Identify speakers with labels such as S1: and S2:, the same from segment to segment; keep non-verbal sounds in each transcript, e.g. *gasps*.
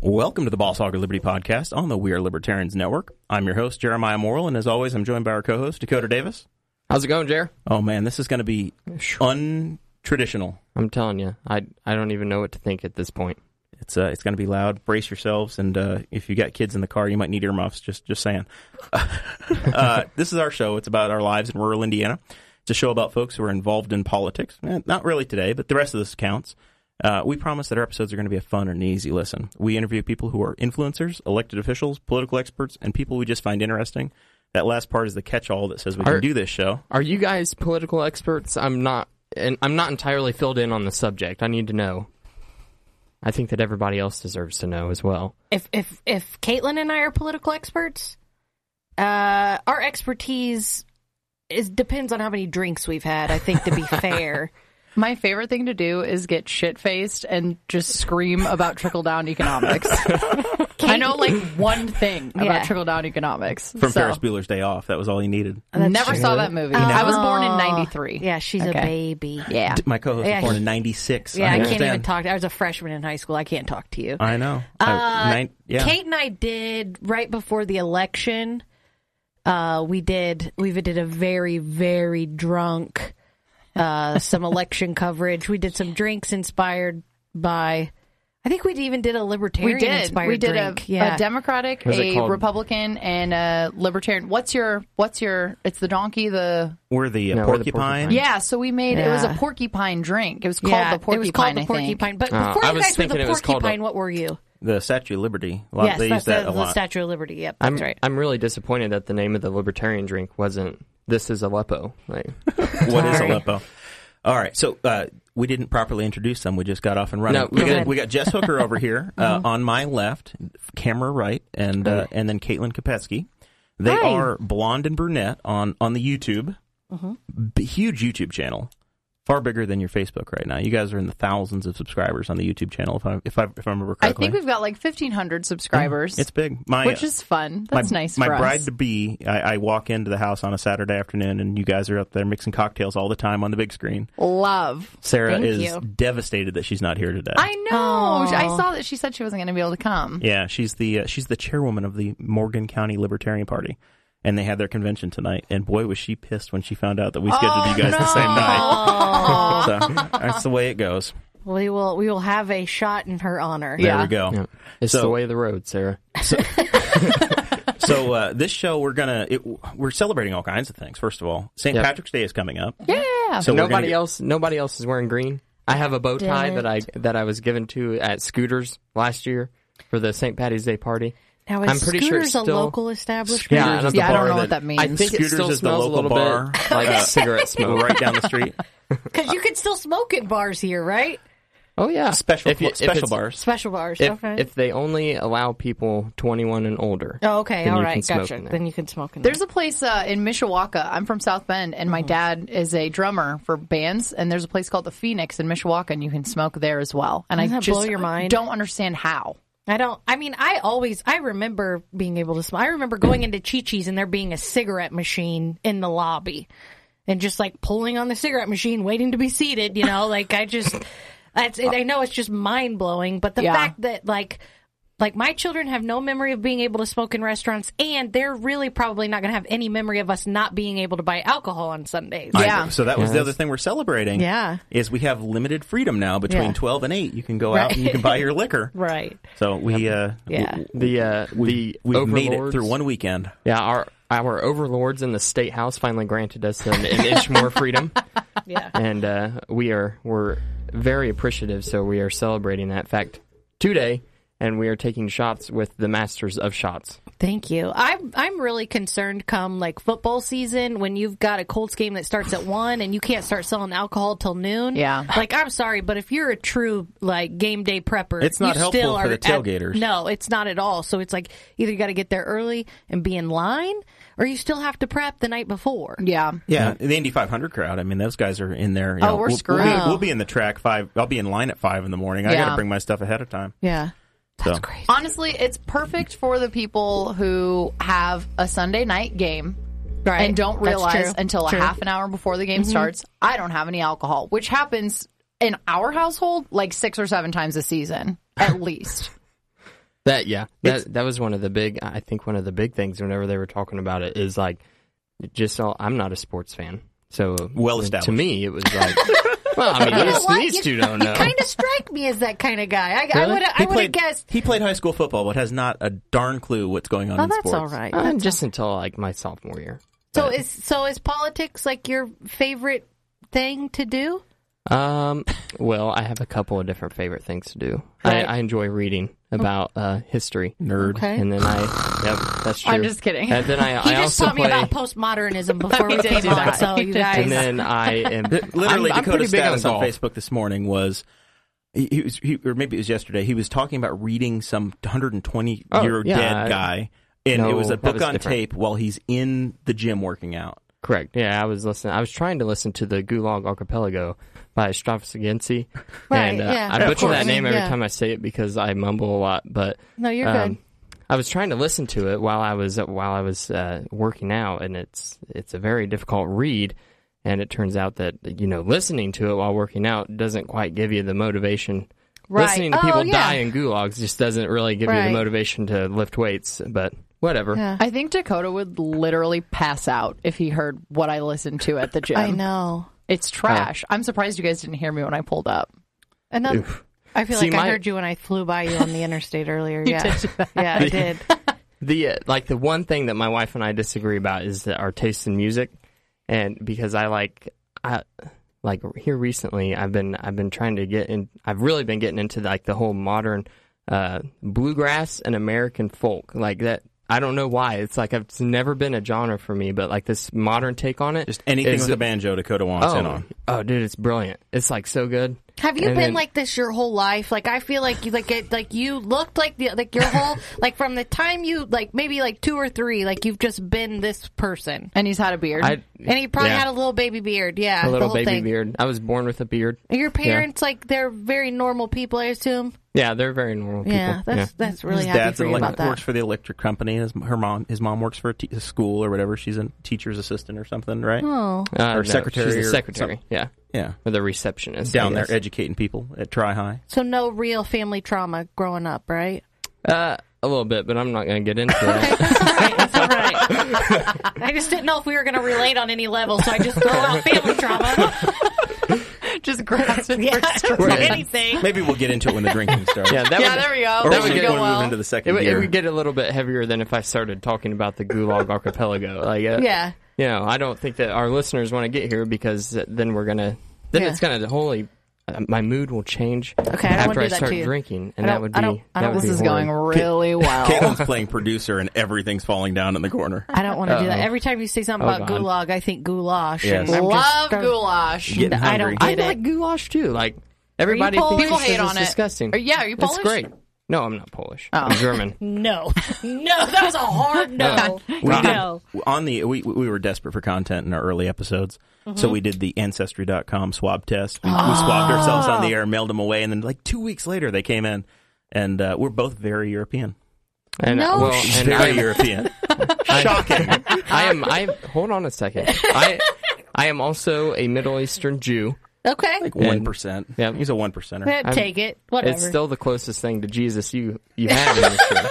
S1: Welcome to the Boss Hog of Liberty podcast on the We Are Libertarians Network. I'm your host, Jeremiah Morrill, and as always, I'm joined by our co host, Dakota Davis.
S2: How's it going, Jer?
S1: Oh, man, this is going to be untraditional.
S2: I'm telling you, I I don't even know what to think at this point.
S1: It's uh, it's going to be loud. Brace yourselves, and uh, if you got kids in the car, you might need earmuffs. Just just saying. *laughs* uh, this is our show. It's about our lives in rural Indiana. It's a show about folks who are involved in politics. Eh, not really today, but the rest of this counts. Uh, we promise that our episodes are going to be a fun and easy listen. We interview people who are influencers, elected officials, political experts, and people we just find interesting. That last part is the catch-all that says we
S2: Are-
S1: can do this show.
S2: Are you guys political experts? I'm not, and I'm not entirely filled in on the subject. I need to know. I think that everybody else deserves to know as well.
S3: if if if Caitlin and I are political experts, uh, our expertise is depends on how many drinks we've had. I think
S4: *laughs*
S3: to be fair,
S4: My favorite thing to do is get shit faced and just scream about trickle down
S3: *laughs*
S4: economics. I know like one thing about
S3: Yeah.
S4: trickle down economics.
S1: From
S4: so.
S1: Ferris Bueller's Day Off, that was all you needed.
S4: Never saw that movie. I was born in
S3: Oh.
S4: '93.
S3: Yeah, she's
S4: Okay.
S3: a baby.
S4: Yeah.
S1: My co-host
S3: Yeah,
S1: was born
S3: he-
S1: in '96.
S3: Yeah, I, can't even
S1: understand.
S3: talk. I was a freshman in high school. I can't talk to you.
S1: I know.
S3: Uh,
S1: I- nine- yeah.
S3: Kate and I did right before the election. Uh, we did we did a very very drunk uh, *laughs* some election coverage. We did some drinks inspired by. I think we even did a libertarian
S4: We did.
S3: inspired
S4: We did a,
S3: drink. yeah.
S4: a Democratic,
S2: What is it
S4: a
S2: called?
S4: Republican, and a Libertarian. What's your? What's your? It's the donkey. The
S1: We're the uh,
S2: No, we're the
S1: porcupine.
S2: porcupine.
S4: yeah. So we made it was a
S3: Yeah.
S4: porcupine drink. It was called
S3: yeah,
S4: the porcupine.
S3: It was called
S4: I
S3: the
S4: think.
S3: porcupine. But
S2: Uh,
S3: before
S2: I
S3: you
S2: was
S3: guys were
S2: thinking
S3: the
S2: it was called
S3: porcupine,
S2: a-
S3: what were you?
S1: The Statue of Liberty. A lot,
S3: yes,
S1: they
S3: that's
S1: use that
S3: the,
S1: a
S3: the
S1: lot.
S3: Statue of Liberty. Yep, that's
S2: I'm
S3: right.
S2: I'm really disappointed that the name of the libertarian drink wasn't "This is Aleppo." Like,
S1: What is
S3: Sorry.
S1: Aleppo? All right, so uh, we didn't properly introduce them. We just got off and running.
S2: No,
S1: we,
S2: go
S1: got,
S2: ahead.
S1: we got Jess Hooker over here uh, on my left, camera right, and uh, and then Caitlin Kopetsky. They
S3: Hi.
S1: are blonde and brunette on on the YouTube, B- huge YouTube channel, far bigger than your Facebook right now. You guys are in the thousands of subscribers on the YouTube channel. If I if I, if I remember
S4: I
S1: correctly,
S4: think we've got like 1,500 subscribers,
S1: it's big. My
S4: which is fun. That's
S1: my,
S4: nice.
S1: My
S4: for
S1: bride
S4: us.
S1: to be, I, I walk into the house on a Saturday afternoon, and you guys are up there mixing cocktails all the time on the big screen.
S4: love.
S1: Sarah
S3: Thank
S1: is
S3: you.
S1: devastated that she's not here today.
S4: I know.
S3: Aw.
S4: I saw that she said she wasn't going to be able to come.
S1: yeah, she's the uh, she's the chairwoman of the Morgan County Libertarian Party, and they had their convention tonight. And boy, was she pissed when she found out that
S4: Oh,
S1: we scheduled you guys the same
S4: *laughs*
S1: night. so that's the way it goes.
S3: *laughs* We will we will have a shot in her honor.
S1: There
S4: Yeah.
S1: we go.
S2: yeah. it's
S1: So-
S2: the way of the road, Sarah. *laughs*
S1: So uh, this show, we're gonna it, we're celebrating all kinds of things. First of all, St.
S2: Yep.
S1: Patrick's Day is coming up.
S4: Yeah.
S1: So we're
S2: nobody
S1: gonna-
S2: else nobody else is wearing green. I have a bow tie that I that I was given to at Scooters last year for the St. Patty's Day party.
S3: Now is
S2: I'm pretty sure
S3: Scooters
S2: it's
S3: a
S2: still-
S3: local establishment?
S2: Yeah,
S1: Scooters
S2: and
S1: is the
S2: the
S4: yeah, I
S1: bar
S4: don't know what that means.
S2: I think it
S1: Scooters
S2: still
S1: is the
S2: smells a
S1: local
S2: little
S1: bar
S2: *laughs* bit like cigarette smoke.
S1: right down the street.
S3: Because you can still smoke in bars here, right?
S2: Oh
S1: *laughs*
S2: yeah,
S1: Special
S2: If you- if
S1: special
S2: it's-
S1: bars.
S3: Special bars.
S2: If,
S3: okay.
S2: if they only allow people 21 and older.
S3: oh, okay.
S2: then
S3: All
S2: you can
S3: right.
S2: smoke
S3: Gotcha.
S2: in there.
S3: Then you can smoke in there.
S4: There's a place uh, in Mishawaka. I'm from South Bend, and
S3: Oh.
S4: my dad is a drummer for bands. And there's a place called the Phoenix in Mishawaka, and you can smoke there as well. And I
S3: Doesn't that
S4: just
S3: blow your mind?
S4: don't understand how.
S3: I don't. I mean, I always. I remember being able to. sm- I remember going into Chi Chi's and there being a cigarette machine in the lobby, and just like pulling on the cigarette machine, waiting to be seated. You know, like I just. That's. It, I know it's just mind blowing, but the
S4: Yeah.
S3: fact that like. Like my children have no memory of being able to smoke in restaurants, and they're really probably not going to have any memory of us not being able to buy alcohol on Sundays.
S1: I
S4: Yeah.
S1: know. So that was the other thing we're celebrating.
S3: Yeah.
S1: Is we have limited freedom now between
S3: Yeah.
S1: 12 and 8. You can go out
S3: Right.
S1: and you can buy your liquor.
S3: Right.
S1: So we, uh,
S3: Yeah.
S2: The uh, the
S1: we, we made it
S2: overlords-
S1: through one weekend.
S2: Yeah, our our overlords in the state house finally granted us an, an inch more *laughs* freedom,
S3: Yeah.
S2: and uh, we are we're very appreciative. So we are celebrating that. In fact, today, and we are taking shots with the masters of shots.
S3: Thank you. I'm I'm really concerned come like football season when you've got a Colts game that starts at one and you can't start selling alcohol till noon.
S4: Yeah.
S3: Like I'm sorry, but if you're a true like game day prepper,
S1: It's not
S3: you
S1: helpful
S3: still
S1: for
S3: are
S1: the
S3: at-
S1: tailgaters.
S3: no, it's not at all. So it's like either you got to get there early and be in line, or you still have to prep the night before.
S4: Yeah.
S1: Yeah, Uh, the Indy 500 crowd. I mean, those guys are in there. You
S4: Oh,
S1: know,
S4: we're
S1: we'll- we'll be-
S4: screwed.
S1: We'll be, in the track five. I'll be in line at five in the morning. I got
S4: Yeah.
S1: to bring my stuff ahead of time.
S3: Yeah.
S1: That's so.
S3: Crazy.
S4: Honestly, it's perfect for the people who have a Sunday night game
S3: Right.
S4: and don't
S3: That's
S4: realize
S3: true.
S4: until
S3: True. Mm-hmm.
S4: a half an hour before the game starts, I don't have any alcohol, which happens in our household like six or seven times a season at *laughs* least.
S2: That yeah, that that was one of the big. I think one of the big things whenever they were talking about it is like, just all, I'm not a sports fan, so uh,
S1: Well
S2: to
S1: established.
S2: me it was
S1: *laughs*
S2: like, well, I mean, these,
S3: what?
S2: these
S3: You-
S2: two don't know.
S3: kind of strike me as that kind of guy. I
S2: Really?
S3: would I would have guessed.
S1: He played high school football, but has not a darn clue what's going on
S3: Oh,
S1: in
S3: that's
S1: sports.
S3: all right.
S2: Uh, just until like my sophomore year.
S3: So is so is politics like your favorite thing to do?
S2: Um, well, I have a couple of different favorite things to do.
S3: Right.
S2: I, I enjoy reading about uh, history,
S1: Nerd.
S3: Okay.
S2: and then I yep, that's true.
S4: I'm just kidding.
S2: And then I,
S3: He
S2: I
S3: just
S2: also
S3: taught me
S2: play, *laughs*
S3: about postmodernism before we
S4: did
S3: came
S4: do
S3: on.
S4: that.
S3: So you guys,
S2: and then I am
S1: Literally,
S2: I'm, I'm
S1: Dakota's
S2: pretty big on
S1: status on,
S2: golf.
S1: Facebook this morning was. He, he was, he, or maybe it was yesterday. He was talking about reading some 120
S2: Oh,
S1: year
S2: yeah,
S1: dead
S2: I-
S1: guy, and it
S2: No,
S1: was a
S2: that
S1: book
S2: was
S1: on
S2: different.
S1: tape while he's in the gym working out.
S2: Correct. Yeah, I was listening. I was trying to listen to the Gulag Archipelago by Stravinsky,
S3: Right,
S2: and uh,
S3: yeah.
S2: I
S3: Yeah, of
S2: butcher
S3: course. I
S2: that name
S3: mean,
S2: every
S3: yeah.
S2: time I say it because I mumble a lot. But
S3: No, you're
S2: Um,
S3: good.
S2: I was trying to listen to it while I was while I was uh, working out, and it's it's a very difficult read. And it turns out that you know listening to it while working out doesn't quite give you the motivation.
S3: Right.
S2: Listening to
S3: Oh,
S2: people
S3: yeah.
S2: die in gulags just doesn't really give you
S3: Right.
S2: the motivation to lift weights. But whatever.
S3: Yeah.
S4: I think Dakota would literally pass out if he heard what *laughs* I listened to at the gym.
S3: I know.
S4: It's trash. I'm surprised you guys didn't hear me when I pulled up.
S3: And I'm- I feel
S2: See,
S3: like I
S2: my-
S3: heard you when I flew by you on the interstate
S2: *laughs*
S3: earlier. yeah,
S4: did do that.
S3: yeah, I did.
S2: the uh, like the one thing that my wife and I disagree about is that our taste in music, and because I like I like here recently I've been I've been trying to get in I've really been getting into like the whole modern uh, bluegrass and American folk like that. I don't know why it's like it's never been a genre for me, but like this modern take on it,
S1: Just anything
S2: is-
S1: with a banjo Dakota wants in
S2: oh,
S1: on.
S2: oh, dude, it's brilliant. It's like so good.
S3: Have you
S2: And
S3: been
S2: then-
S3: like this your whole life? Like I feel like you like it, like you looked like the like your
S2: *laughs*
S3: whole like from the time you like maybe like two or three like you've just been this person.
S4: And he's had a beard.
S2: I
S3: And he probably
S2: Yeah.
S3: had a little baby beard. Yeah,
S2: a
S3: the
S2: little
S3: whole
S2: baby
S3: thing.
S2: beard. I was born with a beard.
S3: And Your parents like they're very normal people, I assume.
S2: Yeah, they're very normal people.
S3: Yeah, that's that's really
S1: His
S3: happy
S1: dad's
S3: for
S1: an
S3: you
S1: electric
S3: about that.
S1: works for the electric company. His her mom, his mom works for a, te- a school or whatever. She's a teacher's assistant or something, right?
S3: Oh,
S2: Uh, no,
S1: secretary
S2: She's
S1: or
S2: the secretary.
S1: something.
S2: Yeah.
S1: Yeah,
S2: Or the receptionist
S1: down
S2: I
S1: there
S2: guess.
S1: educating people at Tri High.
S3: so no real family trauma growing up, right?
S2: Uh, a little bit, but I'm not going to get
S3: *laughs*
S2: into that.
S3: That's all *laughs* right. I just didn't know if we were going to relate on any level, so I just throw out family trauma.
S4: *laughs* just grasped it for straw.
S2: We're-
S3: anything.
S1: Maybe we'll get into it when the
S2: *laughs*
S1: drinking starts.
S2: yeah, that
S4: Yeah,
S2: would,
S4: there we go.
S1: or
S4: That
S1: when
S4: would
S1: we-
S4: go
S1: when we move
S4: well.
S1: into the second
S2: It would, it
S1: year.
S2: would get a little bit heavier than if I started talking about the Gulag Archipelago. Like, uh,
S3: Yeah.
S2: you know, I don't think that our listeners want to get here because then we're gonna, then
S3: Yeah.
S2: it's gonna wholly, uh, my mood will change
S3: Okay, I don't wanna
S2: after
S3: do
S2: I
S3: that
S2: start
S3: to you.
S2: drinking,
S3: I
S2: and
S3: don't-
S2: that would
S3: I
S2: be
S3: don't- I
S2: that
S3: don't-
S2: would
S4: This
S2: be
S4: is going
S2: horrid.
S4: really well.
S1: Caitlin's playing producer, and everything's falling down in the corner.
S3: I don't want to do that. Every time you say something about
S2: Hold
S3: gulag, I think goulash.
S1: Oh, Yes.
S3: and I'm just-
S4: Love
S1: *laughs*
S4: goulash.
S1: Getting
S3: I don't
S1: hungry.
S3: get
S2: I
S3: it.
S2: like goulash too. Like everybody thinks
S3: Polish?
S4: People
S2: this
S4: hate
S2: is
S4: on it.
S2: disgusting.
S4: Or- yeah, are you
S2: It's
S4: Polish?
S2: great. No, I'm not Polish. I'm German.
S3: Oh. *laughs* No, no, that was a hard no.
S1: We did-
S3: no.
S1: on the we we were desperate for content in our early episodes, so we did the ancestry.com swab test. We, we swabbed ourselves on the air, mailed them away, and then like two weeks later they came in, and uh, we're both very European,
S2: And, uh,
S3: No
S2: well, and
S1: very
S2: I'm-
S1: European.
S2: Shocking. *laughs* I am. I am. Hold on a second. I. I am also a Middle Eastern Jew.
S3: Okay,
S1: One percent.
S2: Yep.
S1: he's a one percenter.
S3: Yeah, take it. Whatever.
S2: It's still the closest thing to Jesus you you have. In this room.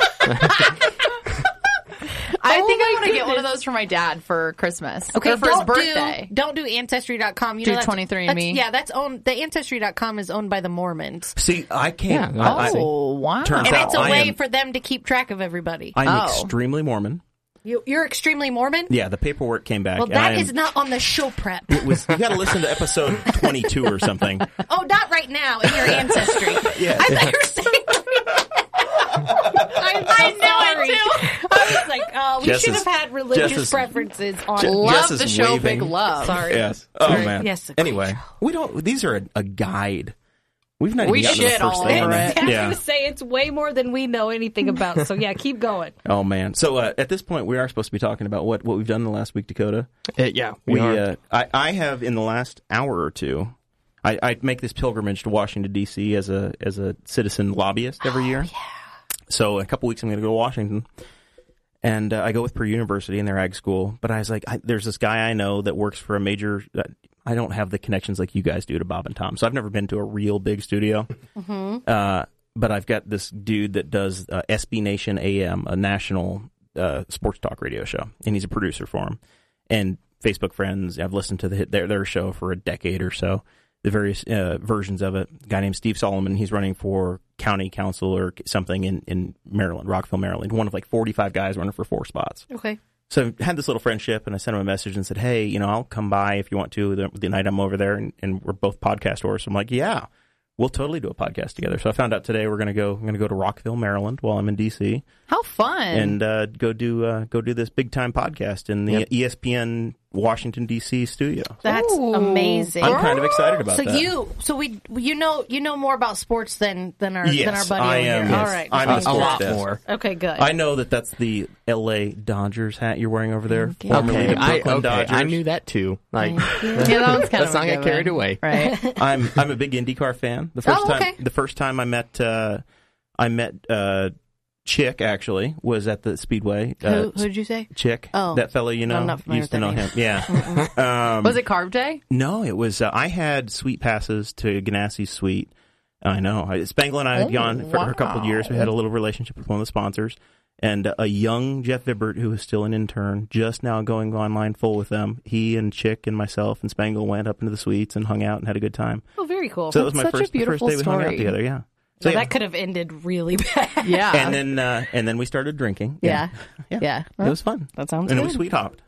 S4: I think
S3: Oh
S4: I
S3: my
S4: want to get one of
S3: goodness.
S4: those for my dad for Christmas.
S3: Okay,
S4: or for his
S3: don't
S4: birthday.
S3: do don't do ancestry.com. You
S4: Do
S3: know that's-
S4: 23andMe.
S3: that's- Yeah, that's owned. The ancestry.com is owned by the Mormons,
S1: See, I can't.
S2: Yeah,
S1: I, I,
S4: oh, wow.
S1: Turns
S3: and
S1: out
S3: it's a
S1: I
S3: way
S1: am-
S3: for them to keep track of everybody.
S1: I'm
S4: Oh.
S1: extremely Mormon.
S3: you, you're extremely Mormon.
S1: Yeah, the paperwork came back.
S3: Well,
S1: and I
S3: that
S1: am-
S3: is not on the show prep.
S1: It was you got to listen to episode 22 or something.
S3: Oh, not right now in your ancestry.
S1: *laughs* Yeah.
S3: I thought you were saying. *laughs* oh, we
S1: Jess
S3: should
S1: is-
S3: have had religious
S1: Jess is-
S3: preferences on.
S1: Jess
S4: Love
S1: is
S4: the show,
S1: waving.
S4: big love.
S3: Sorry.
S1: Yes. Oh
S3: Sorry.
S1: man.
S3: Yes, the
S1: Anyway,
S3: Grinch.
S1: we don't. These are a, a guide. We've not.
S4: We
S1: even gotten to the
S4: shit
S1: first
S4: all
S1: thing.
S4: over it. *laughs*
S3: I was
S1: Yeah.
S3: gonna say it's way more than we know anything about. So yeah, keep going.
S1: Oh man. So uh, at this point, we are supposed to be talking about what what we've done in the last week, Dakota.
S2: Uh, yeah, we, are.
S1: Uh, I I have in the last hour or two. I, I make this pilgrimage to Washington D.C. as a as a citizen lobbyist every year. So in a couple weeks, I'm going to go to Washington, and uh, I go with Purdue University in their ag school. But I was like, I, there's this guy I know that works for a major. uh, I don't have the connections like you guys do to Bob and Tom, so I've never been to a real big studio. Uh, but I've got this dude that does uh, SB Nation AM, a national uh, sports talk radio show, and he's a producer for him. And Facebook friends, I've listened to the, their their show for a decade or so, the various uh, versions of it. A guy named Steve Solomon, he's running for county council or something in, in Maryland, Rockville, Maryland. One of like 45 guys running for four spots.
S3: Okay.
S1: So I had this little friendship, and I sent him a message and said, "Hey, you know, I'll come by if you want to the, the night I'm over there, and, and we're both podcast hosts." I'm like, "Yeah, we'll totally do a podcast together." So I found out today we're gonna go. I'm gonna go to Rockville, Maryland, while I'm in DC,
S4: How fun.
S1: and uh, go do uh, go do this big time podcast in the E ESPN Washington DC studio.
S3: That's
S4: Ooh.
S3: amazing.
S1: I'm kind of excited about
S3: so
S1: that.
S3: you, so we, you know, you know more about sports than than our than our
S1: yes,
S3: buddy
S1: I
S3: over
S1: am.
S3: here.
S1: yes.
S3: All right.
S1: I'm
S3: okay.
S1: in the sports
S2: lot
S1: desk.
S2: more.
S3: Okay, good.
S1: I know that that's the LA Dodgers hat you're wearing over there.
S3: Okay.
S1: formerly
S2: okay,
S1: the
S2: I,
S1: Brooklyn
S2: okay,
S1: Dodgers.
S2: I knew that too. Like,
S4: yeah, that one's kind
S2: Let's
S4: of
S2: not
S4: a
S2: get
S4: given.
S2: carried away.
S4: Right.
S1: I'm I'm a big IndyCar fan. The first
S3: Oh,
S1: time
S3: okay.
S1: the first time I met uh, I met uh, Chick actually was at the Speedway. Uh,
S3: Who who'd you say?
S1: Chick,
S3: Oh.
S1: that fellow you know,
S3: I'm not familiar
S1: used to know
S3: with that
S1: him.
S3: *laughs*
S1: Yeah. um,
S4: Was it Carb Day?
S1: No, it was. Uh, I had sweet passes to Ganassi's suite. I know. I- Spangle and I
S3: Oh,
S1: had gone for a couple of years. We had a little relationship with one of the sponsors. And uh, a young Jeff Vibert, who was still an intern, just now going online full with them. He and Chick and myself and Spangle went up into the suites and hung out and had a good time.
S3: Oh, very cool.
S1: So that was my
S4: That's such a
S1: first, the first
S4: beautiful
S1: day we hung out
S4: story.
S1: together. Yeah. So
S3: So
S1: yeah.
S3: that could have ended really *laughs* bad.
S4: Yeah.
S1: and then uh, and then we started drinking.
S4: yeah.
S1: *laughs* Yeah.
S4: Yeah.
S1: It was fun.
S4: That sounds
S1: and it
S4: good.
S1: was sweet hopped.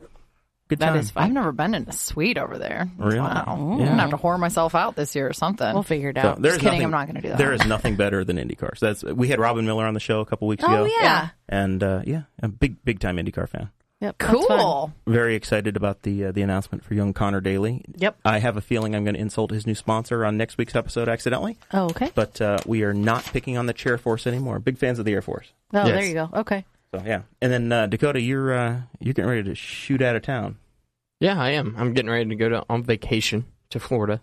S1: Good time.
S4: That is fun. I've never been in a suite over there.
S1: Really?
S4: Wow. I'm
S1: Yeah.
S4: gonna have to whore myself out this year or something.
S3: We'll figure it
S1: So
S3: out.
S1: there's
S4: kidding,
S1: nothing-
S4: I'm not gonna do that.
S1: There is nothing better than IndyCars. That's we had Robin Miller on the show a couple weeks ago.
S3: oh yeah.
S4: Yeah.
S1: and uh, yeah, a big big time IndyCar fan.
S3: Yep, that's fun.
S4: cool.
S1: Very excited about the uh, the announcement for young Connor Daly.
S3: Yep.
S1: I have a feeling I'm going to insult his new sponsor on next week's episode accidentally,
S3: Oh okay.
S1: but uh, we are not picking on the Chair Force anymore. Big fans of the Air Force.
S3: Oh, there
S2: Yes.
S3: you go. Okay.
S1: So yeah, and then uh, Dakota, you're uh, you're getting ready to shoot out of town.
S2: *laughs* yeah, I am. I'm getting ready to go to on vacation to Florida.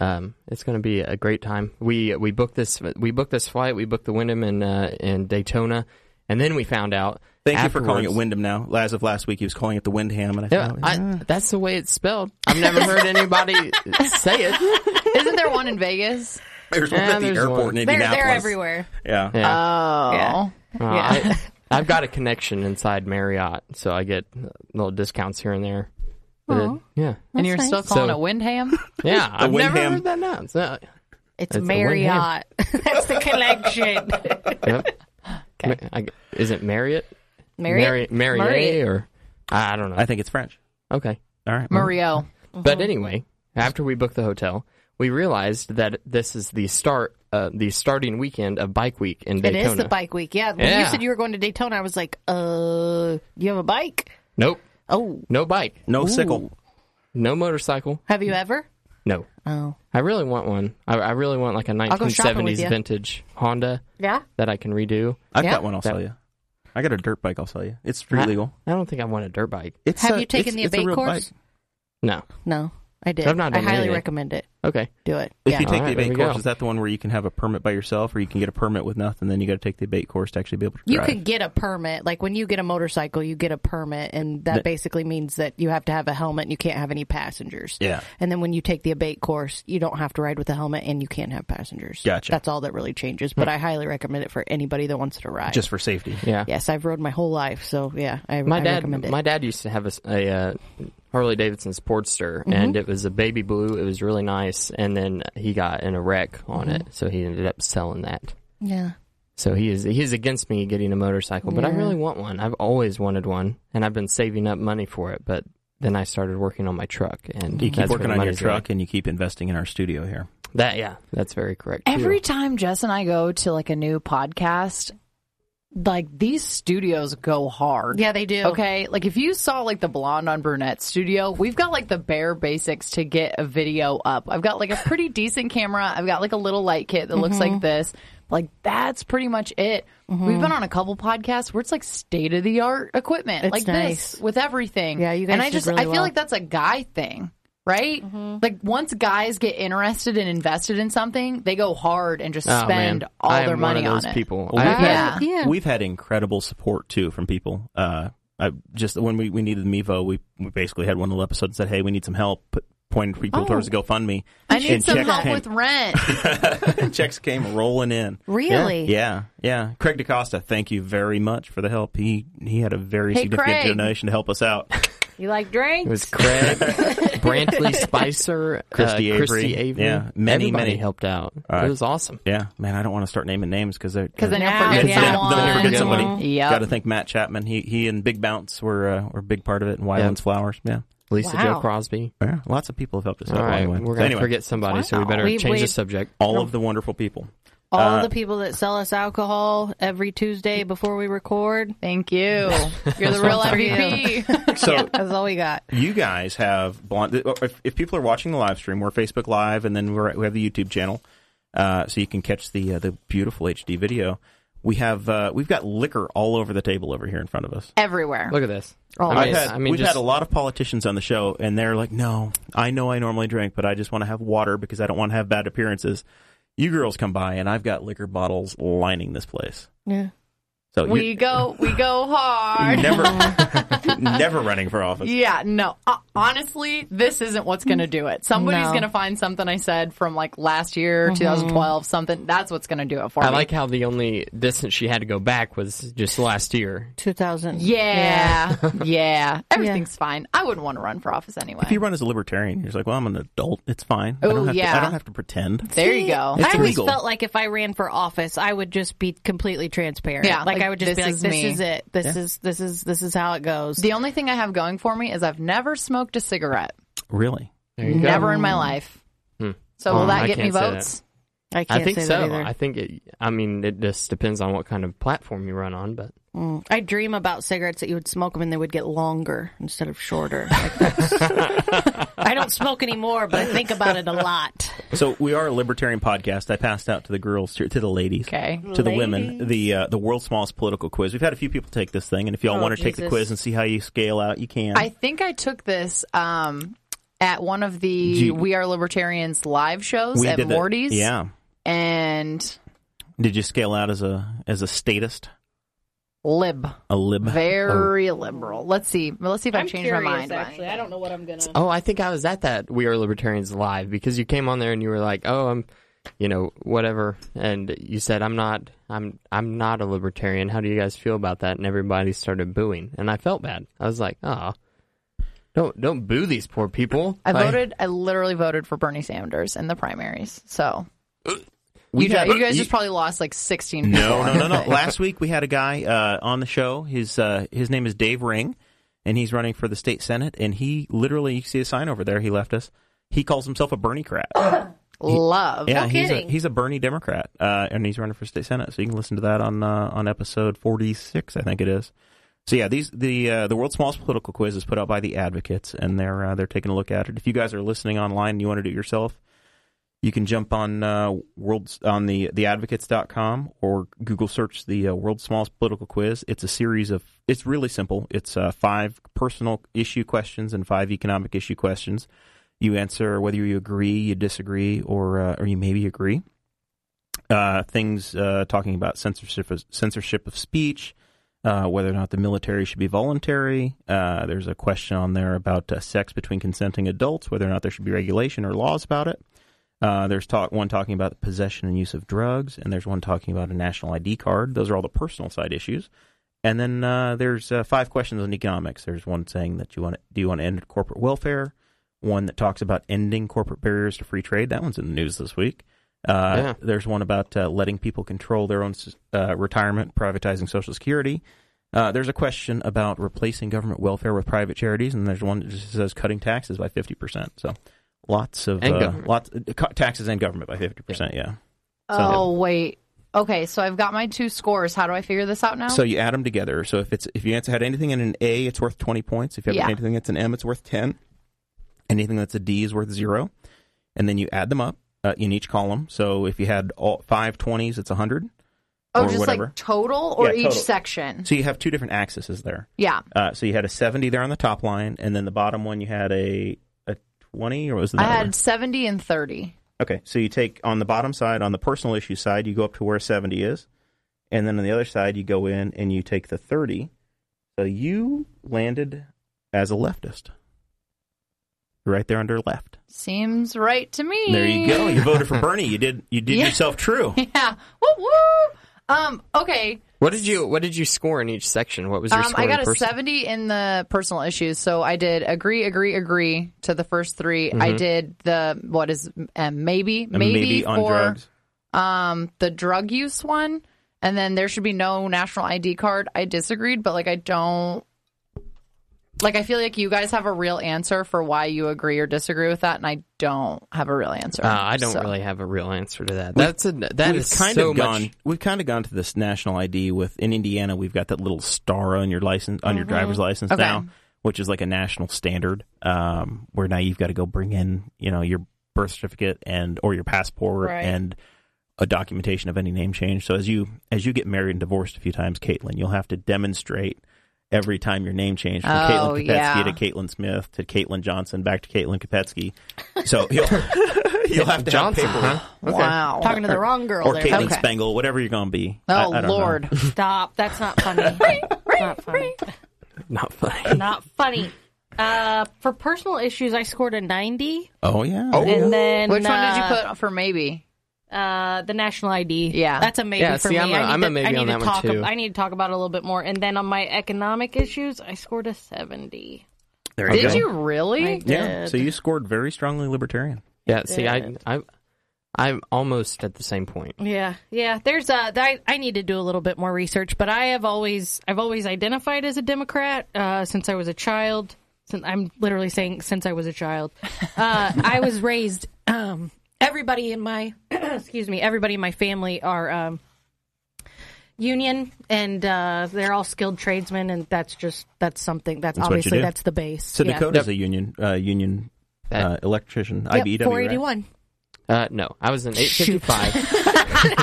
S2: Um, it's going to be a great time. We we booked this we booked this flight. We booked the Wyndham in uh, in Daytona, and then we found out.
S1: Thank you for
S2: afterwards-
S1: calling it Wyndham now. As of last week, he was calling it the Windham, and I
S2: Yeah,
S1: thought,
S2: I, that's the way it's spelled. I've never heard anybody *laughs* say it.
S4: *laughs* Isn't there one in Vegas?
S1: there's one
S2: Yeah,
S1: at the
S2: there's
S1: airport
S2: one.
S1: in
S3: They're
S1: Indianapolis.
S3: they're everywhere.
S1: Yeah.
S2: *laughs* Yeah.
S4: Oh.
S3: Yeah.
S2: Well,
S3: Yeah.
S2: Uh, I,
S3: *laughs*
S2: I've got a connection inside Marriott, so I get little discounts here and there. But it-
S3: Oh.
S2: yeah,
S4: And you're still calling
S2: So-
S4: it Windham?
S2: yeah. I've never
S1: Wyndham.
S2: heard that now.
S1: *laughs*
S2: So, It's
S3: It's,
S2: a
S3: Marriott.
S2: *laughs*
S3: That's the connection.
S2: yep. Ma- I, is it Marriott? Marriott,
S3: Marriott. Marriott.
S2: or I I don't know.
S1: I think it's French.
S2: okay,
S1: All right,
S4: Mario.
S3: Uh-huh.
S2: but anyway, after we booked the hotel, we realized that this is the start, uh, the starting weekend of Bike Week in
S3: It
S2: Daytona.
S3: is the bike week. Yeah. When you
S2: Yeah.
S3: said you were going to Daytona, I was like, uh, you have a bike?
S2: Nope,
S3: Oh,
S2: no bike,
S1: no sickle.
S2: no motorcycle,
S3: have you ever?
S2: no.
S3: Oh.
S2: I really want one. I, I really want like a
S3: go shopping with
S2: 1970s
S3: you.
S2: vintage Honda
S3: Yeah.
S2: that I can redo.
S1: I've
S3: Yeah.
S1: got one. I'll sell you. I got a dirt bike. I'll sell you. It's street
S2: I-
S1: legal.
S2: I, don't think I want a dirt bike.
S1: It's
S3: Have
S1: a-
S3: you
S1: it's-
S3: taken the
S1: it's a
S3: abate
S1: real
S3: course?
S1: bike.
S2: No.
S3: No, I did.
S2: I've not
S3: I
S2: done
S3: highly
S2: anything.
S3: recommend it.
S2: Okay.
S3: Do it.
S1: If
S3: yeah.
S1: you take
S2: Alright,
S1: the
S2: there
S1: abate
S2: we
S1: course,
S2: go.
S1: is that the one where you can have a permit by yourself, or you can get a permit with nothing? Then you got to take the abate course to actually be able to
S3: you
S1: drive.
S3: could get a permit. Like when you get a motorcycle, you get a permit, and that basically means that you have to have a helmet and you can't have any passengers.
S1: Yeah.
S3: And then when you take the abate course, you don't have to ride with a helmet and you can't have passengers.
S1: Gotcha.
S3: That's all that really changes.
S2: Hmm.
S3: But I highly recommend it for anybody that wants to ride.
S1: just for safety.
S2: Yeah.
S3: yes, I've rode my whole life, so yeah, I,
S2: My
S3: I
S2: dad.
S3: recommend it.
S2: My dad used to have a, s- a, uh, Harley Davidson Sportster,
S4: Mm-hmm.
S2: and it was a baby blue. It was really nice, and then he got in a wreck on
S4: Mm-hmm.
S2: it, so he ended up selling that.
S3: yeah.
S2: So he is he is against me getting a motorcycle, but I really want one. I've always wanted one, and I've been saving up money for it. But then I started working on my truck, and
S1: You keep
S2: that's where
S1: working
S2: the
S1: on your
S2: money's going.
S1: truck, and you keep investing in our studio here.
S2: That yeah, that's very correct. too.
S4: Every time Jess and I go to like a new podcast, like these studios go hard.
S3: Yeah, they do.
S4: Okay, like if you saw like the blonde on brunette studio, we've got like the bare basics to get a video up. I've got like a
S3: *laughs*
S4: pretty decent camera. I've got like a little light kit that looks
S3: Mm-hmm.
S4: like this. Like that's pretty much it. We've been on a couple podcasts where it's like state of the art equipment,
S3: It's
S4: like
S3: nice.
S4: this with everything.
S3: Yeah, you guys
S4: and I
S3: did
S4: just
S3: really
S4: I feel
S3: well. Mm-hmm.
S4: like that's a guy thing. Right? Like once guys get interested and invested in something, they go hard and just
S2: Oh,
S4: spend
S2: man.
S4: all
S2: I am
S4: their
S2: one
S4: money
S2: of those
S4: on it.
S2: people.
S1: Well,
S2: I-
S1: we've,
S4: Yeah.
S1: had,
S3: Yeah.
S1: we've had incredible support too from people. Uh, I just when we, we needed Mevo, we, we basically had one little episode that said, "Hey, we need some help." Put, pointed people towards GoFundMe.
S4: Oh. I need
S1: and
S4: some
S1: checks
S4: help
S1: came,
S4: with
S1: *laughs*
S2: *laughs*
S4: rent.
S1: checks came rolling in.
S3: Really?
S1: Yeah, yeah. Craig DaCosta, thank you very much for the help. He he had a very
S4: Hey,
S1: significant
S4: Craig.
S1: donation to help us out. *laughs*
S3: You like
S2: It
S3: drinks?
S2: was Craig,
S3: *laughs*
S2: Brantley Spicer,
S1: Christy
S2: uh,
S1: Avery.
S2: Christy Avery.
S1: Yeah, many,
S2: Everybody
S1: many.
S2: helped out.
S1: Uh,
S2: it was awesome.
S1: yeah, man, I don't want to start naming names because
S4: Because then you'll
S3: Yeah,
S4: forget
S3: yeah.
S4: someone.
S1: Don't forget
S2: Good one.
S1: somebody.
S4: Yep.
S1: Got to thank Matt Chapman. He he and Big Bounce were uh, were a big part of it, and Wyland's Flowers. Yeah.
S2: Lisa
S3: Wow.
S2: Joe Crosby.
S1: yeah, lots of people have helped us out.
S2: All right,
S1: along the way.
S2: we're gonna
S1: anyway,
S2: forget somebody, so we
S3: Wow.
S2: better
S3: We-
S2: change
S3: we-
S2: the subject.
S1: all of the wonderful people.
S2: Uh,
S3: All the people that sell us alcohol every Tuesday before we record.
S4: Thank you. *laughs* You're the real MVP.
S1: So
S3: That's all we got.
S1: you guys have blonde. If, if people are watching the live stream, we're Facebook Live, and then we're, we have the YouTube channel, uh, so you can catch the uh, the beautiful HD video. We have uh, we've got liquor all over the table over here in front of us.
S4: *laughs* Everywhere.
S2: Look at this. I
S3: Oh,
S2: mean,
S1: I've had-
S2: I mean,
S1: we've
S2: just,
S1: had a lot of politicians on the show, and they're like, "No, I know I normally drink, but I just want to have water because I don't want to have bad appearances." You girls come by, and I've got liquor bottles lining this place.
S3: Yeah.
S1: So you-
S4: We go we go hard. *laughs*
S1: never, never running for office.
S4: Yeah, no. Uh, honestly, this isn't what's going to do it. Somebody's
S3: No.
S4: going to find something I said from like last year, 2012, something. That's what's going to do it for
S2: I
S4: me.
S2: like how the only distance she had to go back was just last year.
S3: 2000.
S4: yeah. *laughs* Yeah. Everything's fine. I wouldn't want to run for office anyway.
S1: If you run as a libertarian, you're just like, well, I'm an adult. It's fine. I
S4: Ooh,
S1: don't have
S4: yeah.
S1: To, I don't have to pretend.
S4: There you go.
S1: It's
S3: I always
S1: illegal.
S3: felt like if I ran for office, I would just be completely transparent.
S4: Yeah,
S3: like,
S4: like,
S3: I would just
S4: this
S3: be like,
S4: is
S3: "This
S4: me.
S3: is it. This is this is this is how it goes."
S4: The only thing I have going for me is I've never smoked a cigarette.
S1: Really?
S2: There you go.
S4: Never in my life.
S2: Hmm.
S4: So will
S2: Oh,
S4: that
S2: I
S4: get me
S2: can't say
S4: votes?
S3: I can't
S2: I think
S3: say
S2: so.
S3: that either.
S2: I think it. I mean, it just depends on what kind of platform you run on. But
S3: Mm. I dream about cigarettes that you would smoke them and they would get longer instead of shorter. Like, that's- I don't smoke anymore, but I think about it a lot.
S1: So we are a libertarian podcast. I passed out to the girls, to, to the ladies,
S4: Okay.
S1: to the women, the uh, the world's smallest political quiz. We've had a few people take this thing, and if y'all
S3: Oh,
S1: want to take the
S3: Jesus.
S1: quiz and see how you scale out, you can.
S4: I think I took this um, at one of the
S1: you-
S4: We Are Libertarians live shows at
S1: that-
S4: Morty's.
S1: Yeah.
S4: And
S1: Did you scale out as a as a statist,
S4: lib.
S1: a lib? Oh.
S4: Very liberal. Let's see. Let's see if i change my mind. about it.
S3: I don't know what I'm gonna.
S2: oh, I think I was at that We Are Libertarians live because you came on there and you were like, "Oh, I'm, you know, whatever," and you said, "I'm not, I'm, I'm not a libertarian." How do you guys feel about that? And everybody started booing, and I felt bad. I was like, "Oh, don't, don't boo these poor people."
S4: I
S2: Like,
S4: voted. I literally voted for Bernie Sanders in the primaries. So
S1: We
S4: you, know,
S1: had-
S4: you guys
S1: you-
S4: just probably lost like sixteen.
S1: No, no, no, no.
S4: *laughs*
S1: Last week we had a guy uh, on the show. His uh, his name is Dave Ring, and he's running for the state senate. And he literally, you see a sign over there. He left us. He calls himself a Bernie crap.
S4: Love.
S1: Yeah,
S3: No
S1: he's a
S3: kidding.
S1: he's a Bernie Democrat, uh, and he's running for state senate. So you can listen to that on uh, on episode forty six, I think it is. So yeah, these the uh, the world's smallest political quiz is put out by the Advocates, and they're uh, they're taking a look at it. If you guys are listening online and you want to do it yourself, you can jump on uh, worlds on the theadvocates.com or Google search the uh, world's smallest political quiz. It's a series of it's really simple. It's uh, five personal issue questions and five economic issue questions. You answer whether you agree, you disagree, or uh, or you maybe agree. Uh, things uh, talking about censorship of, censorship of speech, uh, whether or not the military should be voluntary. Uh, there's a question on there about uh, sex between consenting adults, whether or not there should be regulation or laws about it. Uh, there's talk one talking about the possession and use of drugs, and there's one talking about a national ID card. Those are all the personal side issues. And then uh, there's uh, five questions on economics. There's one saying that you want to, do you want to end corporate welfare. One that talks about ending corporate barriers to free trade. That one's in the news this week. Uh,
S2: Yeah.
S1: There's one about uh, letting people control their own s- uh, retirement, privatizing Social Security. Uh, there's a question about replacing government welfare with private charities, and there's one that just says cutting taxes by fifty percent. So lots of
S2: And
S1: uh,
S2: government.
S1: lots uh, cut taxes and government by fifty percent. Yeah.
S4: Oh wait, Okay, so I've got my two scores. How do I figure this out now?
S1: So you add them together. So if it's if you answer had anything in an A, it's worth twenty points. If you have
S4: Yeah.
S1: anything that's an M, it's worth ten. Anything that's a D is worth zero. And then you add them up uh, in each column. So if you had all five twenties, it's hundred.
S4: oh,
S1: or
S4: just
S1: whatever.
S4: like total or
S1: Yeah,
S4: each
S1: total.
S4: section?
S1: So you have two different axes there.
S4: Yeah.
S1: Uh, so you had a seventy there on the top line, and then the bottom one you had a a twenty or was it
S4: I
S1: another?
S4: had 70 and 30.
S1: Okay, so you take on the bottom side, on the personal issue side, you go up to where 70 is. And then on the other side, you go in and you take the 30. So you landed as a leftist. Right there under left.
S4: Seems right to me.
S1: There you
S4: *laughs*
S1: go. You voted for Bernie. You did you did
S4: Yeah.
S1: yourself true.
S4: Yeah. Woo woo. Um, okay.
S2: What did you What did you score in each section? What was your
S4: Um,
S2: score?
S4: I got
S2: in
S4: a
S2: person?
S4: 70 in the personal issues. So I did agree, agree, agree to the first 3 I did the, what is, um, maybe,
S1: And
S4: maybe,
S1: on
S4: for
S1: drugs.
S4: um, the drug use one. And then there should be no national ID card. I disagreed, but like I don't. Like I feel like you guys have a real answer for why you agree or disagree with that, and I don't have a real answer.
S2: Uh, I don't
S4: So-
S2: really have a real answer to that. That's a that
S1: we've
S2: is
S1: kind
S2: so
S1: of gone
S2: much.
S1: we've kind of gone to this national ID with in Indiana, we've got that little star on your license on your driver's license
S4: Okay.
S1: now, which is like a national standard. Um, where now you've got to go bring in, you know, your birth certificate and or your passport
S3: Right.
S1: and a documentation of any name change. So as you as you get married and divorced a few times, Caitlin, you'll have to demonstrate every time your name changed from
S4: Oh,
S1: Caitlin Kopetsky
S4: yeah.
S1: to Caitlin Smith to Caitlin Johnson back to Caitlin Kopetsky. So *laughs* you'll, you'll have to
S2: Johnson,
S1: have paperwork.
S2: huh? Okay.
S4: Wow.
S3: Talking to the wrong girl
S1: Or
S3: there.
S1: Caitlin
S4: Okay.
S1: Spangle, whatever you're gonna be.
S4: Oh
S1: I- I don't know.
S4: Lord.
S3: Stop. That's not funny. not funny.
S2: *laughs* Not funny.
S3: Not funny. Uh, for personal issues, I scored a 90.
S1: Oh yeah.
S3: And then
S4: Which one did you
S3: uh,
S4: put for maybe?
S3: Uh, the national ID.
S4: Yeah.
S3: that's a maybe
S2: Yeah,
S3: for
S2: see,
S3: me.
S2: I'm a-
S3: I need
S2: I'm a
S3: to-
S2: maybe
S3: I need
S2: on
S3: to
S2: that one,
S3: talk. ab-
S2: too.
S3: I need to talk about it a little bit more. And then on my economic issues, I scored a 70.
S1: There
S4: Did
S1: go.
S4: you really?
S1: Yeah. So you scored very strongly libertarian.
S2: Yeah. See, I I I'm almost at the same point.
S3: Yeah, yeah. There's a. I, I need to do a little bit more research, but I have always I've always identified as a Democrat uh, since I was a child. Since I'm literally saying since I was a child, uh, I was raised. Um, everybody in my *clears throat* excuse me, everybody in my family are um, union, and uh, they're all skilled tradesmen, and that's just that's something that's,
S1: That's what you
S3: obviously
S1: do.
S3: that's the base.
S1: So
S3: yeah.
S1: Dakota's a union uh, union uh,
S2: That-
S1: electrician,
S3: Yep,
S1: IBEW. right?
S3: 481.
S2: Uh, no, I was an
S3: *laughs*
S2: 855.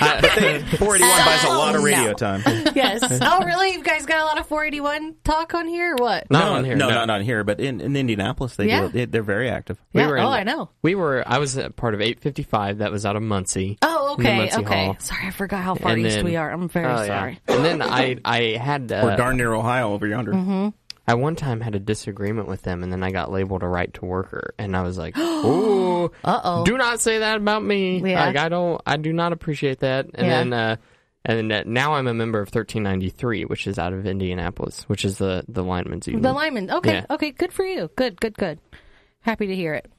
S1: But they- 481 buys a lot of radio time.
S3: yes.
S1: *laughs*
S3: Oh, really? You guys got a lot of 481 talk on here, or what?
S2: Not on here.
S1: No,
S2: no.
S1: not not here, but in, in Indianapolis they
S3: Yeah.
S1: do, they, they're very active.
S2: We
S3: yeah.
S2: were in-
S3: oh, I know.
S2: We were. I was a part of 855. That was out of Muncie.
S3: Oh,
S2: in the
S3: okay,
S2: Muncie
S3: okay.
S2: Hall.
S3: Sorry, I forgot how far
S2: And
S3: east
S2: then-
S3: we are. I'm very
S2: Oh, yeah.
S3: sorry.
S2: And then I I had uh,
S1: We're darn near Ohio over yonder.
S2: I one time had a disagreement with them, and then I got labeled a right to worker, and I was
S3: *gasps*
S2: like, "Ooh, uh
S3: Uh-oh.
S2: do not say that about me."
S3: Yeah.
S2: Like I don't, I do not appreciate that. And
S3: Yeah.
S2: then, uh, and then uh, now I'm a member of 1393, which is out of Indianapolis, which is the the lineman's union.
S3: The lineman. Okay,
S2: Mm-hmm. Yeah.
S3: okay. Good for you. Good, good, good. Happy to hear it.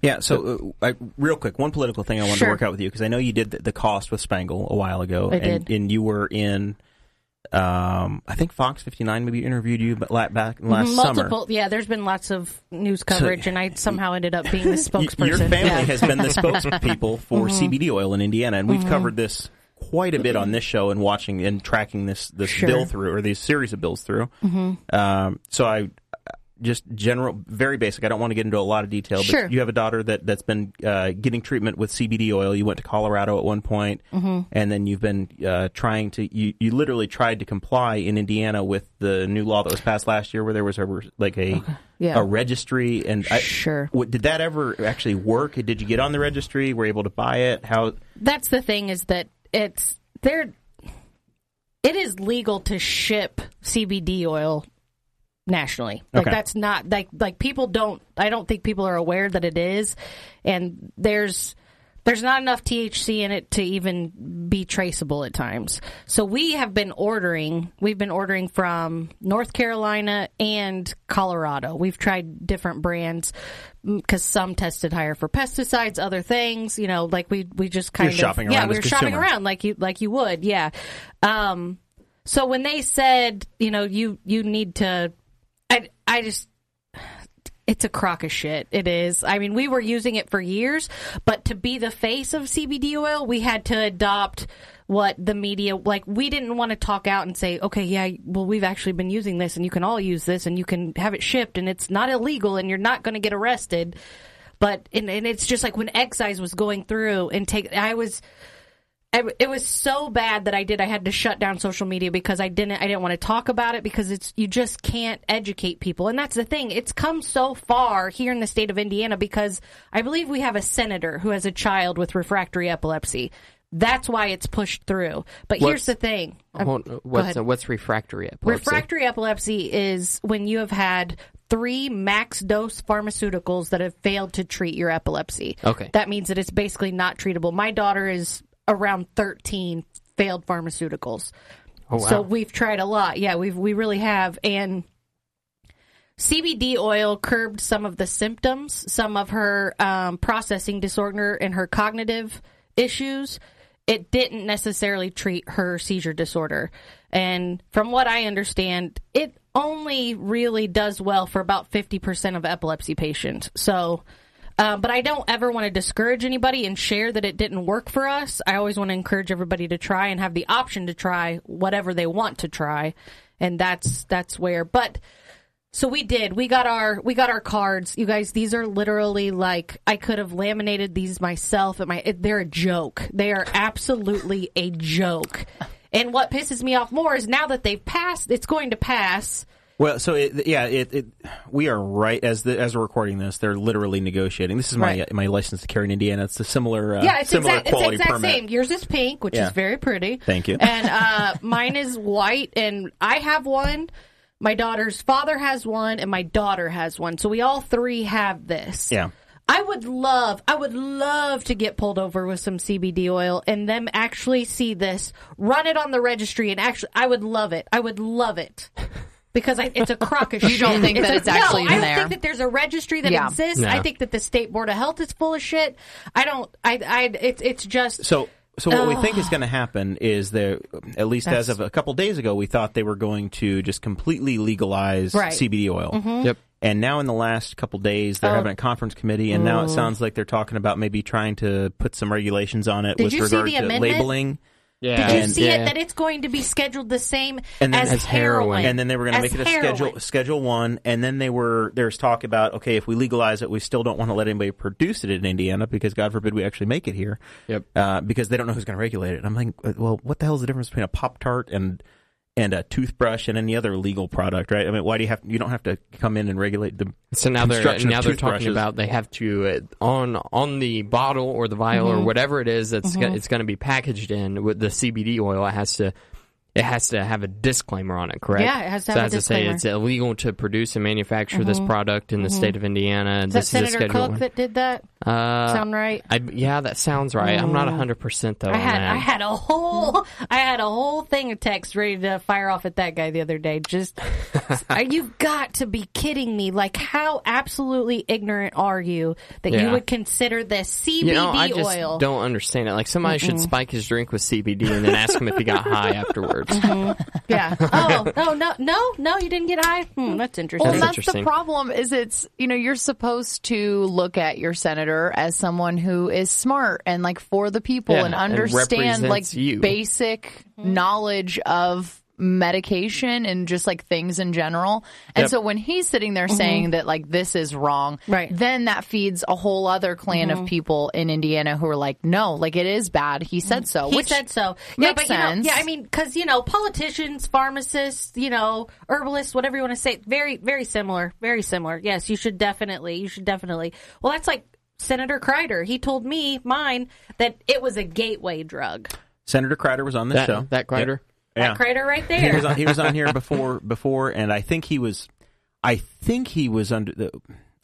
S1: Yeah. So, uh, I, real quick, one political thing I wanted
S3: Sure.
S1: to work out with you because I know you did the, the cost with Spangle a while ago,
S3: I
S1: and,
S3: did.
S1: and you were in, um, I think Fox 59 maybe interviewed you, but la- back last summer.
S3: Mm-hmm, Multiple. Yeah, there's been lots of news coverage, and I somehow ended up
S2: *laughs*
S3: being the spokesperson.
S1: Y- Your family
S3: Yeah. Mm-hmm.
S1: has
S3: *laughs*
S1: been the spokespeople for CBD oil in Indiana, and we've covered this quite a bit on this show and watching and tracking this this
S3: Sure. Mm-hmm.
S1: bill through or these series of bills through. Um, so I just general, very basic. I don't want to get into a lot of detail, but
S3: Sure.
S1: you have a daughter that that's been uh, getting treatment with CBD oil. You went to Colorado at one point,
S3: Mm-hmm.
S1: and then you've been uh, trying to you, you literally tried to comply in Indiana with the new law that was passed last year, where there was a re- like a
S3: Yeah.
S1: a registry and I,
S3: Sure.
S1: what, did that ever actually work? Did you get on the registry? Were you able to buy it? How?
S3: That's the thing is that it's there. It is legal to ship CBD oil nationally. Like
S1: Okay.
S3: that's not like like people don't. I don't think people are aware that it is, and there's there's not enough THC in it to even be traceable at times. So we have been ordering. We've been ordering from North Carolina and Colorado. We've tried different brands because some tested higher for pesticides, other things. You know, like we we just kind of
S1: shopping around
S3: yeah,
S1: as
S3: we were shopping
S1: consumer.
S3: around like you like you would, yeah. Um, so when they said, you know, you you need to, I I just It's a crock of shit. It is. I mean, we were using it for years, but to be the face of CBD oil, we had to adopt what the media like we didn't want to talk out and say okay yeah well we've actually been using this and you can all use this and you can have it shipped and it's not illegal and you're not going to get arrested but and, and it's just like when excise was going through and take i was I, it was so bad that I did. I had to shut down social media because I didn't. I didn't want to talk about it because it's you just can't educate people, and that's the thing. It's come so far here in the state of Indiana because I believe we have a senator who has a child with refractory epilepsy. That's why it's pushed through. But here's
S2: What's-
S3: the thing. I'm-
S2: Hold-
S3: go ahead.
S2: what's uh, what's refractory epilepsy?
S3: Refractory epilepsy is when you have had three max dose pharmaceuticals that have failed to treat your epilepsy.
S2: Okay.
S3: That means that it's basically not treatable. My daughter is around 13 failed pharmaceuticals.
S2: Oh, wow.
S3: So we've tried a lot. Yeah, we've we really have and CBD oil curbed some of the symptoms, some of her um, processing disorder and her cognitive issues. It didn't necessarily treat her seizure disorder. And from what I understand, it only really does well for about 50% of epilepsy patients. So, um, but I don't ever want to discourage anybody and share that it didn't work for us. I always want to encourage everybody to try and have the option to try whatever they want to try. And that's, that's where, but so we did. We got our we got our cards. You guys, these are literally like I could have laminated these myself. At my, it, they're a joke. They are absolutely a joke. And what pisses me off more is now that they've passed, it's going to pass.
S1: Well, so it, yeah, it, it we are right as the as we're recording this. They're literally negotiating. This is my
S3: Right.
S1: my license to carry in Indiana. It's a similar uh,
S3: Yeah, it's
S1: similar
S3: exact, it's
S1: quality
S3: exact
S1: permit.
S3: same. Yours is pink, which
S1: Yeah.
S3: is very pretty.
S1: Thank you.
S3: And
S1: *laughs*
S3: uh, mine is white, and I have one. My daughter's father has one, and my daughter has one. So we all three have this.
S1: Yeah.
S3: I would love, I would love to get pulled over with some CBD oil and them actually see this, run it on the registry, and actually, I would love it. I would love it. Because I, it's a crock
S4: *laughs*
S3: of shit.
S4: don't think that
S3: a-
S4: it's actually
S3: no,
S4: in
S3: I don't
S4: there.
S3: think that there's a registry that
S4: Yeah.
S3: exists. I think that the state board of health is full of shit. I don't. I. I. It's. It's just.
S1: So, so what we think
S3: Oh.
S1: is going to happen is that, at least as of a couple days ago, we thought they were going to just completely legalize
S3: Right. Mm-hmm.
S1: CBD oil.
S2: Yep.
S1: And now, in the last couple days,
S3: Oh.
S1: they're having a conference committee, and now it sounds like they're talking about maybe trying to put some regulations on it
S3: Did
S1: with
S3: you see
S1: regard
S3: the
S1: to
S3: amendment?
S1: labeling.
S2: Yeah.
S3: did you
S1: and-
S3: see
S2: yeah.
S3: it? That it's going to be scheduled the same
S1: And then-
S3: as,
S1: As
S3: heroin.
S2: heroin.
S1: And then they were going to
S3: As
S1: make it a
S3: heroin.
S1: schedule schedule one, and then they were there's talk about okay, if we legalize it, we still don't want to let anybody produce it in Indiana because God forbid we actually make it here.
S2: Yep.
S1: Uh, because they don't know who's going to regulate it. And I'm like, uh, well, what the hell is the difference between a pop tart and and a toothbrush and any other legal product, right? I mean, why do you have you don't have to come in and regulate the
S2: So now they're
S1: construction of
S2: now they're talking
S1: toothbrushes.
S2: about they have to uh, on on the bottle or the vial
S3: Mm-hmm.
S2: or whatever it is that's go- it's going to be packaged in with the CBD oil. It has to it has to have a disclaimer on it, correct?
S3: Yeah, it has to
S2: so
S3: have
S2: it
S3: a
S2: has to say
S3: disclaimer. Mm-hmm.
S2: it's illegal to produce and manufacture this product in the state of Indiana.
S3: Is that
S2: this is a
S3: Senator
S2: schedule.
S3: Cook that did that?
S1: Uh,
S3: Sound right?
S2: I, yeah, that sounds right. I'm not 100 percent though.
S3: Oh. I had
S2: on
S3: I had a whole I had a whole thing of text ready to fire off at that guy the other day. Just
S2: *laughs*
S3: are you've got to be kidding me? Like how absolutely ignorant are you that you
S2: Yeah.
S3: would consider this CBD
S2: you know, I just
S3: oil?
S2: don't understand it. Like somebody
S4: Mm-hmm.
S2: should spike his drink with CBD and then ask him if he got
S4: *laughs*
S2: high afterwards.
S4: Mm-hmm.
S2: *laughs*
S3: Yeah. Oh no no no no! You didn't get high. Hmm, that's interesting.
S4: Well,
S2: That's
S4: that's the
S2: interesting.
S4: problem. Is it's you know you're supposed to look at your senator as someone who is smart and like for the people
S2: Yeah,
S4: and
S2: and
S4: understand like
S2: represents you. Mm-hmm.
S4: basic knowledge of medication and just like things in general. And so when he's sitting
S2: Mm-hmm.
S4: there saying that like this is wrong,
S3: Right.
S4: then that feeds a whole other clan
S2: Mm-hmm.
S4: of people in Indiana who are like, no, like it is bad. He
S2: Mm-hmm.
S4: said so.
S3: he
S4: which
S3: said so. yeah,
S4: makes
S3: but you know,
S4: sense.
S3: yeah, I mean, because you know, politicians, pharmacists, you know, herbalists, whatever you want to say, very, very similar, very similar. Yes, you should definitely, you should definitely. Well, that's like Senator Kreider. He told me mine that it was a gateway drug.
S1: Senator Kreider was on this
S2: That-
S1: show.
S2: that Kreider?
S1: Yeah.
S3: That Kreider right
S2: *laughs*
S1: he was
S3: there.
S1: on, he was on here before before, and I think he was, I think he was under the.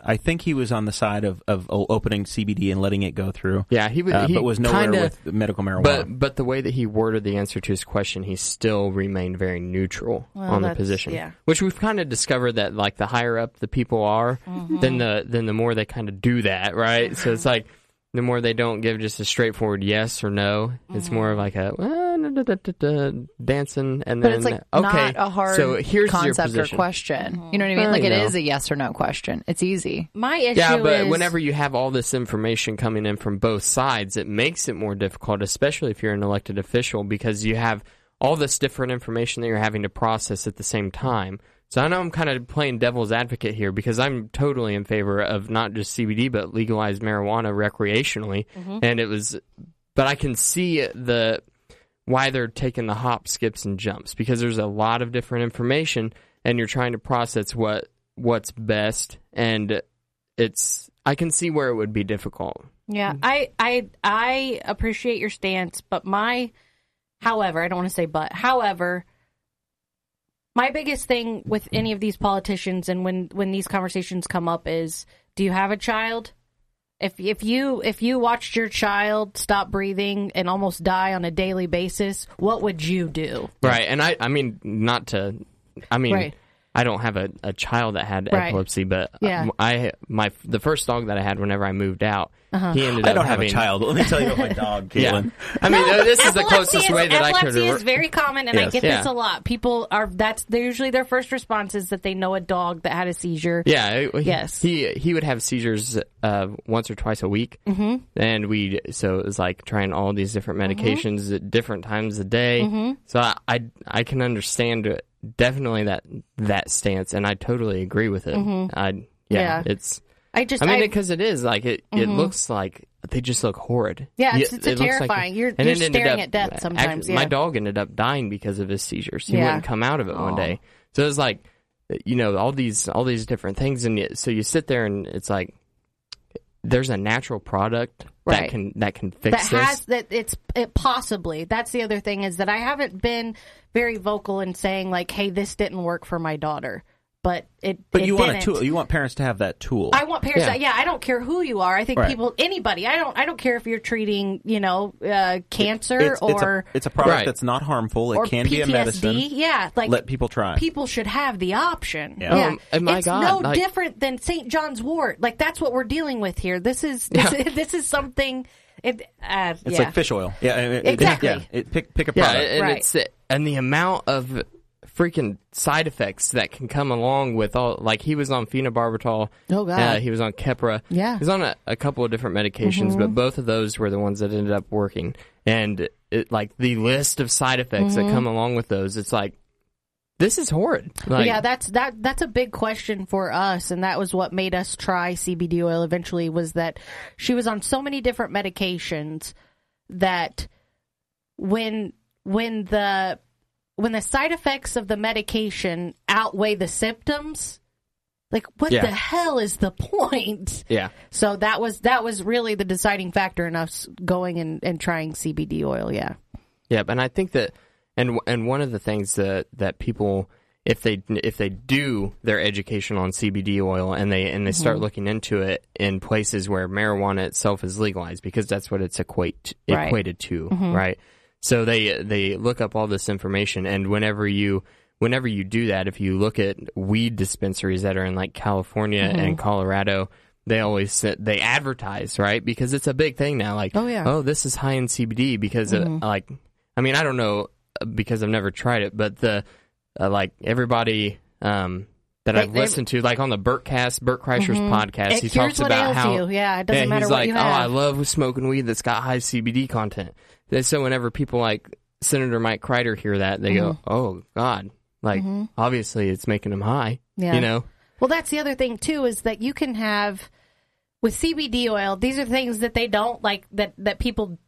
S1: I think he was on the side of, of o- opening CBD and letting it go through.
S2: Yeah, he would-
S1: uh,
S2: he
S1: but was nowhere
S2: kinda-
S1: with medical marijuana.
S2: But but the way that he worded the answer to his question, he still remained very neutral on the
S3: that's-
S2: position.
S3: yeah.
S2: Which we've kind of discovered that like the higher up the people are,
S4: Mm-hmm.
S2: then the then the more they kind of do that, right? So it's like the more they don't give just a straightforward yes or no, it's more of like a well, da-da-da-da-da, dancing, and
S4: Mm-hmm. But
S2: then
S4: it's like
S2: okay.
S4: not a hard
S2: so here's
S4: concept
S2: your
S4: or
S2: position.
S4: question. You know what I mean?
S2: Well,
S4: Like
S2: you
S4: it is
S2: know.
S4: a yes or no question. It's easy.
S3: My issue
S2: Yeah, but
S3: is
S2: whenever you have all this information coming in from both sides, it makes it more difficult, especially if you're an elected official, because you have all this different information that you're having to process at the same time. So I know I'm kind of playing devil's advocate here because I'm totally in favor of not just CBD but legalized marijuana recreationally,
S3: Mm-hmm.
S2: and it was, but I can see the why they're taking the hop, skips, and jumps because there's a lot of different information, and you're trying to process what what's best, and it's I can see where it would be difficult.
S3: Yeah,
S2: Mm.
S3: I I I appreciate your stance, but my however, I don't want to say but. However, my biggest thing with any of these politicians and when when these conversations come up is do you have a child? If if you if you watched your child stop breathing and almost die on a daily basis, what would you do?
S2: Right. And I I mean not to I mean
S3: Right.
S2: I don't have a, a child that had
S3: Right.
S2: epilepsy, but
S3: Yeah.
S2: I my the first dog that I had whenever I moved out,
S3: Uh-huh.
S2: he ended
S1: I
S2: up
S1: don't have
S2: having
S1: a child. But let me tell you about
S2: *laughs*
S1: my dog,
S2: Yeah.
S1: Caitlin.
S2: I mean this is the
S3: Epilepsy
S2: closest way that I could
S3: Epilepsy
S2: re-
S3: is very common, and I
S1: Yes.
S3: get this
S2: Yeah.
S3: a lot. People are that's they're usually their first response is that they know a dog that had a seizure.
S2: Yeah. it- he-
S3: Yes.
S2: He he would have seizures uh, once or twice a week, mm-hmm. and we so it was like trying all these different medications at different times a day. So I, I I can understand definitely that that stance, and I totally agree with it. I
S3: Yeah.
S2: yeah, it's.
S3: I just
S2: I mean,
S3: I- Mm-hmm.
S2: because it is like it. It looks like they just look horrid.
S3: Yeah,
S2: Ye-
S3: it's- it's a
S2: it looks like-
S3: terrifying. You're-
S2: and
S3: you're
S2: it ended
S3: staring
S2: up-
S3: at death
S2: act-
S3: sometimes,
S2: My
S3: yeah.
S2: dog ended up dying because of his seizures. He
S3: Yeah.
S2: wouldn't come out of it one day. So it's like, you know, all these all these different things, and yet- so you sit there and it's like, there's a natural product
S3: Right.
S2: that can that can fix
S3: that
S2: this.
S3: has that it's it possibly that's the other thing is that i haven't been very vocal in saying like hey this didn't work for my daughter but it
S1: But
S3: it
S1: you want a
S3: didn't.
S1: tool. You want parents to have that tool.
S3: I want parents.
S2: Yeah.
S3: Yeah. I don't care who you are. I think
S1: Right.
S3: people, anybody. I don't. I don't care if you're treating, you know, uh, cancer
S1: it's, it's
S3: or
S1: a, it's a product
S2: Right.
S1: that's not harmful. It
S3: or
S1: can
S3: PTSD.
S1: be a medicine.
S3: Yeah, like
S1: Let people try.
S3: People should have the option.
S1: Yeah.
S3: Yeah,
S2: Um, and my
S3: it's
S2: God,
S3: no
S2: like-
S3: different than St. John's Wort. Like that's what we're dealing with here. This is *laughs* this, is, this is something. It, uh,
S1: It's
S3: yeah.
S1: like fish oil. Yeah, it- it-
S3: Exactly.
S1: yeah, it- pick pick a
S2: yeah,
S1: product.
S2: and
S3: Right.
S2: it's and the amount of freaking side effects that can come along with all like he was on phenobarbital.
S4: Oh, God.
S2: Uh, he was on Keppra.
S4: Yeah.
S2: he was on a, a couple of different medications, but both of those were the ones that ended up working. And it, like the list of side effects that come along with those, it's like this is horrid. Like,
S3: yeah, that's that. That's a big question for us, and that was what made us try CBD oil. Eventually, was that she was on so many different medications that when when the when the side effects of the medication outweigh the symptoms, like what
S2: Yeah.
S3: the hell is the point?
S2: yeah.
S3: So that was that was really the deciding factor in us going and, and trying CBD oil. Yeah,
S2: Yeah, and I think that, and and one of the things that that people, if they if they do their education on CBD oil and they and they
S3: Mm-hmm.
S2: start looking into it in places where marijuana itself is legalized, because that's what it's equate
S3: Right. Mm-hmm.
S2: equated to, right? So they they look up all this information, and whenever you whenever you do that, if you look at weed dispensaries that are in like California
S3: Mm-hmm.
S2: and Colorado. They always sit, they advertise right because it's a big thing now. Like,
S3: Oh, yeah. Mm-hmm.
S2: oh, this is high in CBD because uh, like I mean I don't know uh, because I've never tried it, but the uh, like everybody um, that
S3: They-
S2: I've
S3: they-
S2: listened to like on the Burtcast Burt Kreischer's podcast,
S3: it
S2: he talks
S3: cures what
S2: about
S3: ails
S2: how
S3: you. Yeah, it doesn't matter
S2: he's
S3: what
S2: like
S3: you
S2: oh I
S3: have.
S2: love smoking weed that's got high CBD content. And so whenever people like Senator Mike Kreider hear that, they go
S3: Mm-hmm.
S2: oh God, like obviously it's making them high.
S3: Yeah.
S2: you know.
S3: Well, that's the other thing too is that you can have with CBD oil. These are things that they don't like that that people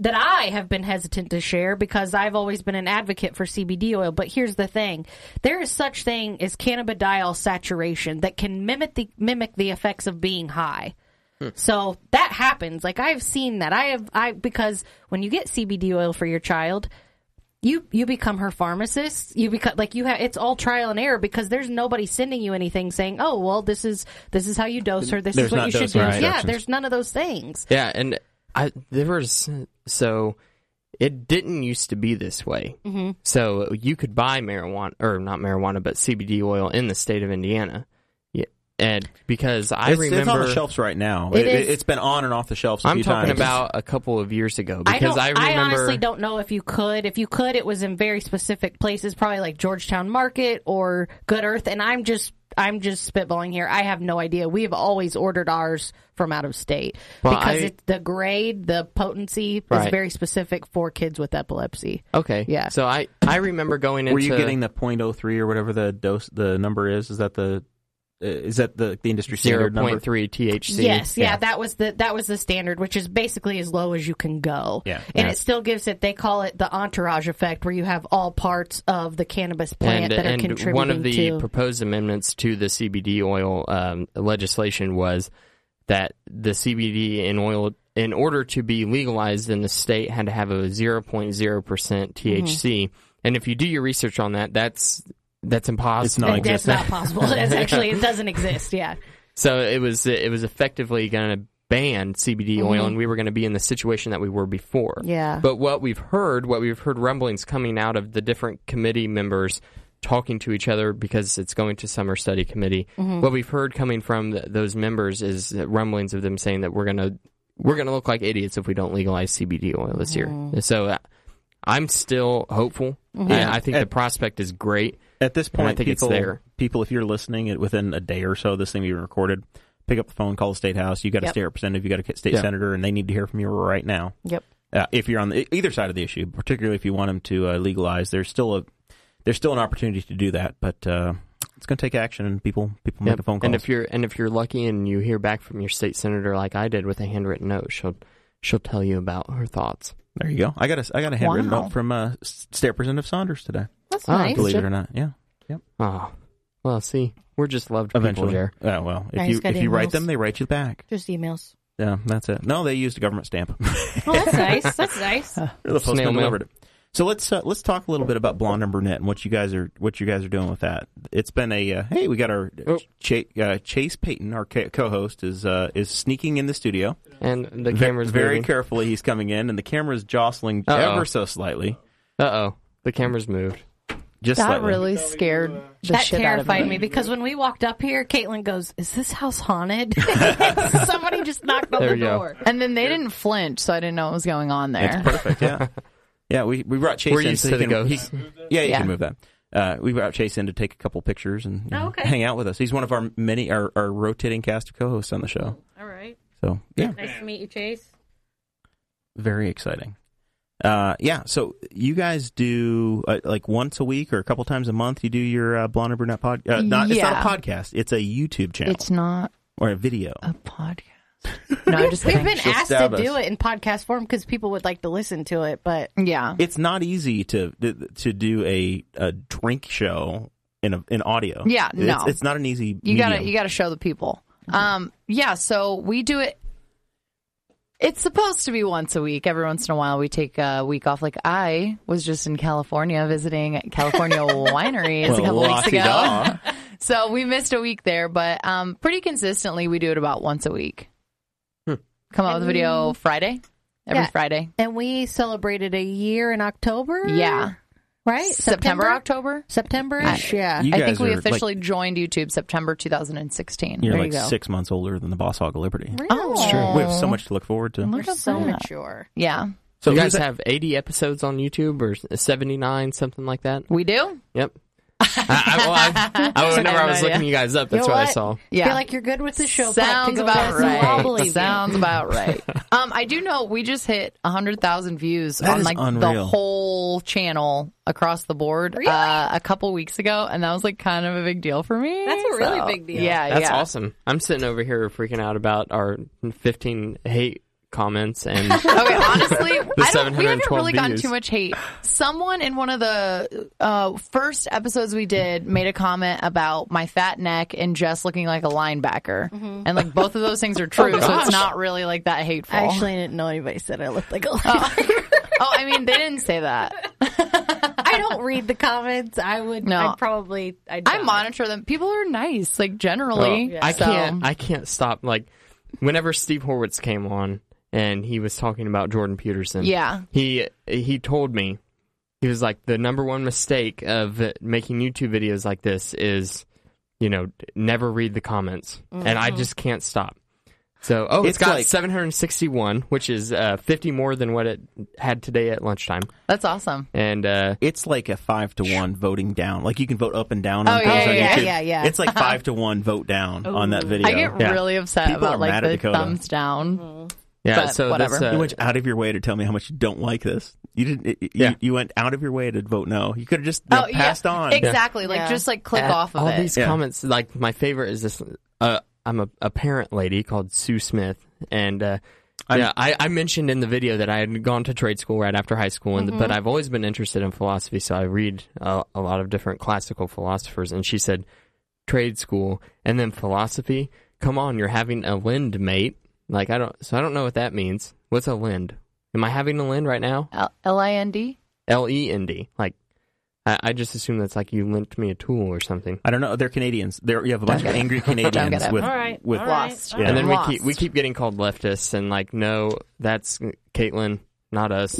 S3: that I have been hesitant to share because I've always been an advocate for CBD oil. But here's the thing: there is such thing as cannabidiol saturation that can mimic the mimic the effects of being high.
S1: Hmm.
S3: So that happens. Like I've seen that. I have I because when you get CBD oil for your child, you you become her pharmacist. You become like you have. It's all trial and error because there's nobody sending you anything saying, "Oh, well, this is this is how you dose her. This
S1: There's
S3: is what
S1: not
S3: you should
S1: dose
S3: do." Yeah,
S1: instructions.
S3: there's none of those things.
S2: Yeah, and I there was so it didn't used to be this way. Mm-hmm. So you could buy marijuana or not marijuana, but CBD oil in the state of Indiana. Yeah, and because I
S1: it's,
S2: remember
S1: it's on the shelves right now.
S3: It
S1: It,
S3: is.
S1: it, has been on and off the shelves. A
S2: I'm
S1: few
S2: talking
S1: times.
S2: about a couple of years ago
S3: I
S2: because
S3: don't.
S2: I,
S3: I,
S2: remember
S3: honestly don't know if you could. If you could, it was in very specific places, probably like Georgetown Market or Good Earth. And I'm just, I'm just spitballing here. I have no idea. We have always ordered ours from out of state
S2: Well,
S3: because
S2: I-
S3: it, the grade, the potency is
S2: Right.
S3: very specific for kids with epilepsy.
S2: Okay.
S3: Yeah.
S2: So I I remember going into
S1: Were you getting the .03 or whatever the dose the number is? Is that the uh, is that the the industry
S2: zero
S1: standard number?
S2: point three THC?
S3: Yes, yeah, that was the that was the standard, which is basically as low as you can go.
S1: Yeah.
S3: and
S1: Yeah.
S3: it still gives it. They call it the entourage effect, where you have all parts of the cannabis
S2: and,
S3: plant that are
S2: and
S3: contributing
S2: one of the
S3: to.
S2: proposed amendments to the CBD oil um, legislation was that the CBD in oil, in order to be legalized in the state, had to have a 0.0% THC.
S3: Mm-hmm.
S2: And if you do your research on that, that's that's impossible.
S1: It's not
S3: that's
S1: exist.
S3: not possible. That's actually it doesn't exist. Yeah.
S2: *laughs* So it was it was effectively going to ban CBD oil, and we were going to be in the situation that we were before.
S3: Mm-hmm. Yeah.
S2: But what we've heard, what we've heard rumblings coming out of the different committee members talking to each other because it's going to summer study committee. What we've heard coming from th those members is rumblings of them saying that we're going to we're going to look like idiots if we don't legalize CBD oil this year. So uh, I'm still hopeful. I, I think the prospect is great.
S1: At this
S2: And I
S1: point,
S2: think it's
S1: people,
S2: there.
S1: people, if you're listening it within a day or so, this thing being recorded, pick up the phone, call the state house. You got a
S3: Yep.
S1: state representative, you got a state
S2: Yeah.
S1: senator, and they need to hear from you right now.
S3: Yep.
S1: Uh, if you're on the, either side of the issue, particularly if you want them to uh, legalize, there's still a there's still an opportunity to do that, but uh, it's going to take action, and people people make
S2: Yep.
S1: a phone call.
S2: And if you're and if you're lucky and you hear back from your state senator like I did with a handwritten note, she'll she'll tell you about her thoughts.
S1: there you go. I got a I got a handwritten
S4: Wow.
S1: note from uh, S- State Representative Saunders today.
S4: That's
S2: Ah,
S4: nice.
S1: Believe it or not, yeah.
S2: Oh, well, see, we're just loved
S1: Eventually,
S2: people, Jer.
S1: Yeah, well, if
S3: Nice
S1: you
S3: good
S1: if you write
S3: emails.
S1: them, they write you back.
S3: Just emails.
S1: Yeah, that's it. No, they used a government stamp. *laughs*
S3: Oh, that's nice. That's nice.
S1: the postman
S2: Snail mail.
S1: delivered it. So let's uh, let's talk a little bit about blonde and brunette and what you guys are what you guys are doing with that. It's been a uh, hey, we got our
S2: Oh.
S1: Cha- uh, Chase Payton, our ca- co-host, is uh, is sneaking in the studio
S2: And the
S1: Ve-
S2: camera's
S1: very
S2: moving.
S1: carefully. He's coming in, and the camera's jostling
S2: Uh-oh.
S1: ever so slightly,
S2: uh oh, the camera's moved.
S1: just
S4: That
S1: slightly.
S4: really scared the
S3: That
S4: shit out
S3: terrified
S4: of
S3: me because when we walked up here, Caitlin goes, "Is this house haunted?" *laughs* Somebody just knocked on
S2: There
S3: the
S2: we go.
S3: door.
S4: And then they didn't flinch, so I didn't know what was going on there.
S1: It's perfect. Yeah, *laughs* yeah. We we brought Chase
S2: We're
S1: in
S2: used
S1: so
S2: to
S1: he
S2: the
S1: can,
S2: ghosts.
S1: he- yeah, you
S4: Yeah.
S1: can move that. Uh, we brought Chase in to take a couple pictures and you
S4: Oh,
S1: know,
S3: okay.
S1: hang out with us. He's one of our many our, our rotating cast of co-hosts on the show.
S3: All right.
S1: So yeah,
S3: Nice to meet you, Chase.
S1: very exciting. Uh, yeah. So you guys do uh, like once a week or a couple times a month. You do your uh, Blonde and Brunette podcast. Uh, not it's not a
S4: Yeah.
S1: podcast. It's a YouTube channel
S4: It's Oh. not
S1: or a video.
S4: a podcast. No,
S2: *laughs*
S4: I'm just
S3: We've
S4: kidding.
S3: been
S1: She'll
S3: asked to
S1: stab us.
S3: do it in podcast form because people would like to listen to it, but
S4: Yeah.
S1: It's not easy to to do a, a drink show in a, in audio.
S4: Yeah,
S1: It's-
S4: no.
S1: it's, not an easy.
S4: you gotta
S1: medium.
S4: you gotta show the people um yeah so we do it it's supposed to be once a week every once in a while we take a week off like i was just in california visiting
S1: *laughs*
S4: california wineries a couple weeks ago
S1: la-di-da.
S4: *laughs* so we missed a week there but um pretty consistently we do it about once a week
S1: Hmm.
S4: come out with a video friday every
S3: Yeah.
S4: friday
S3: and we celebrated a year in October.
S4: yeah
S3: Right.
S4: september, october
S3: September ish. Yeah.
S1: You
S4: i
S1: guys
S4: think we
S1: are, like-
S4: officially joined youtube september 2016
S1: You're
S3: There you
S1: like
S3: go.
S1: six months older than the Boss Hog of Liberty.
S4: Oh, it's true.
S1: We have so much to look forward to.
S4: Look
S3: We're
S4: at
S3: so
S4: that.
S3: mature.
S4: yeah
S2: So you
S1: who's
S2: guys
S1: that-
S2: have 80 episodes on YouTube or 79, something like that.
S4: we do
S2: Yep. I, I, well, I, I remember I
S4: no
S2: was
S4: idea.
S2: looking you guys up.
S3: You
S2: That's
S3: know
S2: what? I
S3: what? Uh,
S2: saw.
S4: Yeah.
S3: Feel like you're good with the show. Pat, to
S4: Sounds
S3: go
S4: about
S3: with us, and I'll
S4: right.
S3: believe you.
S1: *laughs*
S4: Sounds about right. Um, I do know we just hit hundred thousand views
S1: That
S4: on
S1: is
S4: like the
S1: unreal.
S4: whole channel across the board
S3: Really?
S4: uh, a couple weeks ago, and that was like kind of a big deal for me.
S3: That's a really big deal.
S4: Yeah,
S2: That's
S4: yeah.
S2: awesome. I'm sitting over here freaking out about our 15 hate comments and
S4: *laughs* Okay,
S2: *laughs*
S4: honestly, I don't, we haven't
S2: 712
S4: really gotten
S2: views.
S4: too much hate. Someone in one of the uh, first episodes we did made a comment about my fat neck and Jess looking like a linebacker,
S3: Mm-hmm.
S4: and like both of those
S3: *laughs*
S4: things are true, so it's not really like that hateful.
S3: Oh, I actually didn't know anybody said I looked like a lion.
S4: oh, I mean, they didn't say that.
S3: *laughs* I don't read the comments. I would.
S4: No.
S3: I'd probably. I'd
S4: I
S3: die.
S4: monitor them. People are nice, like
S2: Well,
S4: generally.
S2: I
S4: so-
S2: can't. I can't stop. Like, whenever Steve Horwitz came on and he was talking about Jordan Peterson,
S4: Yeah.
S2: he he told me he was like the number one mistake of making YouTube videos like this is you know, never read the comments, and I just can't stop. So, oh,
S1: It's
S2: it's got
S1: like-
S2: 761, which is uh, 50 more than what it had today at lunchtime,
S4: That's awesome.
S2: and uh,
S1: It's like a five to one voting down. Like you can vote up and down.
S4: Oh,
S1: on things
S4: yeah,
S1: on
S4: yeah,
S1: YouTube.
S3: yeah, yeah.
S1: It's like five
S4: *laughs*
S1: to one vote down on that video.
S4: I get
S2: Yeah.
S4: really upset
S1: People are
S4: about like
S1: mad at
S4: the
S1: Dakota.
S4: thumbs
S3: Mm-hmm.
S4: down.
S2: yeah,
S4: But
S2: so
S4: whatever.
S2: That's, uh,
S1: you went out of your way to tell me how much you don't like this. You didn't. It,
S2: Yeah.
S1: you, you went out of your way to vote no. You could have
S4: Oh,
S1: just you know, passed on.
S4: Exactly. Like
S3: Yeah.
S4: just like click
S2: at
S4: off of
S2: Uh, all
S4: it.
S2: these
S1: Yeah.
S2: comments. Like my favorite is this. Uh, I'm a, a parent lady called Sue Smith, and uh, yeah, I, I mentioned in the video that I had gone to trade school right after high school,
S4: Mm-hmm.
S2: and but I've always been interested in philosophy, so I read a, a lot of different classical philosophers. And she said, trade school and then philosophy. Come on, you're having a lend, mate. Like I don't, so I don't know what that means. What's a lend? Am I having a lend right now?
S4: L I N D.
S2: L E N D. Like I, I just assume that's like you lent me a tool or something.
S1: I don't know. They're Canadians. They're, you have a bunch of angry
S4: *laughs* Don't
S1: Canadians
S4: get it.
S1: with
S3: All right.
S1: with
S3: All right.
S4: Lost.
S3: All right.
S1: Yeah.
S2: and then
S4: Lost.
S2: we keep we keep getting called leftists and like no that's caitlin not us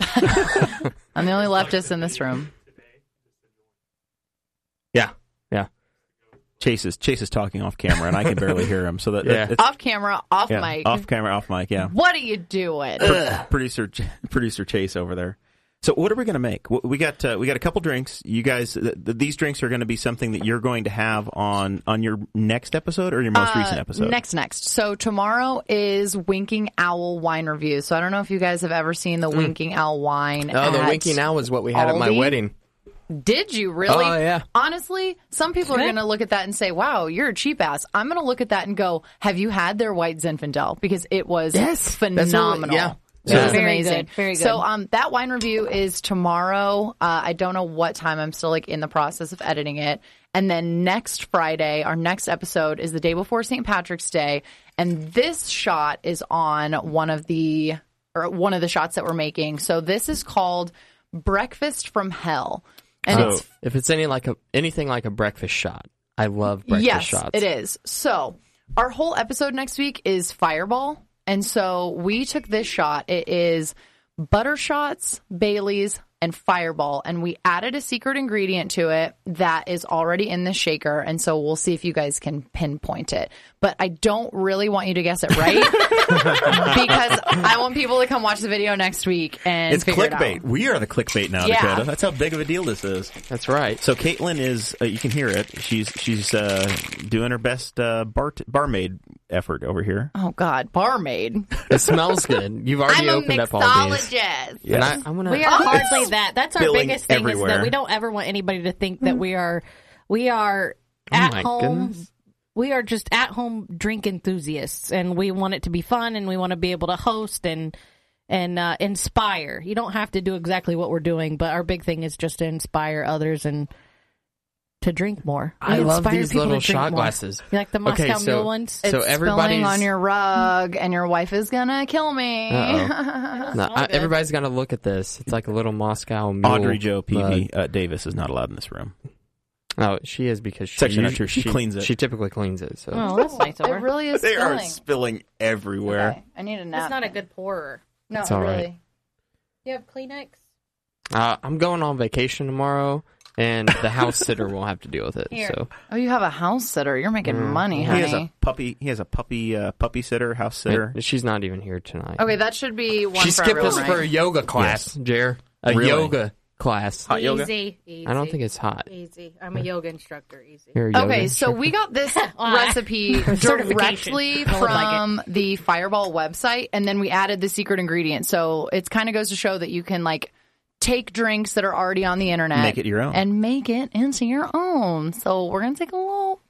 S4: I'm the only leftist in this room.
S2: yeah yeah
S1: Chase is Chase is talking off camera, and I can barely hear him. So that,
S2: Yeah.
S1: that it's,
S4: Off camera, off
S1: yeah,
S4: mic.
S1: off camera, off mic. Yeah,
S4: What are you doing? Uh,
S1: producer Ch- producer Chase over there. So what are we going to make? W- We got uh, we got a couple drinks. You guys, th- th- these drinks are going to be something that you're going to have on on your next episode or your most recent episode.
S4: Uh, Next, next. So tomorrow is Winking Owl wine review. So I don't know if you guys have ever seen the Winking Owl wine.
S2: oh the
S4: at-
S2: winky now is what we had at my
S4: Aldi?
S2: wedding
S4: Did you really?
S2: Oh, yeah.
S4: Honestly, some people are going to look at that and say, "Wow, you're a cheap ass." I'm going to look at that and go, "Have you had their white Zinfandel?" Because it was
S2: Yes.
S4: phenomenal.
S2: That's what- yeah.
S4: It
S3: Yeah.
S4: was
S3: Very
S4: amazing.
S3: good, very good.
S4: So, um, that wine review is tomorrow. Uh, I don't know what time. I'm still like in the process of editing it. And then next Friday, our next episode is the day before St. Patrick's Day, and this shot is on one of the or one of the shots that we're making. So this is called Breakfast from Hell, and
S2: Oh,
S1: So-
S4: it's
S2: if it's any like a anything like a breakfast shot i love breakfast
S4: yes,
S2: shots
S4: it is. So our whole episode next week is Fireball, and so we took this shot. It is butter shots, Bailey's, and Fireball, and we added a secret ingredient to it that is already in the shaker. And so we'll see if you guys can pinpoint it. But I don't really want you to guess
S2: *laughs*
S4: it right because I want people to come watch the video next week and
S1: It's
S4: figure it out.
S1: clickbait. We are the clickbait now,
S4: Yeah.
S1: Dakota. That's how big of a deal this is.
S2: that's right
S1: So Caitlin is, uh, you can hear it. She's she's uh, doing her best uh, bart barmaid effort over here.
S4: Oh God, barmaid!
S2: it smells good you've already opened up all these and I, I'm gonna,
S3: We are hardly that. That's our
S1: spilling
S3: biggest thing is
S1: everywhere.
S3: that we don't ever want anybody to think that we are we are
S2: Mm. Oh
S3: at
S2: my
S3: home.
S2: goodness.
S3: We are just at home drink enthusiasts, and we want it to be fun, and we want to be able to host and and uh, inspire. You don't have to do exactly what we're doing, but our big thing is just to inspire others and to drink more. We
S2: I love
S3: inspire
S2: these
S3: people to
S2: little
S3: drink
S2: shot
S3: more.
S2: glasses.
S3: You like the Moscow
S2: okay, so,
S3: Mule ones?
S2: So
S4: It's
S2: everybody's
S4: spilling on your rug, and your wife is gonna kill me. *laughs*
S3: *laughs*
S2: Uh-oh. No, I, everybody's got to look at this. It's like a little Moscow mule.
S1: Audrey Joe
S2: mug.
S1: PB uh, Davis is not allowed in this room.
S2: Oh, she is because she,
S1: actually not
S2: usu-
S1: true. She cleans it.
S2: She typically cleans it. So
S3: oh, that's nice. of
S4: It
S3: her.
S4: really is
S1: They
S4: spilling.
S1: are spilling everywhere.
S4: Okay, I need a nap.
S3: That's not a good pourer.
S4: No,
S2: It's all
S4: really.
S2: right.
S3: You have Kleenex. Oh.
S2: uh, I'm going on vacation tomorrow, and the house *laughs* sitter will have to deal with it.
S3: Here.
S2: So
S4: Oh, you have a house sitter. You're making
S1: Mm.
S4: money,
S1: He
S4: honey.
S1: has a puppy. He has a puppy. Uh, puppy sitter, house sitter.
S2: And she's not even here tonight.
S3: Oh,
S4: okay, that should be one
S2: she
S4: for
S2: skipped
S4: everyone,
S2: us
S4: right?
S2: for a yoga class, Jer. A
S1: Really?
S2: yoga class.
S1: Hot yoga.
S3: Easy, easy.
S2: I don't think it's hot.
S3: Easy. I'm a yoga instructor. Easy.
S2: You're a yoga
S4: Okay, so
S2: instructor.
S4: we got this
S3: *laughs* Wow.
S4: recipe directly
S3: certification. I would like it.
S4: from the Fireball website, and then we added the secret ingredient. So it kind of goes to show that you can like take drinks that are already on the internet,
S1: Make it your own.
S4: and make it into your own. So we're gonna take a little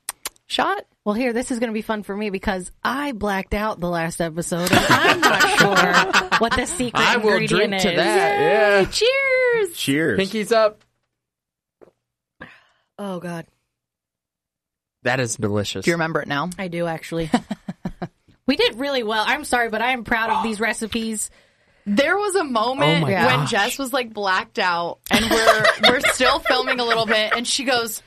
S4: shot.
S3: Well, here, this is going to be fun for me because I blacked out the last episode. And I'm not *laughs* sure what the secret
S2: I will
S3: ingredient
S2: drink
S3: is.
S2: to that. Yeah.
S4: Cheers!
S1: Cheers.
S2: Pinkies up.
S3: Oh God,
S2: That is delicious.
S4: Do you remember it now?
S3: I do actually. *laughs* we did really well. I'm sorry, but I am proud of these recipes.
S4: There was a
S2: Oh
S4: moment
S2: my
S4: when
S2: gosh.
S4: Jess was like blacked out, and we're we're still filming a little bit, and she goes.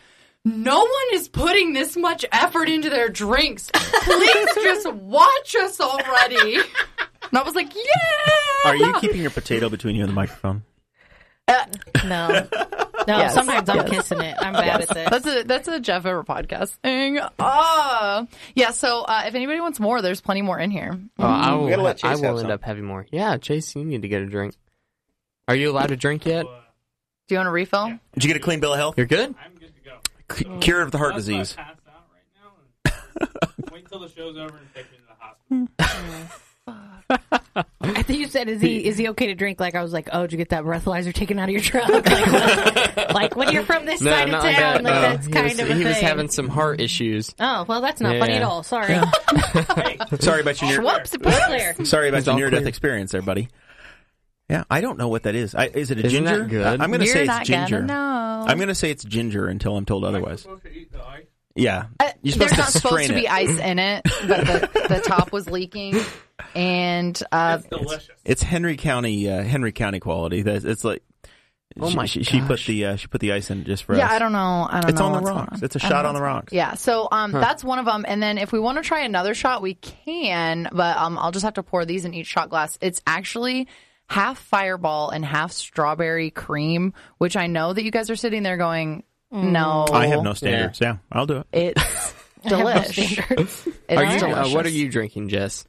S4: No one is putting this much effort into their drinks. Please just watch us already. And I was like, yeah.
S2: Uh.
S1: Are you keeping your potato between you and the microphone?
S3: No,
S2: *laughs*
S3: No,
S4: Yes.
S3: sometimes I'm kissing it. I'm bad at this.
S4: That's a that's a Jeff Ever podcast thing. Ah, yeah. So uh, if anybody wants more, there's plenty more in here.
S2: Oh, I
S1: We gotta
S2: will,
S1: let Chase
S2: I
S1: have
S2: will end
S1: some.
S2: up having more. Yeah, Chase, you need to get a drink. Are you allowed to drink yet?
S4: Do you want a refill?
S1: Did you get a clean bill of health?
S2: You're good?
S1: C- cured of the heart disease.
S5: I passed out right now. and Wait till the show's over and take me to the hospital.
S3: I think you said, "Is he is he okay to drink?" Like I was like, "Oh, did you get that breathalyzer taken out of your truck?" *laughs* Like, what- like, when you're from this side of town, like that's
S2: Uh, He
S3: kind
S2: was-
S3: of a
S2: He
S3: thing.
S2: was having some heart issues.
S3: Oh well, that's not
S2: Yeah.
S3: funny at all. Sorry. *laughs*
S1: Sorry about your near,
S3: Whoops, it was clear.
S1: sorry about
S2: It's
S1: your
S2: all
S1: near death
S2: clear.
S1: experience, there, buddy. Yeah, I don't know what that is. I, is it a
S2: Isn't that
S1: ginger?
S2: good?
S1: I- I'm going to
S4: You're
S1: say
S4: not
S1: it's ginger.
S4: gonna know.
S1: I'm going to say it's ginger until I'm told otherwise.
S5: Supposed to eat the ice.
S1: Yeah,
S4: Uh,
S1: you're supposed
S4: There's
S1: to
S4: not supposed
S1: strain
S4: to be
S1: it.
S4: ice in it, but the, the top was leaking, and uh,
S5: Delicious.
S1: It's Henry County, uh, Henry County quality. That's it's like.
S2: Oh
S1: she,
S2: my
S1: she, she put
S2: gosh.
S1: the uh, she put the ice in just for
S4: yeah,
S1: us.
S4: I don't know. I don't
S1: It's
S4: know
S1: on the
S4: what's going
S1: rocks. It's a
S4: I don't
S1: shot
S4: know
S1: on the
S4: what's going
S1: rocks.
S4: Yeah, so um, that's one of them. And then if we want to try another shot, we can, but um, I'll just have to pour these in each shot glass. It's actually half fireball and half strawberry cream, which I know that you guys are sitting there going,
S3: Mm.
S4: no,
S1: I have no standards. Yeah, I'll do it.
S4: It's
S3: *laughs* I have no
S4: delish.
S3: standards.
S4: It's
S2: Are you, uh,
S4: delicious.
S2: what are you drinking, Jess?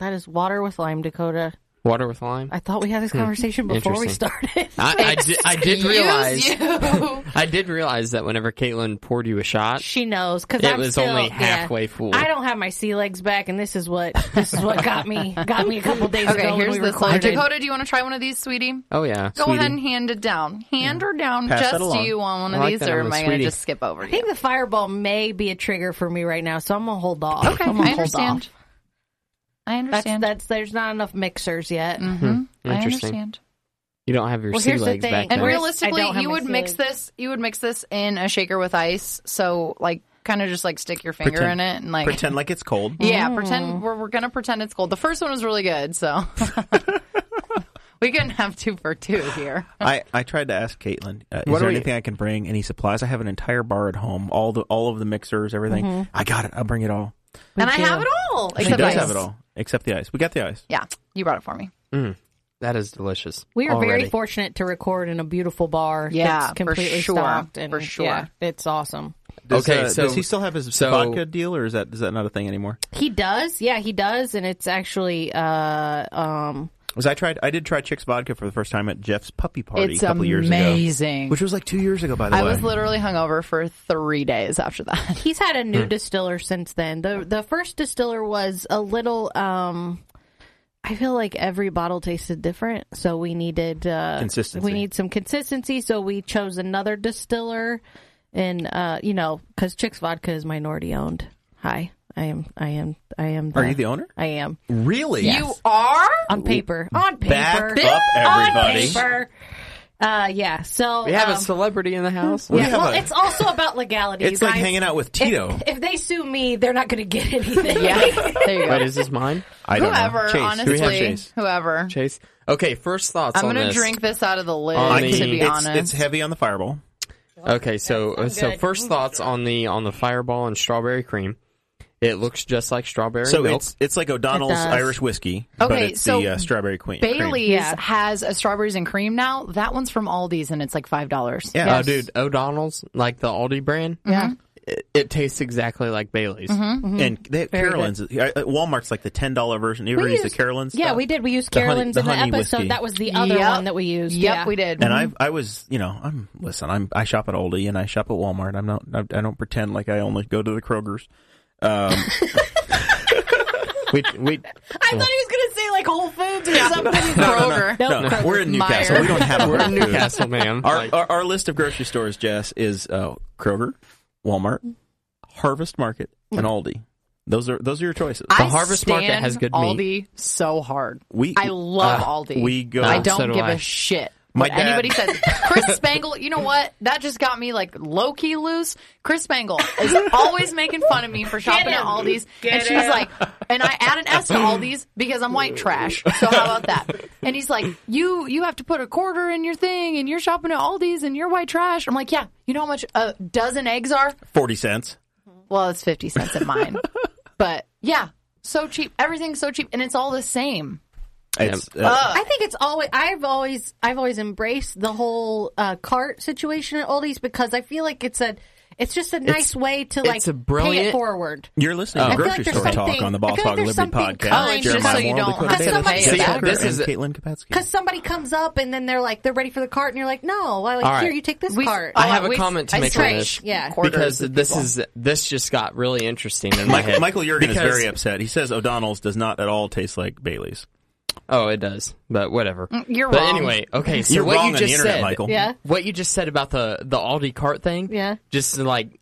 S3: That is water with lime, Dakota.
S2: Water with lime?
S3: I thought we had this conversation before
S2: Hmm.
S3: we
S2: Interesting.
S3: started.
S2: I, I, did, I did
S4: Excuse
S2: realize.
S4: *laughs* you.
S2: I did realize that whenever Caitlin poured you a shot,
S3: She knows because
S2: It
S3: I'm
S2: was
S3: still,
S2: only
S3: yeah.
S2: halfway full.
S3: I don't have my sea legs back, and this is what this is what got me got me a couple days ago.
S4: okay,
S3: when
S4: here's
S3: we
S4: the
S3: recorded.
S4: Dakota, do you want to try one of these, sweetie?
S2: oh yeah,
S4: Go
S2: sweetie.
S4: ahead and hand it down. Hand her down.
S1: Pass that
S4: Just do
S1: along.
S4: you want one
S2: I
S4: of
S2: like
S4: these,
S2: that
S4: or
S2: I'm
S4: am
S2: a
S4: I going to
S2: sweetie.
S4: just skip over?
S3: I think the fireball may be a trigger for me right now, so I'm gonna hold off.
S4: Okay,
S3: I'm gonna
S4: I
S3: hold
S4: understand.
S3: off.
S4: I
S3: That's
S4: understand.
S3: that's there's not enough mixers yet.
S4: I
S2: Interesting.
S4: understand.
S2: You don't have your
S3: Well,
S2: sea
S3: here's the
S2: legs
S3: thing.
S2: back.
S4: And
S2: then.
S3: Nice. I
S4: realistically,
S3: don't have
S4: you would
S3: mixed
S4: mix this. You would mix this in a shaker with ice. So, like, kind of just like stick your finger
S1: Pretend-
S4: in it and like.
S1: Pretend Mm. like it's cold.
S4: Yeah, pretend we're, we're gonna pretend it's cold. The first one was really good, so
S1: *laughs*
S4: we can have two for two here.
S1: I, I tried to ask Caitlin, uh, is
S2: What
S1: there
S2: are we-
S1: anything I can bring? Any supplies? I have an entire bar at home. All the all of the mixers, everything. I got it. I'll bring it all.
S4: and I have it all.
S1: She
S4: except
S1: does
S4: Mm-hmm. ice.
S1: have it all, except the ice. We got the ice.
S4: Yeah, you brought it for me.
S2: that is delicious.
S3: We are
S2: already.
S3: very fortunate to record in a beautiful bar.
S4: Yeah,
S3: that's
S4: for
S3: completely
S4: sure.
S3: stocked and
S4: For sure.
S3: yeah, it's awesome.
S1: Does,
S2: Okay,
S1: uh,
S2: so-
S1: does he still have his
S2: so-
S1: vodka deal, or is that is that not a thing anymore?
S3: He does, yeah, he does, and it's actually uh um
S1: Because I tried, I did try Chick's vodka for the first time at Jeff's puppy party
S4: It's
S1: a couple years ago,
S4: amazing.
S1: which was like two years ago, by the
S4: I
S1: way.
S4: was literally hungover for three days
S3: *laughs*
S4: after that.
S3: he's had a new
S1: Hmm.
S3: distiller since then. The the first distiller was a little um I feel like every bottle tasted different, so we needed uh
S1: Consistency.
S3: We need some consistency, so we chose another distiller and uh you know, cuz Chick's Vodka is minority owned. Hi. I am I am I am
S1: Are you the owner?
S3: I am.
S1: really?
S4: You are.
S3: On paper. On paper.
S1: Back up, everybody.
S3: On paper. Uh yeah. So
S2: We have a
S3: um,
S2: celebrity in the house.
S1: We
S3: yeah,
S1: have
S3: well,
S1: a-
S3: it's also about legality.
S1: It's like
S3: guys.
S1: hanging out with
S4: *laughs*
S1: Tito.
S3: If, if they sue me, they're not going to get *laughs* anything.
S4: Yeah, there you go.
S2: Wait, is this mine,
S1: I don't know.
S4: Whoever,
S1: Chase. Do we have
S4: honestly,
S1: Chase?
S4: whoever.
S2: Chase? Okay, first thoughts.
S4: I'm
S2: on
S4: gonna
S2: this.
S4: drink this out of the lid.
S2: On
S1: I
S2: the-
S4: to
S1: can-
S4: be
S1: it's,
S4: honest,
S1: it's heavy on the fireball.
S2: Okay, so
S3: That sounds
S2: so
S3: good.
S2: first thoughts on the on the fireball and strawberry cream. It looks just like strawberry
S1: So
S2: milk.
S1: it's it's like O'Donnell's
S3: It does.
S1: Irish whiskey, but
S4: Okay,
S1: it's
S4: so
S1: the uh, strawberry queen. cream.
S4: Bailey's
S3: Yeah.
S4: has a strawberries and cream now. That one's from Aldi's and it's like five dollars.
S1: Yeah.
S2: Oh, dude, O'Donnell's like the Aldi brand.
S3: Mm-hmm.
S4: Yeah.
S2: It, it tastes exactly like Bailey's.
S1: and they, Carolyn's. uh, Walmart's like the ten dollar version. You ever use the
S3: used-
S1: Carolyn's?
S3: Yeah,
S1: stuff?
S3: we did. We used
S1: The honey-
S3: Carolyn's
S1: the
S3: in
S1: honey
S3: the episode.
S1: whiskey.
S3: That was the other
S4: Yep.
S3: one that we used.
S4: Yep,
S3: yeah.
S4: we did. *laughs*
S1: And I I was you know I'm listen I'm I shop at Aldi and I shop at Walmart. I'm not I, I don't pretend like I only go to the Kroger's. Um,
S2: We
S3: *laughs*
S2: we
S3: I thought he was going to say like Whole Foods or something.
S4: Kroger.
S3: *laughs* No,
S1: *laughs* no,
S3: Kroger.
S1: we're in
S4: Meyer.
S1: Newcastle. We don't have a
S2: we're in
S1: Whole Foods.
S2: Newcastle, ma'am.
S1: Our,
S2: Like,
S1: our our list of grocery stores, Jess, is uh, Kroger, Walmart, Harvest Market, and Aldi. Those are those are your choices.
S4: I
S2: Harvest Market
S4: stand
S2: has good meat.
S4: Aldi so hard.
S1: We-
S4: I love
S2: uh,
S4: Aldi.
S1: we go-
S4: I don't
S2: So do
S4: give a
S2: I.
S4: shit.
S1: My
S4: what
S1: dad-
S2: *laughs*
S4: anybody says Chris Spangle, you know what? That just got me like low key loose. Chris Spangle is always making fun of me for shopping at
S3: him.
S4: Aldi's,
S3: Get
S4: and she's
S3: him.
S4: like, and I add an S to Aldi's because I'm white trash. So how about that? And he's like, you you have to put a quarter in your thing, and you're shopping at Aldi's, and you're white trash. I'm like, yeah. You know how much a dozen eggs are?
S1: Forty cents.
S4: Well, it's
S3: *laughs*
S4: 50 cents at mine. but yeah, so cheap. Everything's so cheap and it's all the same.
S1: It's, uh,
S3: I think it's always I've always I've always embraced the whole uh, cart situation at Oldies because I feel like it's a it's just a nice way to like
S2: a
S3: pay
S2: brilliant-
S3: it forward.
S1: you're listening to
S3: I feel
S1: grocery
S3: like there's
S1: store talk
S3: something-
S1: on the
S3: I
S1: Ball
S3: feel
S1: Fog
S3: like there's
S1: Liberty
S3: something
S1: podcast.
S3: kind
S4: just
S1: Jeremiah
S4: so you
S1: Moore,
S4: don't
S1: Dakota
S4: have to
S1: Davis,
S3: pay it
S1: Jesse
S3: back.
S1: Walker,
S2: This is
S1: and
S2: a-
S1: Caitlin Kapetsky.
S3: Because somebody comes up and then they're like they're ready for the cart and you're like no well, like
S2: All right.
S3: here you take this
S4: We-
S3: cart
S4: I
S2: I have a
S4: we-
S2: comment to
S4: I
S2: make on
S3: trade,
S2: this.
S3: yeah.
S4: Quarters
S2: Because
S4: of
S2: this
S4: people.
S2: is this just got really interesting in my
S1: Michael,
S2: head.
S1: Michael Jurgen is
S2: Because-
S1: very upset. He says O'Donnell's does not at all taste like Bailey's.
S2: Oh, it does, but whatever.
S3: Mm,
S4: you're
S2: but
S4: wrong.
S2: anyway, okay. So
S1: You're
S2: what
S1: wrong
S2: you
S1: on
S2: just
S1: the internet,
S2: said,
S1: Michael.
S3: yeah
S2: what you just said about the the Aldi cart thing,
S3: Yeah.
S2: just like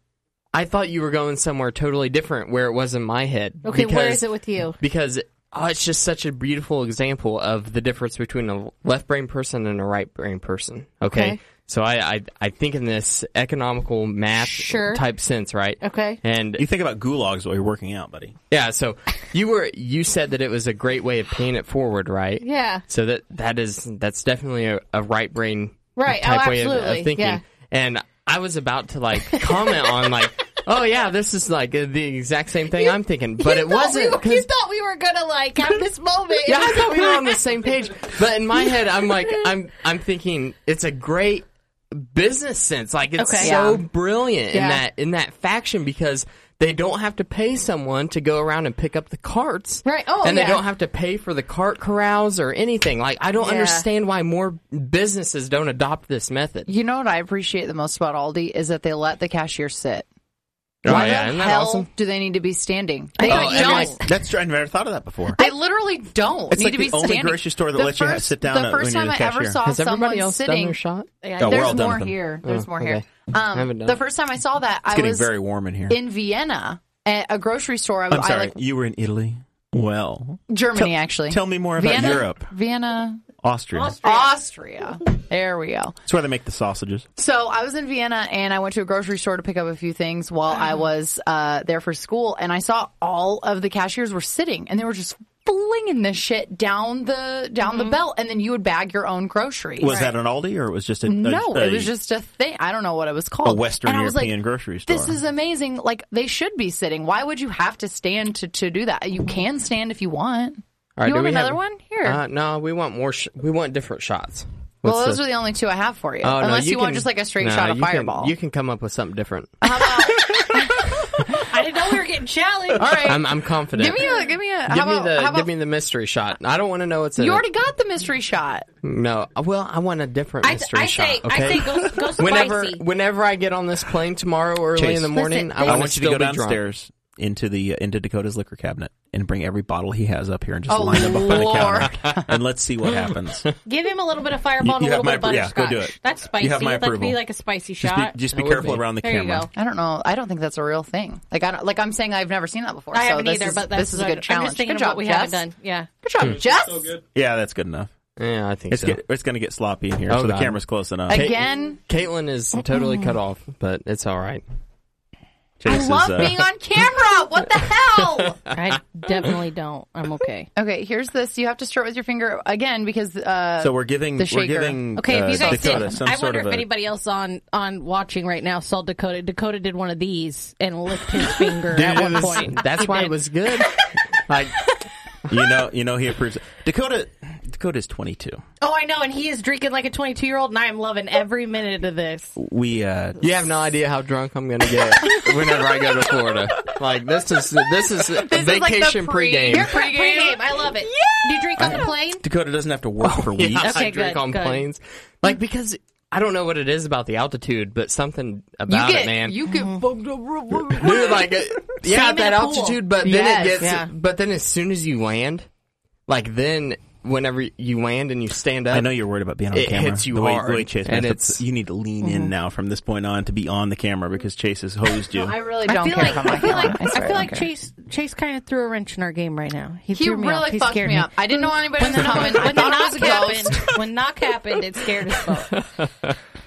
S2: I thought you were going somewhere totally different where it was in my head.
S3: okay where
S2: because-
S3: is it with you
S2: Because oh, it's just such a beautiful example of the difference between a left brain person and a right brain person. Okay,
S3: Okay.
S2: so I, I I think in this economical math
S3: Sure.
S2: type sense, right?
S3: okay
S2: And
S1: You think about gulags while you're working out, buddy.
S2: yeah, so you were you said that it was a great way of paying it forward, right?
S3: yeah
S2: So that that is that's definitely a, a right brain
S3: Right. Oh,
S2: type way of,
S3: absolutely.
S2: of thinking.
S3: Yeah.
S2: And I was about to like comment on like, oh yeah, this is like the exact same thing I'm thinking, but
S3: You
S2: it
S3: thought
S2: wasn't.
S3: we, were- you
S2: 'cause-
S3: thought we were gonna like have this moment
S2: yeah, I thought we were on the same page, but in my head, I'm like, I'm I'm thinking it's a great business sense. Like it's
S3: Okay.
S2: so
S4: Yeah.
S2: brilliant
S3: Yeah.
S2: in that in that faction because they don't have to pay someone to go around and pick up the carts,
S3: Right. Oh,
S2: and
S3: yeah.
S2: they don't have to pay for the cart corrals or anything. Like I don't
S3: Yeah.
S2: understand why more businesses don't adopt this method.
S4: You know what I appreciate the most about Aldi is that they let the cashier sit.
S2: Oh,
S4: Why
S2: yeah,
S4: the
S2: isn't that
S4: hell
S2: awesome?
S4: do they need to be standing?
S1: Oh,
S4: They
S3: thought you
S4: don't.
S3: guys-
S1: That's true. I've never thought of that before.
S4: They literally don't
S1: It's
S4: need
S1: like
S4: to
S1: the
S4: be
S1: only
S4: standing.
S1: grocery store that
S4: the
S1: lets you
S4: first,
S1: have- sit down
S4: The
S1: at-
S4: first
S1: when
S4: time
S1: you're
S4: I
S1: the
S4: ever
S1: cashier.
S4: saw
S2: Has everybody
S4: someone
S2: else done
S4: sitting.
S2: their shot?
S1: Oh,
S4: There's
S1: well done,
S4: more
S1: Pam.
S4: here. There's
S2: Oh,
S4: more
S2: okay.
S4: here. Um,
S2: haven't done
S4: the
S2: it.
S4: first time I saw that,
S1: It's
S4: I
S1: getting
S4: was
S1: very warm in here.
S4: in Vienna at a grocery store. I, was
S1: I'm
S4: I
S1: sorry.
S4: like
S1: You were in Italy. Well,
S4: Germany
S1: Tell-
S4: actually.
S1: tell me more about
S4: Vienna,
S1: Europe.
S4: Vienna,
S1: Austria.
S4: Austria. There we go.
S1: That's where they make the sausages.
S4: So I was in Vienna and I went to a grocery store to pick up a few things while I was uh, there for school, and I saw all of the cashiers were sitting and they were just flinging this shit down the down the belt, and then you would bag your own groceries.
S1: Was that an Aldi or it was just a, a-
S4: No,
S1: a-
S4: it was just a thing. I don't know what it was called.
S1: a Western
S4: And I was
S1: European
S4: like,
S1: grocery store?
S4: This is amazing. Like they should be sitting. Why would you have to stand to, to do that? You can stand if you want.
S2: All right,
S4: you
S2: do
S4: want
S2: we
S4: another
S2: have-
S4: one? Here.
S2: Uh, no, we want more. Sh- we want different shots.
S4: well,
S2: What's
S4: those
S2: the-
S4: are the only two I have for you.
S2: Oh, no,
S4: Unless you, want
S2: can-
S4: just like a straight
S2: no,
S4: shot of
S2: you can-
S4: fireball.
S2: you can come up with something different. *laughs*
S4: How about?
S3: I didn't know we were getting challenged
S4: *laughs* All right.
S2: I'm, I'm confident.
S4: give me a. Give me
S2: Give
S4: a. how
S2: me
S4: about,
S2: the
S4: how about-
S2: give me the mystery shot. I don't want to know what's in
S4: you
S2: it.
S4: already got the mystery shot.
S2: No, well, I want a different
S3: I,
S2: mystery
S3: I
S2: shot.
S3: say
S2: okay.
S3: I say go, go
S2: *laughs*
S3: spicy
S2: whenever whenever I get on this plane tomorrow early
S1: Chase.
S2: in the morning,
S3: Listen,
S2: I,
S3: this-
S1: I
S2: wanna
S1: want you to go
S2: still be drunk.
S1: downstairs into the uh, into Dakota's liquor cabinet and bring every bottle he has up here and just
S4: Oh,
S1: line them up on the
S4: Lord.
S1: counter and let's see what happens. Just
S3: give him a little bit of fireball
S1: You- you
S3: and a
S1: have
S3: little bit
S1: my-
S3: of
S1: yeah,
S3: butterscotch
S1: go do it.
S3: that's spicy
S1: You have my
S3: that'd be
S1: approval.
S3: like a spicy
S1: be,
S3: shot
S1: just be
S2: That would
S1: careful
S2: be.
S1: around the
S3: there
S1: camera.
S3: you go
S4: I don't know. I don't think that's a real thing. Like I don't. Like I'm saying, I've never seen that before.
S3: I
S4: so
S3: haven't
S4: this
S3: either
S4: is,
S3: but that's
S4: this is a
S3: what-
S4: good challenge.
S3: I'm just thinking
S4: good
S3: about
S4: job,
S3: what we
S4: Jess.
S3: haven't done
S4: *laughs*
S3: yeah
S4: Good job, Jess.
S5: So good.
S1: Yeah, that's Hmm. good enough.
S2: Yeah, I think
S1: It's
S2: so.
S1: get, it's going to get sloppy in here,
S2: Oh,
S1: so the
S2: God.
S1: camera's close enough.
S4: Again,
S2: Caitlin is totally cut off, but it's all right.
S4: I
S1: Chase is,
S4: love
S1: uh,
S4: being
S1: *laughs*
S4: on camera. What the hell?
S3: I definitely don't I'm okay
S4: okay, here's this. You have to stir it with your finger again because uh,
S1: So we're giving
S4: The
S1: we're
S4: shaker.
S1: giving
S3: Okay,
S1: uh,
S3: if you guys
S1: Dakota
S3: did,
S1: some
S3: I
S1: sort
S3: wonder
S1: of
S3: if
S1: a,
S3: anybody else on on watching right now saw Dakota. Dakota did one of these and licked his finger at one
S2: was-
S3: point.
S2: *laughs* that's
S3: He
S2: why
S3: did.
S2: it was good.
S4: *laughs*
S2: Like
S1: you know you know he approves. Dakota Dakota's 22.
S3: Oh, I know, and he is drinking like a 22 year old, and I am loving every minute of this.
S1: We uh
S2: you have no idea how drunk I'm gonna get
S4: *laughs*
S2: whenever I go to Florida. Like this is this is
S4: this is like the
S2: vacation
S4: pre-
S2: pregame.
S4: Your
S3: Pre
S4: pregame.
S3: game, I love it. Do you drink on the plane?
S1: Dakota doesn't have to work for weeks.
S2: Yeah,
S3: Okay,
S2: I drink
S3: good,
S2: on
S3: good. Mm.
S2: planes. Like because I don't know what it is about the altitude, but something
S4: you
S2: about
S4: get
S2: it, man.
S4: you get fucked up.
S2: Dude, like
S4: *laughs*
S2: uh, yeah,
S3: Same
S2: that
S3: in a pool.
S2: altitude, but then
S4: Yes.
S2: it gets
S3: Yeah.
S2: but then as soon as you land, like then whenever you land and you stand up
S1: I know you're worried about being on
S2: It
S1: camera.
S2: hits you
S1: the way,
S2: hard,
S1: the way Chase
S2: and
S1: makes it,
S2: it's-
S1: you need to lean
S4: Mm-hmm.
S1: in now from this point on to be on the camera because Chase has hosed you.
S4: *laughs* I really
S3: I
S4: don't
S3: feel
S4: care
S3: like
S4: if I'm
S3: I
S4: on
S3: feel
S4: camera.
S3: like
S4: I swear
S3: I feel
S4: I don't
S3: like
S4: care.
S3: Chase Chase kind of threw a wrench in our game right now. He,
S4: He
S3: threw me off.
S4: really
S3: He
S4: fucked
S3: scared
S4: me up. *laughs* I didn't know anybody
S3: When
S4: was
S3: the,
S4: coming.
S3: when, when the
S4: I thought
S3: knock
S4: it was a ghost.
S3: happened, when knock happened, it scared us both.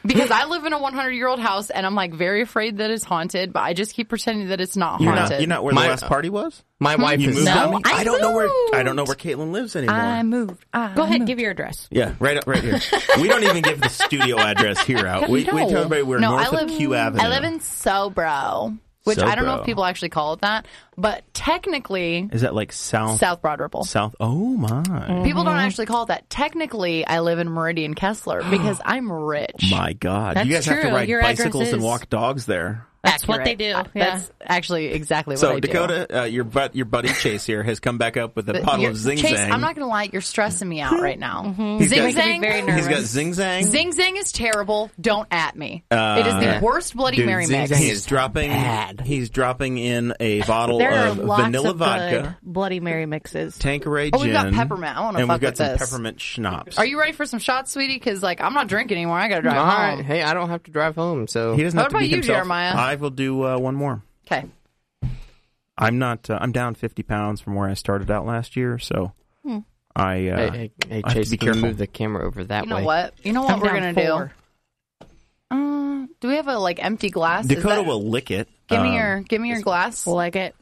S4: because I live in a 100 year old house and I'm like very afraid that it's haunted, but I just keep pretending that it's not
S1: you're
S4: haunted.
S1: not you're not where
S2: My-
S1: the last party was.
S2: my wife
S1: Hmm? You
S2: is
S1: moved on me.
S3: I
S1: don't know where
S3: moved.
S1: I don't know where Caitlin lives anymore.
S4: I moved. I
S3: *laughs* Go ahead,
S4: moved.
S3: give your address.
S1: yeah, right up right here. we don't even give the
S4: *laughs*
S1: studio address here out. We, we
S3: No.
S1: tell everybody we're
S4: no,
S1: north
S4: I live.
S1: of Q Avenue.
S4: I live in Sobro. which I don't know
S1: Sobro.
S4: if people actually call it that, but technically,
S1: Is that like South
S4: South Mm. Broad Ripple.
S1: South? Oh my,
S4: People don't actually call it that. Technically, I live in Meridian Kessler because I'm rich.
S1: my God!
S3: That's
S1: you guys have to
S3: true.
S1: ride
S3: Your address
S1: bicycles and
S3: is-
S1: walk dogs there.
S3: That's what they do,
S4: Uh, That's actually exactly what
S1: So
S4: I do.
S1: Dakota, uh, your but your buddy Chase here has come back up with a
S4: But
S1: bottle
S4: you're-
S1: of Zing
S4: Chase,
S1: Zang.
S4: I'm not gonna lie, you're stressing me out right now.
S3: Mm-hmm.
S1: He's
S4: Zing
S1: got-
S4: Zang,
S3: very
S1: He's
S3: nervous.
S1: got Zing Zang.
S4: Zing Zang is terrible. Don't at me. it is the worst Bloody
S1: Uh, Dude,
S4: Mary
S1: Zing
S4: mix.
S1: Zang is dropping. He's dropping in a bottle
S3: There are
S1: of
S3: lots
S1: Uh, vanilla
S3: of good
S1: vodka,
S3: Bloody Mary mixes.
S1: Tanqueray
S4: Oh,
S1: gin.
S4: we've got peppermint. I wanna
S1: and
S4: fuck
S1: we've got
S4: with
S1: some
S4: this.
S1: peppermint schnapps.
S4: Are you ready for some shots, sweetie? Because like I'm not drinking anymore. I gotta drive
S2: All right.
S4: home.
S2: Hey, I don't have to drive home, so
S1: He doesn't
S4: What
S1: have to
S4: about
S1: be
S4: you,
S1: himself.
S4: Jeremiah?
S1: I will do uh, one more.
S4: Okay.
S1: I'm not. Uh, I'm down 50 pounds from where I started out last year, so
S4: Hmm.
S1: I. Uh,
S2: Hey, hey, hey,
S1: I have to
S2: Chase,
S1: be
S2: can you
S1: careful.
S2: move the camera over that
S4: You know
S2: way.
S4: what? You know what
S3: I'm
S4: we're
S3: down
S4: gonna
S3: four.
S4: do? Uh, do we have a like empty glass? Is
S1: Dakota
S4: that-
S1: will lick it.
S4: give
S1: Um,
S4: me your give me your glass.
S3: Like it.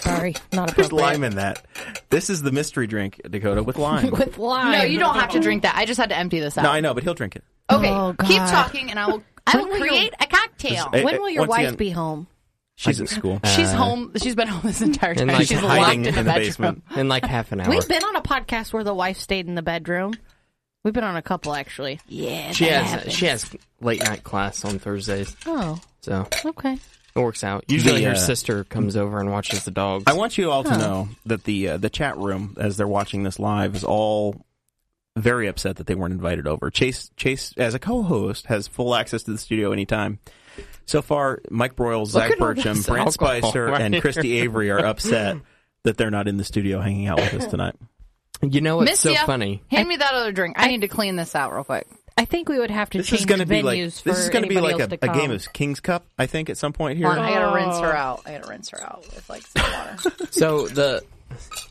S3: Sorry, not
S1: There's
S3: appropriate.
S1: lime in that. This is the mystery drink, Dakota, with
S4: *laughs*
S1: lime.
S3: With lime.
S4: no, you don't have to drink that. I just had to empty this out.
S1: no, I know, but he'll drink it.
S4: Okay,
S3: Oh,
S4: keep
S3: God.
S4: talking, and I will. I will
S3: When will you-
S4: create a cocktail.
S1: Hey,
S3: When
S1: hey,
S3: will your
S1: once
S3: wife
S1: again,
S3: be home?
S1: She's at school.
S4: She's home. She's been home this entire time.
S2: Uh, like,
S4: she's locked
S1: hiding
S4: in, the
S1: in the
S4: bedroom.
S1: basement.
S2: In like half an hour.
S3: We've been on a podcast where the wife stayed in the bedroom. We've been on a couple actually. Yeah.
S2: she has she has late night class on Thursdays,
S3: Oh,
S2: so
S3: okay.
S2: it works out. Usually,
S1: The,
S2: her
S1: uh,
S2: sister comes over and watches the dogs.
S1: I want you all to know that the uh, the chat room, as they're watching this live, is all very upset that they weren't invited over. Chase Chase, as a co-host, has full access to the studio anytime. So far, Mike Broyles, Zach
S2: at all
S1: Bertram,
S2: this
S1: Brent
S2: alcohol
S1: Spicer,
S2: right
S1: and
S2: here.
S1: Christy Avery are
S3: *laughs*
S1: upset that they're not in the studio hanging out with us tonight.
S2: you know what's
S4: Miss
S2: so
S4: ya, *laughs*
S2: funny?
S4: Hand me that other drink. I need to clean this out real quick.
S3: I think we would have to
S1: This
S3: change
S1: is going to be
S3: venues
S1: like
S3: for
S1: this is going to be
S3: anybody
S1: like
S3: else
S1: a,
S3: to
S1: a
S3: come.
S1: game of King's Cup, I think, at some point here.
S4: Hold on, I gotta rinse her out. I gotta rinse her out with like some *laughs* water.
S2: So the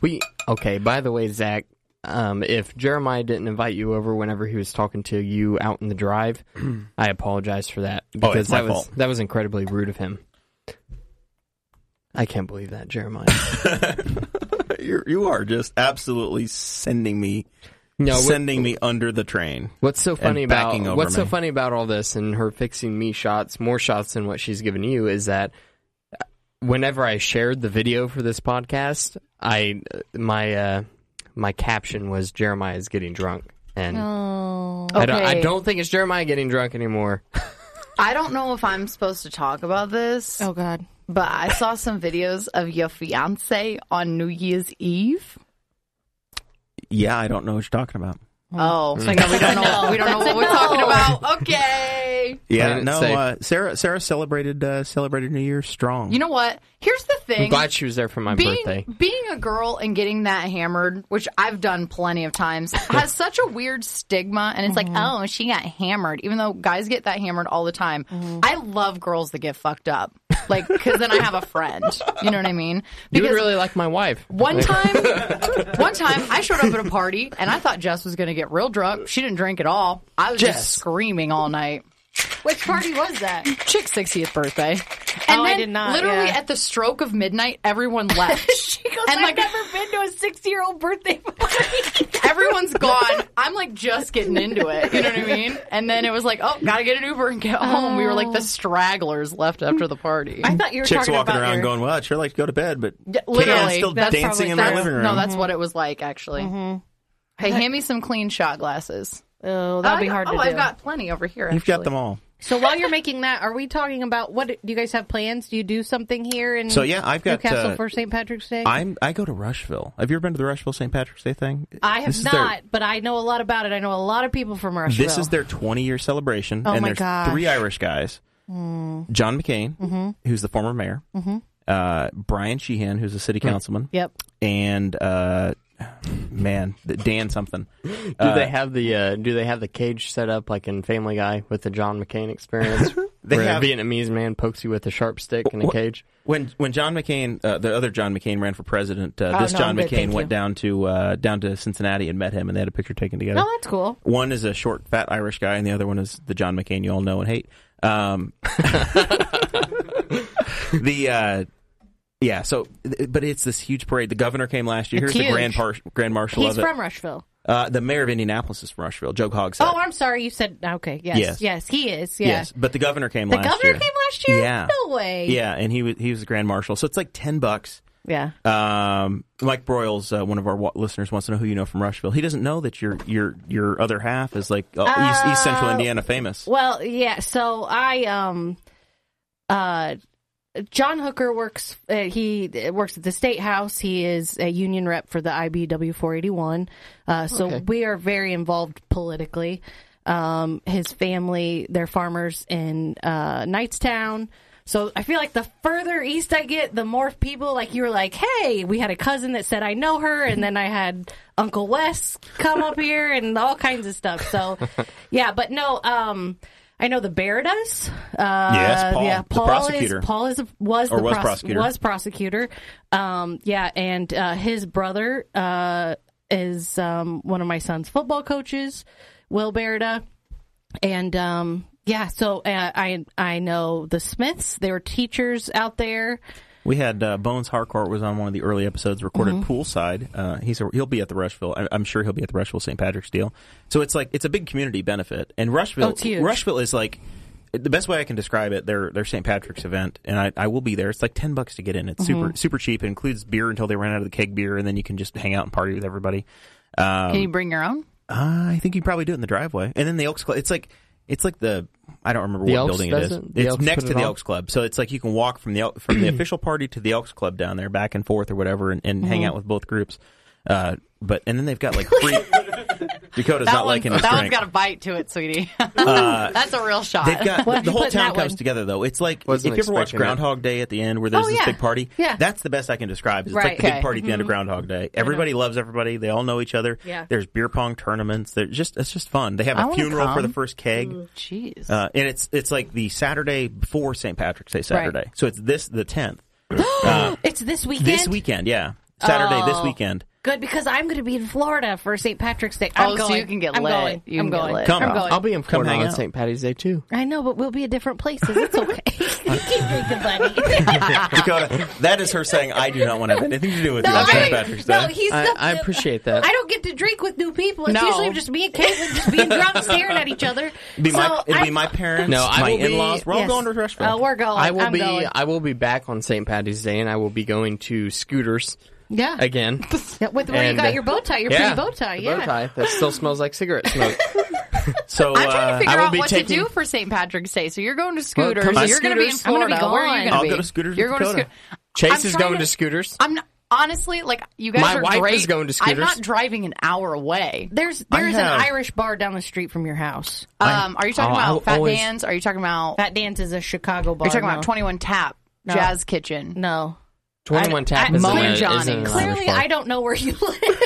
S2: we okay. By the way, Zach, um, if Jeremiah didn't invite you over whenever he was talking to you out in the drive, *clears throat* I apologize for that because
S1: Oh, it's my
S2: that was
S1: fault.
S2: that was incredibly rude of him. I can't believe
S1: *laughs*
S2: that, Jeremiah.
S1: You're, you are just absolutely sending me
S2: No, what-
S1: sending me under the train.
S2: what's so funny about
S1: backing over
S2: what's so
S1: me.
S2: funny about all this and her fixing me shots, more shots than what she's given you, is that uh, whenever I shared the video for this podcast, I my uh, my caption was Jeremiah is getting drunk and.
S3: Oh.
S4: Okay.
S2: I, don't, I don't think it's Jeremiah getting drunk anymore.
S4: I don't know if I'm supposed to talk about this,
S3: oh God.
S4: but I saw some videos of your fiance on New Year's Eve.
S1: Yeah, I don't know what you're talking about.
S4: Oh, so now *laughs* we don't know. We don't know what we're *laughs* talking about. Okay.
S1: Yeah,
S2: Playing it
S1: no.
S2: safe.
S1: Uh, Sarah Sarah celebrated uh, celebrated New Year's strong.
S4: You know what? Here's the
S2: I'm
S4: thing.
S2: glad she was there for my
S4: being
S2: birthday.
S4: being a girl and getting that hammered, which I've done plenty
S3: *laughs*
S4: of times, has such a weird stigma. And it's
S3: Mm-hmm.
S4: like, oh, she got hammered, even though guys get that hammered all the time.
S3: Mm-hmm.
S4: I love girls that get fucked up, like because then I have a friend. You know what
S3: *laughs*
S4: I mean?
S2: You would
S4: Because
S2: really like my wife.
S4: one time, one time I showed up at a party and I thought Jess was going to get real drunk. She didn't drink at all. I was
S2: Jess.
S4: just screaming all night.
S3: Which party was that?
S4: Chick's 60th birthday.
S3: Oh, I did not,
S4: Literally
S3: yeah.
S4: at the stroke of midnight, everyone left.
S3: *laughs* she goes.
S4: And,
S3: I've
S4: like-
S3: never been to a six-year-old birthday *laughs* party.
S4: Everyone's gone. I'm like just getting into it. You know what I mean? And then it was like, oh, gotta get an Uber and get home. We were like the stragglers left after the party.
S3: I thought you were
S1: chicks
S3: talking
S1: walking
S3: about
S1: around
S3: your-
S1: going, "Well, I'd sure like to go to bed," but
S4: Yeah,
S1: can't.
S4: literally,
S1: still
S4: that's
S1: dancing
S3: probably
S1: in my
S3: true.
S1: living room.
S4: No, that's what it was like actually. Mm-hmm. Hey, hand me some clean shot glasses.
S3: Oh, that'll be
S4: I-
S3: hard
S4: oh,
S3: to do.
S4: I've got plenty over here.
S1: You've got
S4: actually.
S1: them all.
S3: So while you're making that, are we talking about what do you guys have plans? Do you do something here in
S1: So, yeah, I've got,
S3: Newcastle
S1: uh,
S3: for St. Patrick's Day?
S1: I'm I go to Rushville. Have you ever been to the Rushville St. Patrick's Day thing?
S3: I have
S1: This is
S3: not,
S1: their-
S3: but I know a lot about it. I know a lot of people from Rushville.
S1: This is their 20 year celebration,
S3: Oh
S1: and
S3: my
S1: there's
S3: gosh. Hmm. Mm-hmm.
S1: three Irish guys: John McCain, who's the former mayor, uh, Brian Sheehan, who's a city councilman,
S3: Mm. Yep.
S1: and uh, man, Dan something.
S2: Do they have the uh, Do they have the cage set up like in Family Guy with the John McCain experience?
S1: *laughs* They
S2: where
S1: have-
S2: a Vietnamese man pokes you with a sharp stick in a
S1: Wh-
S2: cage.
S1: When when John McCain, uh, the other John McCain, ran for president, uh,
S3: Oh,
S1: this
S3: no,
S1: John
S3: I'm good,
S1: McCain
S3: thank
S1: went
S3: you.
S1: down to uh, down to Cincinnati and met him, and they had a picture taken together.
S3: Oh, that's cool.
S1: One is a short, fat Irish guy, and the other one is the John McCain you all know and hate. Um, *laughs* the uh, yeah, so th- but it's this huge parade. The governor came last year.
S3: It's
S1: Here's the
S3: huge.
S1: grand par- grand marshal
S3: He's
S1: of it.
S3: from Rushville.
S1: Uh, the mayor of Indianapolis is from Rushville, Joe Hogshead.
S3: Oh, I'm sorry. You said okay. Yes,
S1: Yes.
S3: yes, he is. Yeah.
S1: Yes, but the governor came
S3: The
S1: last
S3: governor
S1: year.
S3: came last year.
S1: Yeah.
S3: No way.
S1: Yeah, and he was he was the grand marshal. So it's like ten bucks.
S3: Yeah.
S1: Um, Mike Broyles, uh, one of our wa- listeners, wants to know who you know from Rushville. He doesn't know that your your your other half is like uh, East, East Central Indiana famous.
S3: Well, yeah. So I um uh John Hooker works. Uh, he works at the state house. He is a union rep for the IBW 481. Uh, so we are very involved politically. Um, his family, they're farmers in uh, Knightstown. So I feel like the further east I get, the more people like you were like, hey, we had a cousin that said I know her, and then I had Uncle Wes come up here and all kinds of stuff. So *laughs* yeah, but no, um, I know the bear does. Uh,
S1: Yes, Paul,
S3: yeah,
S1: the
S3: Paul
S1: prosecutor.
S3: Is, Paul is was
S1: Or
S3: the
S1: was
S3: pros-
S1: prosecutor.
S3: was prosecutor. Um, yeah, and uh, his brother uh, is um, one of my son's football coaches, Will Berida. And um, yeah, so uh, I I know the Smiths. They were teachers out there.
S1: We had uh, Bones Harcourt was on one of the early episodes recorded
S3: Mm-hmm.
S1: poolside. Uh, he's a, he'll be at the Rushville. I, I'm sure he'll be at the Rushville St. Patrick's deal. So it's like it's a big community benefit, and Rushville
S3: Oh, it's huge.
S1: Rushville is like the best way I can describe it. Their their St. Patrick's event, and I, I will be there. It's like ten bucks to get in. It's
S3: Mm-hmm.
S1: super super cheap. It includes beer until they run out of the keg beer, and then you can just hang out and party with everybody. um,
S4: Can you bring your own?
S1: Uh, I think you probably do it in the driveway, and then the Elks Club. It's like it's like the I don't remember
S2: The
S1: what
S2: Elks
S1: building
S2: does
S1: it is.
S2: it? The
S1: it's
S2: Elks
S1: next
S2: put
S1: to
S2: it
S1: the
S2: on?
S1: Elks Club, so it's like you can walk from the El- from
S2: *clears throat*
S1: the official party to the Elks Club down there, back and forth or whatever, and, and
S2: Mm-hmm.
S1: hang out with both groups. Uh, but and then they've got
S2: *laughs*
S1: like free. Dakota's not liking his
S4: that one's
S1: drink.
S4: got a bite to it, *laughs* sweetie. That's a real shot.
S1: Uh, They've
S3: *laughs*
S1: got
S3: What
S1: the whole
S3: put in
S1: town
S3: that
S1: comes
S3: one?
S1: together though. It's like
S2: Wasn't
S1: if you ever watch
S2: expecting that.
S1: Groundhog Day at the end where there's
S3: Oh,
S1: this
S3: yeah.
S1: big party.
S3: Yeah.
S1: That's the best I can describe. It's like
S3: Right. Mm-hmm.
S1: the big
S4: Okay.
S1: party at the end of Groundhog Day. Everybody loves everybody. They all know each other.
S3: Yeah.
S1: There's beer pong tournaments. They're just it's just fun. They have
S4: I
S1: a
S4: wanna
S1: funeral for
S4: come.
S1: the first keg.
S4: Jeez.
S1: Uh, and it's it's like the Saturday before St. Patrick's Day Saturday. So it's this the tenth.
S3: It's this weekend.
S1: This weekend, yeah. Saturday
S3: Oh.
S1: this weekend.
S3: Good because I'm going to be in Florida for St. Patrick's Day. I'm
S4: Oh, so
S3: going.
S4: you can get
S3: I'm
S4: lit.
S3: Going.
S4: You
S3: I'm
S4: can get
S3: going.
S4: lit.
S1: Come.
S3: I'm going.
S1: I'll
S2: I'll be in
S1: Come
S2: Florida
S1: hang
S2: on
S1: out.
S2: St. Patty's Day too.
S3: I know, but we'll be at different places. It's
S1: *laughs*
S3: okay. you keep drinking, buddy.
S1: Dakota, that is her saying I do not want to have anything to do with you on St. Patrick's Day.
S3: no, he's
S2: I-
S3: the,
S2: I appreciate that.
S3: I don't get to drink with new people. It's
S4: No.
S3: usually just me and Caitlin just being drunk, staring at each other.
S1: It'd be
S3: so
S1: my, it'd
S3: I,
S1: be my parents,
S2: No, I
S1: my
S2: will be-
S1: in-laws. We're all
S3: Yes.
S1: going to Rushville.
S3: Uh, we're going.
S2: I will
S3: I'm
S2: be
S3: Going.
S2: I will be back on St. Patty's Day, and I will be going to Scooters
S3: yeah.
S2: again.
S3: Yeah, With where
S2: And,
S3: you got
S2: uh,
S3: your bow tie, your pretty bow tie.
S2: the
S3: Yeah.
S2: bow tie that still smells like cigarette smoke.
S1: so
S4: I'm trying
S1: uh,
S4: to figure
S2: will
S4: out
S2: be
S4: what
S2: taking-
S4: to do for St. Patrick's Day. So you're going to Scooters.
S2: come on,
S4: you're going to be in
S2: Scooters. I'm
S3: gonna be
S4: Florida. Where are you
S3: gone.
S4: going to
S1: I'll
S4: be?
S1: go to Scooters
S4: You're
S1: with
S4: going to
S1: Dakota.
S4: Scooters.
S2: Chase
S4: I'm
S2: is
S4: trying
S2: going to,
S4: to-
S2: Scooters.
S4: I'm not, honestly like you guys
S2: My
S4: are
S2: wife is
S4: great.
S2: going to
S4: I'm
S2: Scooters.
S4: not driving an hour away.
S3: There's
S1: I
S3: there's
S1: have-
S3: an Irish bar down the street from your house.
S4: Um, are you talking
S2: Oh, I
S4: about
S2: will
S4: Fat
S2: always-
S4: Dan's? Are you talking about?
S3: That dance is a Chicago bar.
S4: Are you talking
S3: no.
S4: about Twenty One Tap, Jazz Kitchen?
S3: No.
S2: Twenty one tap
S3: I-
S2: is
S3: Moan
S2: in a- is
S4: Johnny.
S2: in an Irish
S3: Clearly,
S2: bar.
S3: I don't know where you live.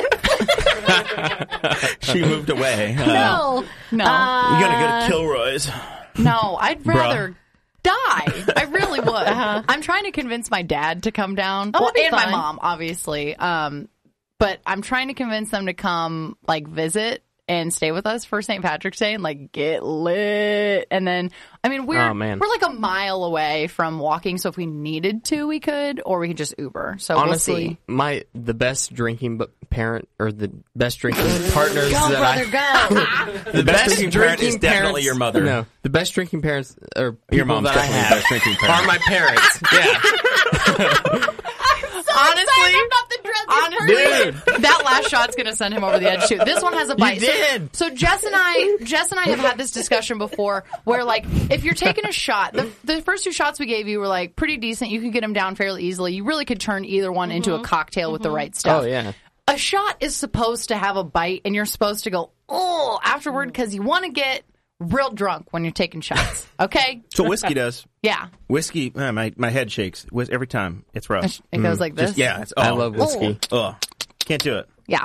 S1: *laughs* she moved away. Uh,
S3: No.
S4: No,
S1: You're going to go to Kilroy's.
S4: no. I'd rather die. I
S3: *laughs*
S4: really would. I'm trying to convince my dad to come down.
S3: Oh,
S4: well,
S3: that'd Uh-huh. be
S4: and my
S3: fun.
S4: mom, obviously. Um, but I'm trying to convince them to come, like visit and stay with us for St. Patrick's Day and like get lit. And then, I mean, we're
S2: Oh, man.
S4: we're like a mile away from walking, so if we needed to, we could, or we could just Uber. So we'll see.
S2: Honestly, my the best drinking bu- parent or the best drinking partners uh,
S3: Go,
S2: that
S3: brother,
S2: I
S3: go.
S1: The best drinking parent is definitely
S2: parents-
S1: your mother.
S2: No, the best drinking parents or
S1: Your
S2: people
S1: mom's
S2: that I
S1: definitely the
S2: have
S1: best drinking parent.
S2: are my parents. yeah,
S4: Honestly,
S3: Honestly,
S4: Dude, that last shot's gonna send him over the edge too. This one has a bite. So-
S2: did.
S4: So, Jess and I, Jess and I have had this discussion before, where like if you're taking a shot, the, the first two shots we gave you were like pretty decent. You could get them down fairly easily. You really could turn either one into a cocktail with the right stuff.
S2: Oh yeah.
S4: A shot is supposed to have a bite, and you're supposed to go oh afterward because you want to get real drunk when you're taking shots. Okay,
S1: So whiskey does.
S4: yeah.
S1: Whiskey, uh, my, my head shakes Whis- every time. It's rough.
S4: It goes like this.
S1: Just, yeah, it's, oh,
S2: I love whiskey.
S1: Ugh. Can't do it.
S4: Yeah.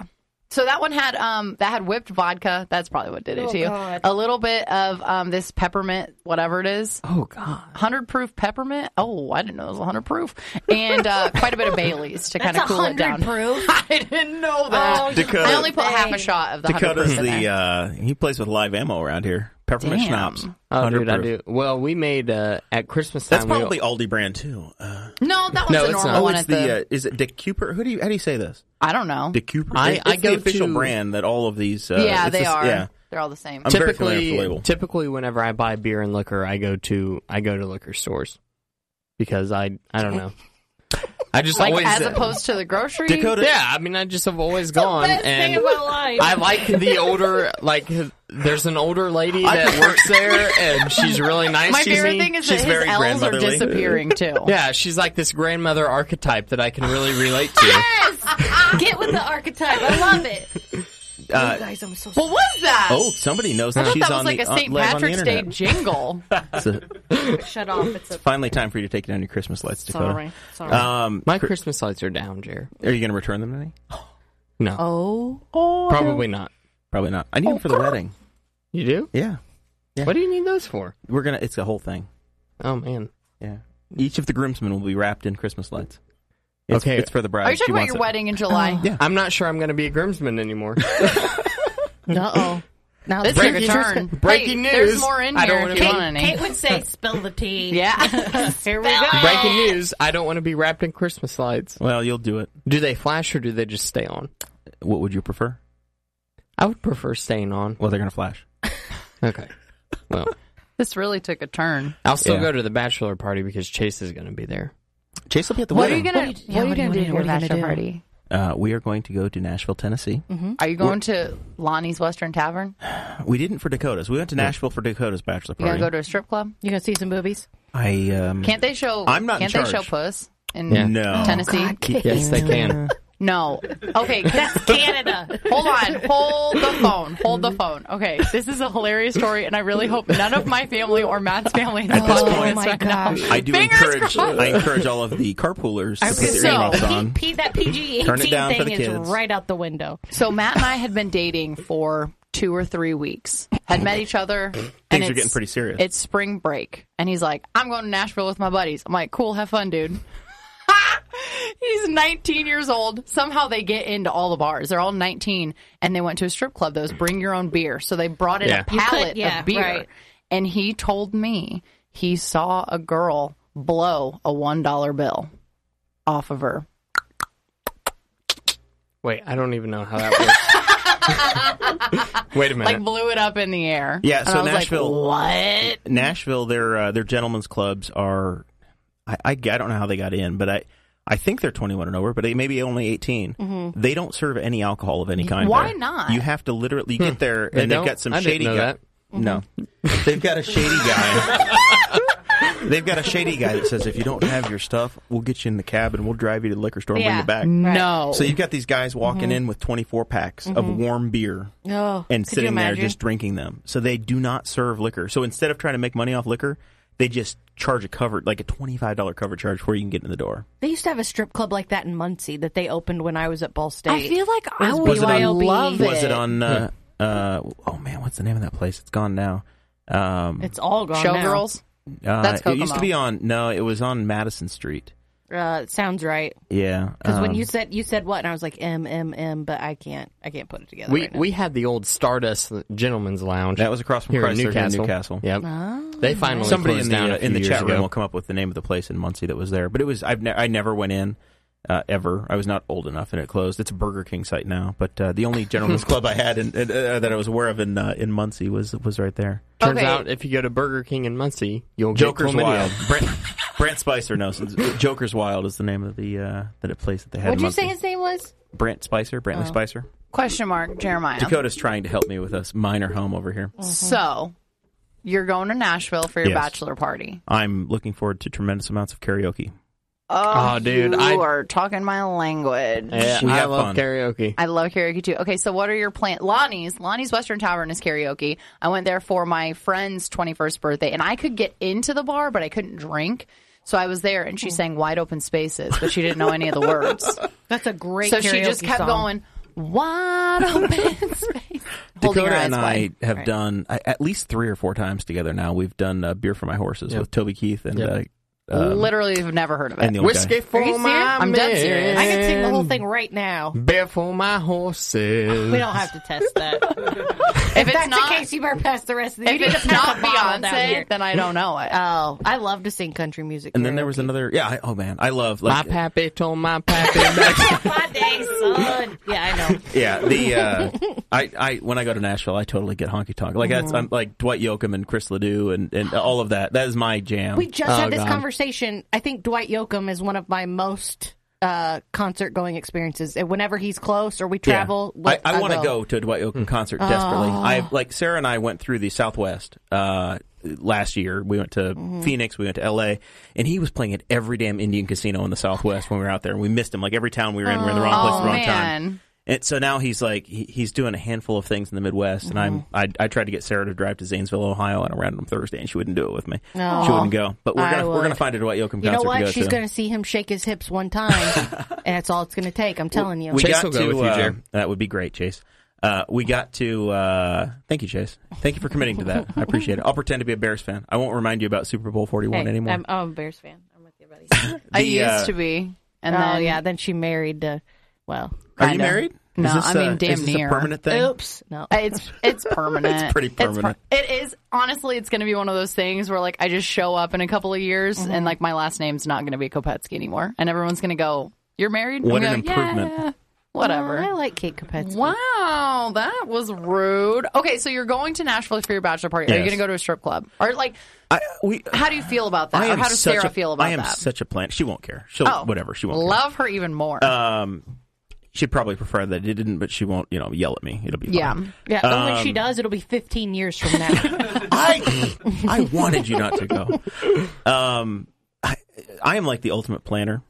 S4: So that one had um that had whipped vodka. That's probably what did it to you.
S3: God.
S4: A little bit of um this peppermint, whatever it is. Oh god, hundred proof peppermint. Oh, I didn't know it was hundred proof, and uh, quite a bit of Bailey's to kind
S3: That's
S4: of cool it
S3: 100 *laughs*
S4: down.
S3: proof.
S4: I didn't know that.
S3: Oh,
S1: Dakota-
S4: I only put half a
S3: dang.
S4: shot of the hundred
S1: Dakota's
S4: proof. in
S1: the
S4: there.
S1: uh, he plays with live ammo around here. Peppermint
S4: Damn.
S1: schnapps.
S2: Oh, dude, I
S1: 100 proof.
S2: do. Well, we made uh, at Christmas time.
S1: That's
S2: we-
S1: probably Aldi brand too. Uh,
S4: no, that one's
S2: No,
S4: a
S2: it's
S4: normal
S2: not.
S1: Oh,
S4: one
S1: it's
S4: at the.
S1: the uh, is it DeCuper? Who do you how do you say this?
S4: I don't know.
S1: DeCuper.
S2: I-
S1: it's
S2: I go
S1: the official
S2: to-
S1: brand that all of these. Uh,
S4: yeah,
S1: it's
S4: they
S1: this-
S4: are.
S1: Yeah,
S4: They're all the same.
S1: I'm very familiar with the
S2: typically,
S1: label.
S2: typically whenever I buy beer and liquor, I go to I go to liquor stores because I I
S1: *laughs*
S2: don't know. I just
S4: like
S2: always
S4: as opposed to the grocery.
S1: Dakota.
S2: yeah. I mean, I just have always gone
S3: Best thing
S2: and.
S3: of my life.
S2: I like the older, like there's an older
S1: *laughs*
S2: lady that works there, and she's really nice.
S4: My
S2: she's
S4: favorite
S2: neat.
S4: thing is
S1: she's
S4: that his
S1: very
S4: L's are
S1: grandmotherly.
S4: disappearing too.
S2: yeah, she's like this grandmother archetype that I can really relate to.
S3: Yes! Get with the archetype. I love it. you guys, I'm so
S4: What was that?
S1: Oh, somebody knows that
S4: I thought
S1: she's
S4: that was
S1: on
S4: like
S1: the
S4: a
S1: on-
S4: St.
S1: live on the
S4: Patrick's Day
S1: internet. *laughs*
S4: jingle.
S1: It's a-
S3: shut off. It's a
S1: finally, time for you to take down your Christmas lights, Dakota.
S3: sorry. Sorry.
S1: Um,
S2: My Christmas lights are down, Jer.
S1: are you going to return them to me?
S2: No,
S3: oh.
S2: probably not.
S1: Probably not. I need them for
S4: Oh,
S1: the wedding.
S2: You do?
S1: Yeah,
S2: What do you need those for?
S1: we're gonna. It's a whole thing.
S2: Oh man.
S1: Yeah. Each of the groomsmen will be wrapped in Christmas lights. It's,
S2: Okay.
S1: It's for the bride.
S4: Are you
S1: She
S4: talking about
S1: wants
S4: your
S1: it.
S4: wedding in July?
S1: Yeah.
S2: I'm not sure I'm going to be a groomsman
S4: *laughs*
S2: anymore.
S3: Uh oh. Now
S4: This
S3: it's
S4: took a turn.
S2: breaking
S4: Hey, There's
S2: news.
S4: more in
S2: I
S4: here
S2: don't
S4: if
S2: wanna
S4: you
S2: be-
S4: want
S3: Kate,
S4: any.
S1: *laughs*
S3: Kate would say, "Spill the tea." *laughs*
S4: Yeah.
S3: Here we go.
S2: Breaking news, I don't want to be wrapped in Christmas lights.
S1: Well, you'll do it.
S2: Do they flash or do they just stay on?
S1: What would you prefer?
S2: I would prefer staying on.
S1: Well, they're gonna flash.
S2: Okay. Well,
S4: *laughs* this really took a turn.
S2: I'll still
S1: Yeah.
S2: go to the bachelor party because Chase is going to be there.
S1: Chase will be at the
S4: What are you
S1: wedding.
S4: gonna?
S3: What do you- yeah,
S4: what are you
S3: what do you wanna do?
S4: gonna do to
S3: What
S4: your
S3: are you gonna
S4: bachelor
S3: do?
S4: party?
S1: uh, we are going to go to Nashville, Tennessee.
S4: Are you going to Lonnie's Western Tavern?
S1: We didn't for Dakotas. We went to Nashville for Dakotas bachelor
S4: Mm-hmm. You
S1: party.
S4: gotta go to a strip club.
S3: You gonna see some boobies?
S1: I um.
S4: Can't they show?
S1: I'm not in
S4: Can't they show
S1: charge.
S4: puss in
S2: Yeah.
S1: No.
S4: Tennessee?
S2: Yes, they can.
S4: No.
S1: Oh,
S4: Okay. That's
S1: *laughs*
S3: Canada.
S4: Hold on. Hold the phone. Hold the phone. Okay. This is a hilarious story, and I really hope none of my family or Matt's family is listening to
S3: oh
S4: this
S3: my
S4: right
S3: gosh.
S4: now.
S1: I do
S4: Fingers
S1: encourage.
S4: crossed.
S1: I encourage all of the carpoolers to
S3: I was
S1: put their
S3: gonna
S4: say,
S1: earmuffs
S4: *laughs*
S3: say,
S1: on.
S3: P- P- that PG
S1: Turn it
S3: eighteen
S1: down for
S3: thing
S1: the
S3: is
S1: kids.
S3: right out the window.
S4: So Matt and I had been dating for two or three weeks. Had met
S1: *clears throat*
S4: each other. and
S1: Things are
S4: it's-
S1: getting pretty serious.
S4: It's spring break, and he's like, "I'm going to Nashville with my buddies." I'm like, "Cool, have fun, dude." *laughs* he's 19 years old. Somehow they get into all the bars. They're all 19, and they went to a strip club that was bring your own beer. So they brought in
S2: Yeah.
S4: a
S2: You could-
S4: pallet
S3: yeah,
S4: of beer,
S3: right.
S4: and he told me he saw a girl blow a one dollar bill off of her.
S2: Wait, I don't even know how that
S4: *laughs*
S2: works. Wait a minute.
S4: Like blew it up in the air.
S1: Yeah,
S4: And
S1: so
S4: I was
S1: Nashville-
S4: Like, what?
S1: Nashville, their uh, their gentlemen's clubs are. I, I I don't know how they got in, but I I think they're 21 and over, but they may be only 18. They don't serve any alcohol of any kind.
S4: Mm-hmm. Why
S1: there.
S4: not?
S1: You have to literally get there,
S2: Hmm. They
S1: and they've
S2: don't?
S1: got some
S2: I didn't
S1: shady
S2: know
S1: guy. Mm-hmm.
S2: that. *laughs*
S1: No, they've got a shady guy.
S2: *laughs*
S1: they've got a shady guy that says if you don't have your stuff, we'll get you in the cab and we'll drive you to the liquor store and
S3: Yeah.
S1: bring you back.
S4: No.
S1: So you've got these guys walking
S4: Mm-hmm.
S1: in with 24 packs of warm beer
S3: Oh,
S1: and
S3: could you
S1: sitting there
S3: imagine?
S1: just drinking them. So they do not serve liquor. So instead of trying to make money off liquor, they just charge a cover, like a twenty-five dollar cover charge, where you can get in the door.
S3: They used to have a strip club like that in Muncie that they opened when I was at Ball State.
S4: I feel like I
S3: Was-
S4: would
S3: was it on-
S4: love it.
S1: Was it on? Uh, uh, oh man, what's the name of that place? It's gone now. Um,
S3: it's all gone. now.
S4: Showgirls?
S1: uh,
S4: that's
S1: It used to
S4: Kokomo.
S1: be on. No, it was on Madison Street.
S3: Uh, sounds right.
S1: Yeah,
S3: Because
S1: um,
S3: when you said you said what, and I was like M M M, but I can't I can't put it together.
S2: We
S3: right now.
S2: we had the old Stardust Gentleman's Lounge.
S1: that was across from
S2: here in
S1: Chrysler here in
S2: Newcastle.
S1: Newcastle.
S2: Yep.
S4: Oh.
S2: they finally
S1: Somebody in
S2: closed
S1: the
S2: down
S1: uh,
S2: a few
S1: in the
S2: years
S1: chat
S2: ago.
S1: room will come up with the name of the place in Muncie that was there. But it was I've ne- I never went in uh, ever. I was not old enough, and it closed. It's a Burger King site now. But uh, the only
S2: *laughs*
S1: gentleman's club I had in, in, uh, that I was aware of in uh, in Muncie was was right there.
S2: Turns
S4: Okay.
S2: out if you go to Burger King in Muncie, you'll
S1: Joker's
S2: get chlamydia.
S1: Wild. Brent, Brent Spicer knows. Joker's Wild is the name of the uh, the place that they had.
S3: What'd
S1: in
S3: you
S1: Muncie.
S3: say his Oh. name was?
S1: Brent Spicer, Brantley Spicer.
S4: Question mark, Jeremiah.
S1: Dakota's trying to help me with us minor home over here.
S3: Oh.
S4: So, you're going to Nashville for your
S1: Yes.
S4: bachelor party.
S1: I'm looking forward to tremendous amounts of karaoke.
S4: Oh,
S2: dude,
S4: you
S2: I-
S4: are talking my language.
S2: Yeah,
S1: We
S2: I
S1: have
S2: love
S1: fun.
S2: karaoke.
S4: I love karaoke too. Okay, so what are your plans? Lonnie's Lonnie's Western Tavern is karaoke. I went there for my friend's 21st birthday, and I could get into the bar, but I couldn't drink. So I was there, and she sang "Wide Open Spaces," but she didn't know any of the words.
S3: That's a great.
S4: so she just
S3: karaoke
S4: kept
S3: song.
S4: going
S3: *laughs*
S4: wide open space. Holding her
S1: Dakota
S4: eyes
S1: and I
S4: wide.
S1: have done I, at least three or four times together now. We've done uh, Beer for My Horses with Toby Keith and
S2: Yep.
S1: uh,
S4: Literally, have never heard of it.
S1: and the old
S2: Whiskey
S1: guy.
S2: for
S3: Are you
S2: my
S3: serious?
S4: I'm dead
S2: men.
S4: serious.
S3: I could sing the whole thing right now.
S2: Bear for my horses.
S3: We don't have to test that.
S1: *laughs*
S4: if
S3: That's
S4: it's not,
S3: the case. You better pass the rest of the.
S4: if
S3: you need to
S4: it's
S3: pass
S4: not
S3: a bottle down here.
S4: Beyonce, then I don't know it.
S3: Oh, I love to sing country music.
S1: And then there was
S3: karaoke.
S1: another. Yeah. I, oh man, I love
S2: my
S1: like
S2: pappy told my pappy that
S3: my day, son. *laughs* Yeah, I know.
S1: yeah. The uh, I I when I go to Nashville, I totally get honky tonk. Like that's I'm like Dwight Yoakam and Chris Ledoux and and all of that. That is my jam.
S3: We just had this
S2: God.
S3: conversation. I think Dwight Yoakam is one of my most uh, concert going experiences. And whenever he's close or we
S1: Yeah.
S3: travel,
S1: I,
S3: let-
S1: I want to
S3: will.
S1: go to a Dwight Yoakam concert desperately.
S3: Ah.
S1: I like Sarah and I went through the Southwest uh, last year. We went to
S3: Mm-hmm.
S1: Phoenix, we went to L.A., and he was playing at every damn Indian casino in the Southwest when we were out there. And we missed him. Like every town we were in, we are in the wrong place, at the wrong
S3: Oh,
S1: time.
S4: man.
S1: And so now he's like he, he's doing a handful of things in the Midwest, and I'm
S3: Mm-hmm.
S1: I, I tried to get Sarah to drive to Zanesville, Ohio, on a random Thursday, and she wouldn't do it with me. She wouldn't go. But we're
S3: I
S1: gonna we're gonna
S3: would.
S1: find a Dwight Yoakam concert
S3: You know
S1: to
S3: what?
S1: go
S3: She's
S1: to.
S3: going to see him shake his hips
S1: *laughs*
S3: one time, and that's all it's going to take. I'm telling you.
S1: We
S2: Chase
S1: got
S2: will
S1: to
S2: go with you,
S1: uh,
S2: Jer.
S1: that would be great, Chase. Uh, we got to uh, thank you, Chase. Thank you for committing to that. I appreciate it. I'll pretend to be a Bears fan. I won't remind you about Super Bowl Forty One
S3: Hey,
S1: anymore.
S3: I'm,
S4: oh,
S3: I'm a Bears fan. I'm with you, buddy.
S4: I
S1: The,
S4: used
S1: uh,
S4: to be, and
S3: oh
S4: then
S3: yeah, then she married. Uh, well,
S1: Are you
S4: kinda.
S1: married?
S4: No,
S1: is this,
S4: I mean,
S1: uh,
S4: damn
S1: is this
S4: near.
S1: a permanent thing.
S3: oops. No,
S4: It's it's
S1: *laughs*
S4: permanent.
S1: It's pretty
S4: per-
S1: permanent.
S4: it is honestly. It's going to be one of those things where like I just show up in a couple of years
S3: Mm-hmm.
S4: and like my last name's not going to be Kopetsky anymore, and everyone's going to go, "You're married."
S1: What
S4: I'm
S1: an
S4: gonna go,
S1: improvement.
S4: "Yeah, whatever.
S3: Oh, I like Kate Kopetsky.
S4: Wow, that was rude. Okay, so you're going to Nashville for your bachelor party. Are you
S1: Yes.
S4: going to go to a strip club? Or like,
S1: I, we,
S4: how do you feel about that?
S1: I
S4: Or
S1: am
S4: how does
S1: such
S4: Sarah
S1: a,
S4: feel about
S1: I am
S4: that? Oh,
S1: such a plant. She won't care. She'll whatever. She won't. care.
S4: love her even more.
S1: Um, she'd probably prefer that it didn't, but she won't. You know, yell at me. It'll be
S4: yeah,
S1: fine.
S3: Yeah, only
S1: Um,
S3: she does. It'll be 15 years
S1: *laughs*
S3: from now.
S1: I I wanted you not to go. Um, I, I am like the ultimate planner,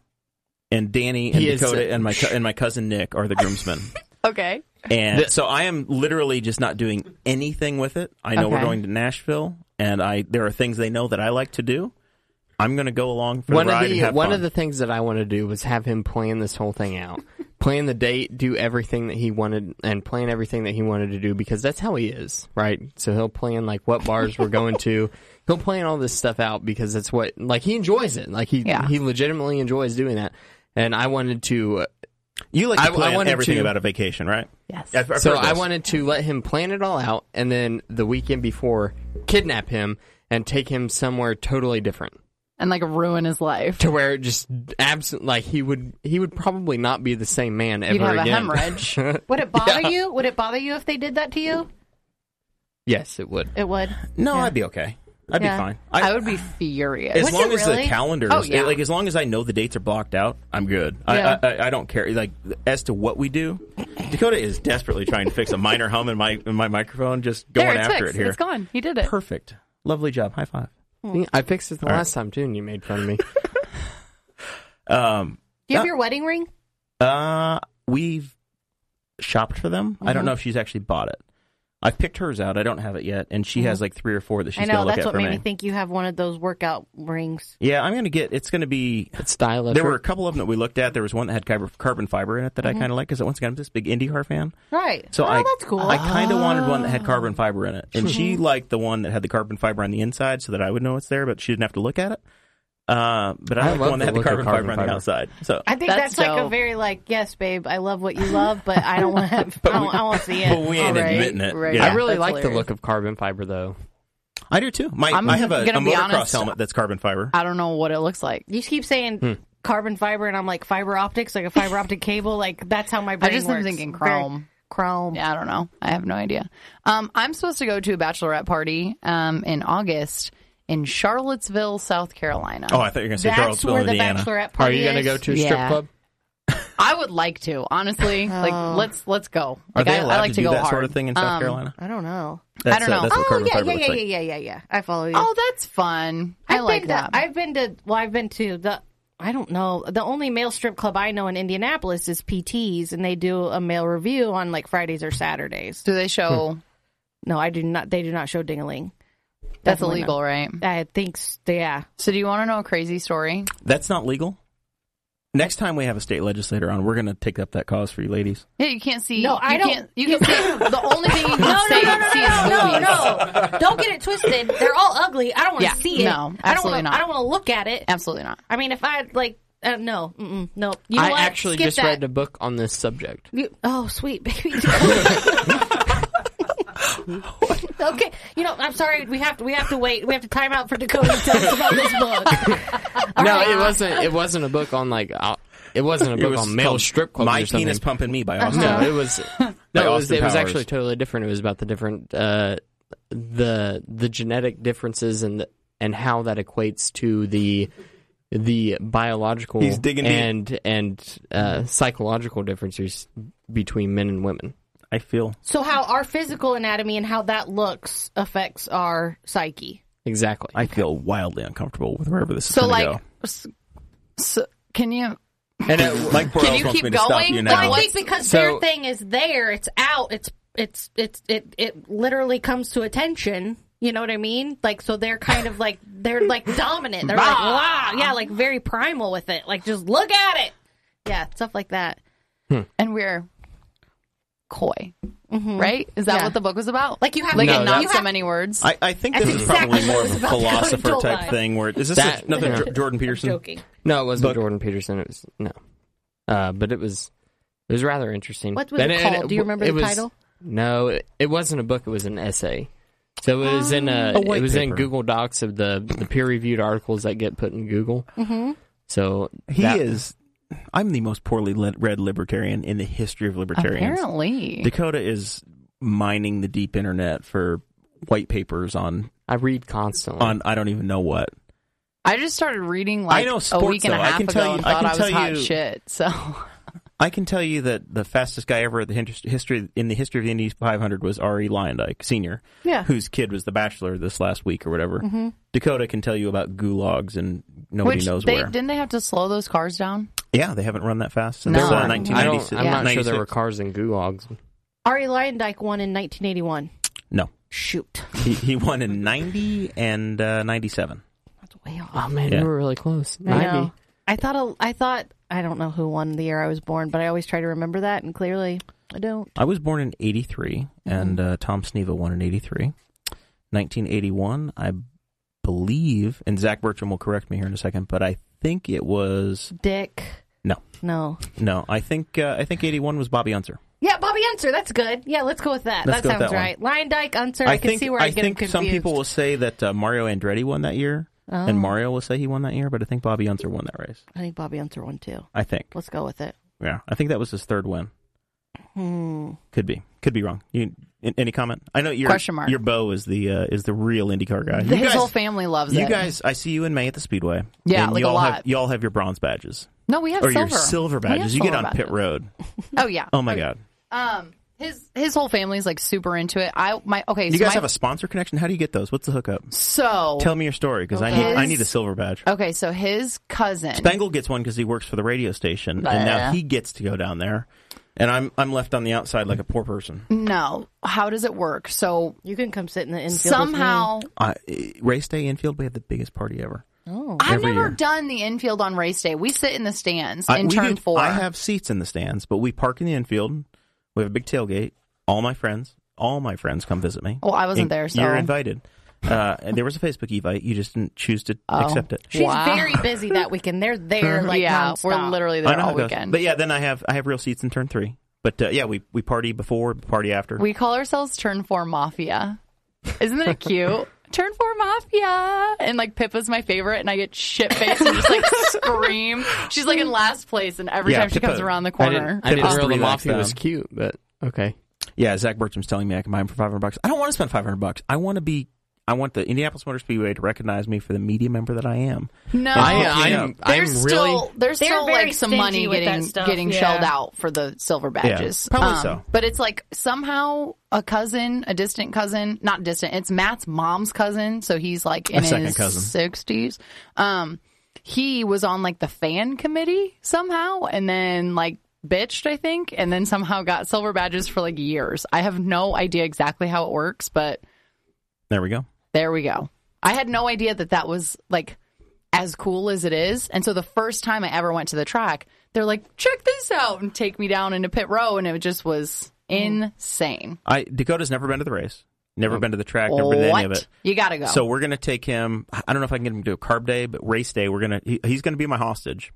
S1: and Danny and
S2: He is
S1: Dakota
S2: a-
S1: and my co- and my cousin Nick are the
S2: *laughs*
S1: groomsmen,
S4: okay.
S1: and
S2: The-
S1: so I am literally just not doing anything with it. I know we're
S4: Okay.
S1: going to Nashville, and I there are things they know that I like to do. I'm going to go along for
S2: one
S1: the
S2: of
S1: ride and
S2: the
S1: have
S2: one
S1: fun.
S2: of the things that I want to do was have him plan this whole thing out, plan the date, do everything that he wanted, and plan everything that he wanted to do because that's how he is, right? So he'll plan like what bars we're going to. He'll plan all this stuff out because that's what like he enjoys it. Like he
S4: Yeah.
S2: he legitimately enjoys doing that. And I wanted to uh,
S1: you like to
S2: I- I
S1: plan
S2: wanted
S1: everything
S2: to-
S1: about a vacation, right?
S4: Yes.
S1: I've- I've
S2: So
S1: heard
S2: I
S1: this.
S2: wanted to let him plan it all out, and then the weekend before, kidnap him and take him somewhere totally different,
S4: And like ruin his life.
S2: to where it just absent like he would he would probably not be the same man ever
S4: You'd have a
S2: again.
S4: hemorrhage.
S3: Would it bother you? Would it bother you if they did that to you?
S2: *laughs* yes, it would.
S3: It would.
S1: No, I'd be okay. I'd
S3: Yeah.
S1: be fine.
S4: I would be furious.
S1: as
S3: Was it
S1: long as the
S3: really?
S1: calendar
S4: Oh,
S1: is
S4: yeah.
S1: like as long as I know the dates are blocked out, I'm good.
S3: Yeah.
S1: I, I, I I don't care. Like as to what we do, Dakota is desperately trying to fix a minor hum in my in my microphone. Just going
S4: there, it's
S1: after
S4: fixed.
S1: it here.
S4: It's gone. He did it.
S1: Perfect. Lovely job. High five.
S2: Yeah, I fixed it the last time too, and you made fun
S1: *laughs*
S2: of me.
S1: Um,
S3: Do you have
S1: Yeah.
S3: your wedding ring?
S1: uh, we've shopped for them. I
S3: Mm-hmm.
S1: don't know if she's actually bought it. I've picked hers out. I don't have it yet, and she has like three or four that she's
S3: Mm-hmm. I know
S1: gonna look at
S3: that's what
S1: for
S3: made me think you have one of those workout rings.
S1: Yeah, I'm gonna get. It's gonna be
S2: It's dielectric.
S1: There were a couple of them that we looked at. There was one that had carbon- carbon fiber in it
S3: Mm-hmm.
S1: that I kind of like because once again I'm this big IndyCar fan.
S3: Right.
S1: So
S3: oh,
S1: I,
S3: that's cool.
S1: I kind of wanted one that
S4: Ah.
S1: had carbon fiber in it, and she liked the one that had the carbon fiber on the inside so that I would know it's there, but she didn't have to look at it. Uh, but I,
S2: I
S1: like the
S2: love
S1: one that
S2: the
S1: had the
S2: look of
S1: carbon,
S2: carbon
S1: fiber on the
S2: fiber.
S1: outside. So,
S3: I think
S4: That's
S3: that's, like a
S4: dope.
S3: very like yes, babe. I love what you love, but I don't want
S1: *laughs*
S3: to. have I don't, I won't see it.
S1: but we ain't
S4: Alright,
S1: admitting it.
S4: right.
S1: Yeah.
S2: I really
S4: that's
S2: like the
S4: hilarious.
S2: look of carbon fiber, though.
S1: I do too. My,
S4: I'm
S1: I have a, a
S4: gonna be
S1: motocross
S4: honest.
S1: helmet that's carbon fiber.
S4: I don't know what it looks like.
S3: You keep saying
S1: Hmm.
S3: carbon fiber, and I'm like fiber optics, like a fiber optic cable. Like that's how my
S4: I
S3: brain
S4: just
S3: works.
S4: am thinking
S3: Very-
S4: chrome.
S3: Chrome.
S4: Yeah, I don't know. I have no idea. Um, I'm supposed to go to a bachelorette party um, in August in Charlottesville, South Carolina.
S1: oh, I thought you were going to say
S3: That's
S1: Charlottesville,
S3: where the
S1: Indiana.
S3: bachelorette
S2: Are
S3: party
S2: you going to
S3: is.
S2: go to a strip
S4: Yeah.
S2: club?
S4: I would like to, honestly.
S3: Oh.
S4: Like, let's let's go.
S1: Are
S4: Like,
S1: they
S4: I,
S1: allowed
S4: I like
S1: to,
S4: to,
S1: do
S4: go
S1: that
S4: hard.
S1: sort of thing in South
S4: Um,
S1: Carolina?
S3: I don't know.
S1: That's,
S4: don't know.
S1: that's what
S3: oh
S1: carbon
S3: yeah,
S1: fiber
S3: yeah,
S1: looks
S3: yeah,
S1: like.
S3: yeah, yeah, yeah, yeah. I follow you.
S4: Oh, that's fun. I
S3: I've
S4: like
S3: been
S4: that.
S3: To, I've been to. Well, I've been to the. I don't know. The only male strip club I know in Indianapolis is PT's, and they do a male review on like Fridays or Saturdays.
S4: do they
S1: Hmm.
S4: show
S3: No, I do not. They do not show dingaling.
S4: that's
S3: Definitely
S4: illegal, right?
S3: not. I think. s- Yeah.
S4: So, do you want to know a crazy story?
S1: That's not legal. Next time we have a state legislator on, we're going to take up that cause for you ladies.
S4: Yeah, you can't see.
S3: No,
S4: you
S3: I don't-
S4: Can't, you can
S3: *laughs*
S4: see. The only thing you can
S3: No,
S4: say,
S3: no, no, no,
S4: see
S3: no,
S4: is
S3: no,
S4: movies.
S3: no, no. Don't get it twisted. They're all ugly. I don't want to
S4: Yeah,
S3: see it.
S4: no,
S3: I don't
S4: absolutely
S3: wanna-
S4: not.
S3: I don't want to look at it.
S4: Absolutely not.
S3: I mean, if I like, uh, no, mm-mm, no. You know
S2: I
S3: what?
S2: actually
S3: Skip
S2: just
S3: that.
S2: read a book on this subject.
S3: You- oh, sweet *laughs* baby. okay, you know, I'm sorry. We have to. We have to wait. We have to time out for Dakota to tell us about this book.
S2: no, it wasn't. It wasn't a book on like. Uh, it wasn't
S1: *laughs*
S2: a
S1: It
S2: book
S1: was
S2: on male
S1: called
S2: strip clubs
S1: My
S2: or something.
S1: Penis Pumping Me
S4: Uh-huh.
S1: by Austin.
S2: No, it *laughs* was. No, it was,
S1: Austin
S2: it was
S1: Powers.
S2: actually totally different. It was about the different uh, the the genetic differences and and how that equates to the the biological
S1: He's digging deep.
S2: and and uh, psychological differences between men and women.
S1: I feel.
S3: So, how our physical anatomy and how that looks affects our psyche.
S2: Exactly.
S1: I feel wildly uncomfortable with wherever this is
S4: So
S1: gonna
S4: like,
S1: go.
S4: s- so, can you?
S1: And it, Mike Borales
S4: you
S1: wants
S4: keep
S1: me to stop
S4: going?
S1: you
S3: Well,
S1: now.
S3: I think because
S2: So-
S3: their thing is there, it's out, it's it's it's it it literally comes to attention. You know what I mean? Like so, they're kind of like they're like dominant. They're like wow, yeah, like very primal with it. Like just look at it, yeah, stuff like that.
S4: And we're coy, right? Is
S3: Mm-hmm.
S4: that
S3: Yeah.
S4: what the book was about?
S3: Like you have
S4: like
S3: No,
S4: in not
S3: you
S4: so
S3: have-
S4: many words.
S1: I, I think
S3: That's
S1: this is
S3: exactly
S1: probably more
S3: what
S1: of
S3: I was
S1: a
S3: about to go,
S1: philosopher
S3: don't
S1: type
S3: lie.
S1: thing. Where is this
S2: That-
S1: a, nothing?
S2: yeah.
S1: Jo- Jordan Peterson.
S3: Joking.
S2: no, it wasn't
S1: book-
S2: Jordan Peterson. It was no, uh, but it was it was rather interesting.
S3: What was
S2: And
S3: it called? Do you remember
S2: it
S3: the
S2: was-
S3: title?
S2: No, it, it wasn't a book. It was an essay. So it was in a,
S1: Oh. A white
S2: it was in
S1: paper.
S2: Google Docs of the, the peer reviewed articles that get put in Google. Mm-hmm. So
S1: He
S2: that-
S1: is. I'm the most poorly led, read libertarian in the history of libertarians.
S4: Apparently,
S1: Dakota is mining the deep internet for white papers on
S2: I read constantly.
S1: on I don't even know what.
S4: I just started reading like
S1: I know
S4: a
S1: sports,
S4: week and a
S1: though. I
S4: half
S1: can
S4: ago
S1: tell you-
S4: and
S1: I
S4: thought
S1: can
S4: I, was
S1: tell
S4: hot
S1: you-
S4: shit. So
S1: I can tell you that the fastest guy ever at the hindus- history in the history of the Indy 500 was Ari Lyondike Senior,
S3: Yeah.
S1: whose kid was the Bachelor this last week or whatever. Dakota can tell you about gulags and *laughs* nobody
S4: Mm-hmm. which
S1: knows
S4: they
S1: where.
S4: didn't they have to slow those cars down?
S1: Yeah, they haven't run that fast since
S4: No.
S1: uh,
S4: There weren't.
S2: I don't,
S1: 1996.
S2: I'm not sure there were
S1: 96.
S2: cars and gulags.
S3: Ari Leyendijk won in 1981.
S1: No,
S3: Shoot,
S1: he, he won in 90 and uh, 97.
S3: that's way off.
S2: Oh man,
S1: Yeah.
S2: we were really close.
S3: I
S2: Ninety.
S3: know. I thought a, I thought I don't know who won the year I was born, but I always try to remember that, and clearly I don't.
S1: I was born in 83, and
S4: Mm-hmm.
S1: uh, Tom Sneva won in 83. 1981, I believe, and Zach Bertram will correct me here in a second, but I think it was
S3: Dick.
S1: No.
S3: No.
S1: no. I think uh, I think 81 was Bobby Unser.
S3: Yeah, Bobby Unser. That's good. Yeah, let's go with that.
S1: Let's
S3: that
S1: go with
S3: sounds
S1: that one.
S3: right. Lion Dyke Unser. I, can
S1: think
S3: see where I,
S1: I,
S3: get
S1: think
S3: him confused. Oh.
S1: some people will say that uh, Mario Andretti won that year,
S4: Oh.
S1: and Mario will say he won that year, but I think Bobby Unser won that race.
S3: I think Bobby Unser won too.
S1: I think.
S3: Let's go with it.
S1: Yeah, I think that was his third win.
S3: Hmm.
S1: Could be. Could be wrong. You a- any comment? I know your
S4: Question mark.
S1: Your Bo is the uh, is the real IndyCar guy. You
S4: His
S1: guys-
S4: whole family loves
S1: You
S4: it.
S1: guys, I see you in May at the Speedway.
S4: Yeah,
S1: and
S4: like
S1: you
S4: a
S1: all Have,
S4: lot.
S1: you all have your bronze badges
S4: no, we have
S1: or
S4: silver.
S1: Oh, your silver
S4: We have
S1: badges. You get
S4: silver
S1: on pit
S4: badges.
S1: road.
S4: Oh yeah.
S1: Oh my god!
S4: Um, his his whole family's like super into it. I my okay.
S1: You
S4: so
S1: guys
S4: my,
S1: have a sponsor connection. How do you get those? What's the hookup?
S4: so
S1: Tell me your story because I need I
S4: His-
S1: need a silver badge.
S4: okay. So his cousin.
S1: Spangle gets one because he works for the radio station, and now
S4: Blah.
S1: he gets to go down there, and I'm I'm left on the outside like a poor person.
S4: no, how does it work? So
S3: You can come sit in the infield. with
S4: somehow
S1: I, race day infield, we have the biggest party ever.
S4: I've
S1: Oh. every
S4: never
S1: year.
S4: done the infield on race day. We sit in the stands in
S1: we
S4: turn
S1: do-
S4: four.
S1: I have seats in the stands, but we park in the infield. We have a big tailgate. All my friends, all my friends come visit me.
S4: Well, I wasn't
S1: And
S4: there, so-
S1: you're invited. Uh, and there was a Facebook invite. You just didn't choose to
S4: Oh.
S1: accept it.
S3: me. She's
S4: Wow.
S3: very busy that weekend. They're
S4: *laughs*
S3: there like
S4: yeah,
S3: nonstop.
S4: we're literally
S1: I
S4: there
S1: know how
S4: all
S1: it goes.
S4: weekend.
S1: But yeah, then I have I have real seats in turn three. But uh, yeah, we we party before, party after.
S4: We call ourselves Turn Four Mafia. Isn't that cute? Turn Four Mafia, and like Pippa's my favorite, and I get shit faced and just like scream. She's like in last place, and every
S1: Yeah,
S4: time she
S1: Pippa-
S4: comes around the
S2: I
S4: corner,
S2: didn't, I didn't
S1: Pippa's
S2: realize the
S1: three laps
S2: mafia was
S1: down.
S2: cute, but okay.
S1: yeah, Zach Bertram's telling me I can buy them for five hundred bucks. I don't want to spend five hundred bucks. I want to be. I want the Indianapolis Motor Speedway to recognize me for the media member that I am.
S4: no,
S2: I,
S1: hook me
S2: I'm,
S1: up.
S2: I'm
S4: there's
S2: really.
S4: still there's
S3: They're
S4: still
S3: very
S4: like some
S3: stingy
S4: money
S3: with that
S4: getting
S3: stuff,
S4: getting
S3: yeah.
S4: shelled out for the silver badges. Um,
S1: probably so.
S4: But it's like somehow a cousin, a distant cousin, not distant. It's Matt's mom's cousin, so he's like in
S1: second
S4: his
S1: cousin.
S4: sixties. Um, he was on like the fan committee somehow, and then like bitched, I think, and then somehow got silver badges for like years. I have no idea exactly how it works, but
S1: There we go.
S4: there we go. I had no idea that that was like. as cool as it is. And so the first time I ever went to the track, they're like, check this out and take me down into pit row. And it just was insane.
S1: I Dakota's never been to the race, never been to the track, never been to any of
S4: What?
S1: it.
S4: You got to go.
S1: So we're gonna take him. I don't know if I can get him to do a carb day, but race day. We're gonna he, he's gonna be my hostage,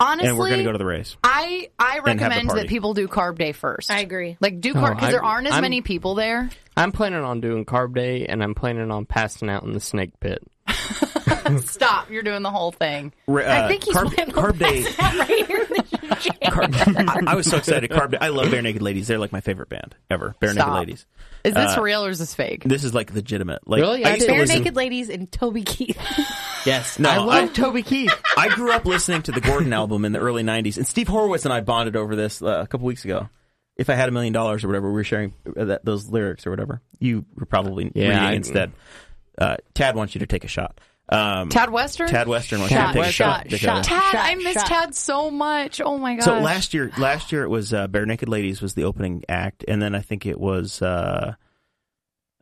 S4: Honestly,
S1: and we're gonna go to the race.
S4: I, I
S1: the
S4: recommend
S1: party.
S4: that people do carb day first.
S3: I agree.
S4: Like do carb because
S2: Oh, I-
S4: there aren't as
S2: I'm-
S4: many people there.
S2: I'm planning on doing carb day, and I'm planning on passing out in the snake pit.
S4: Stop! You're doing the whole thing.
S1: Ra-
S3: I
S1: uh,
S3: think he's
S1: carb,
S3: planning on
S1: carb day.
S3: passing out right here in the
S1: Carb, I, I was so excited. Carb day. I love Bare Naked Ladies. They're like my favorite band ever. Bare
S4: Stop.
S1: Naked Ladies.
S4: Is this
S1: Uh,
S4: real or is this fake?
S1: This is like legitimate. Like
S2: Really?
S1: I
S2: I
S1: used to
S2: didn't-
S3: Bare
S1: listen.
S3: naked ladies and Toby Keith. *laughs*
S2: Yes,
S1: No,
S2: Oh, I love
S1: I-
S2: Toby Keith.
S1: I grew up listening to the Gordon album in the early '90s, and Steve Horowitz and I bonded over this uh, a couple weeks ago. If I had a million dollars or whatever, we were sharing uh, that, those lyrics or whatever. You were probably
S2: Yeah,
S1: reading
S2: I-
S1: instead. Uh, Tad wants you to take a shot. Um,
S4: Tad Western.
S1: Tad Western wants
S4: Shot,
S1: you to take
S3: shot,
S1: a shot.
S3: shot.
S1: Dakota.
S4: Tad,
S3: Shot,
S4: I miss
S3: shot.
S4: Tad so much. Oh my gosh.
S1: So last year, last year it was uh, Bare Naked Ladies was the opening act, and then I think it was uh,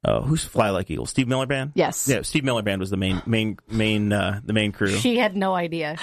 S1: uh, who's Fly Like Eagles? Steve Miller Band.
S4: Yes.
S1: yeah. Steve Miller Band was the main main main uh, the main crew.
S3: She had no idea.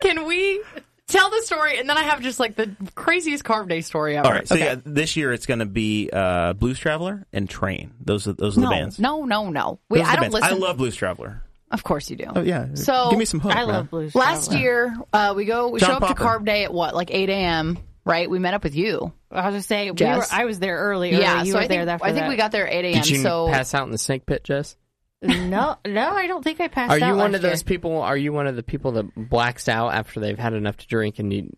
S4: Can we tell the story? And then I have just like the craziest carb day story ever.
S1: All right, so yeah, this year it's going to be uh, Blues Traveler and Train. Those are those are
S4: no,
S1: the bands.
S4: no, no, no.
S1: Those
S4: We,
S1: are the
S4: I don't
S1: bands.
S4: listen.
S1: I love Blues Traveler.
S4: Of course you do.
S1: Oh yeah.
S4: So-
S1: give me some hook.
S3: I
S1: man.
S3: love blues.
S4: Last
S3: Traveler.
S4: year, uh, we go we
S1: John
S4: show up to
S1: Popper.
S4: carb day at what like eight a.m. Right? We met up with you.
S3: I was gonna say we were,
S4: Jess?
S3: I was there early.
S4: yeah.
S3: early. you
S4: so
S3: were
S4: I think
S3: there. after
S4: I think
S3: that.
S4: we got there at eight
S2: *laughs*
S4: a.m.
S2: Did you
S4: so
S2: pass out in the snake pit, Jess?
S3: *laughs* No, no, I don't think I passed.
S2: Are you
S3: out
S2: one
S3: last
S2: of those
S3: year.
S2: people? Are you one of the people that blacks out after they've had enough to drink and you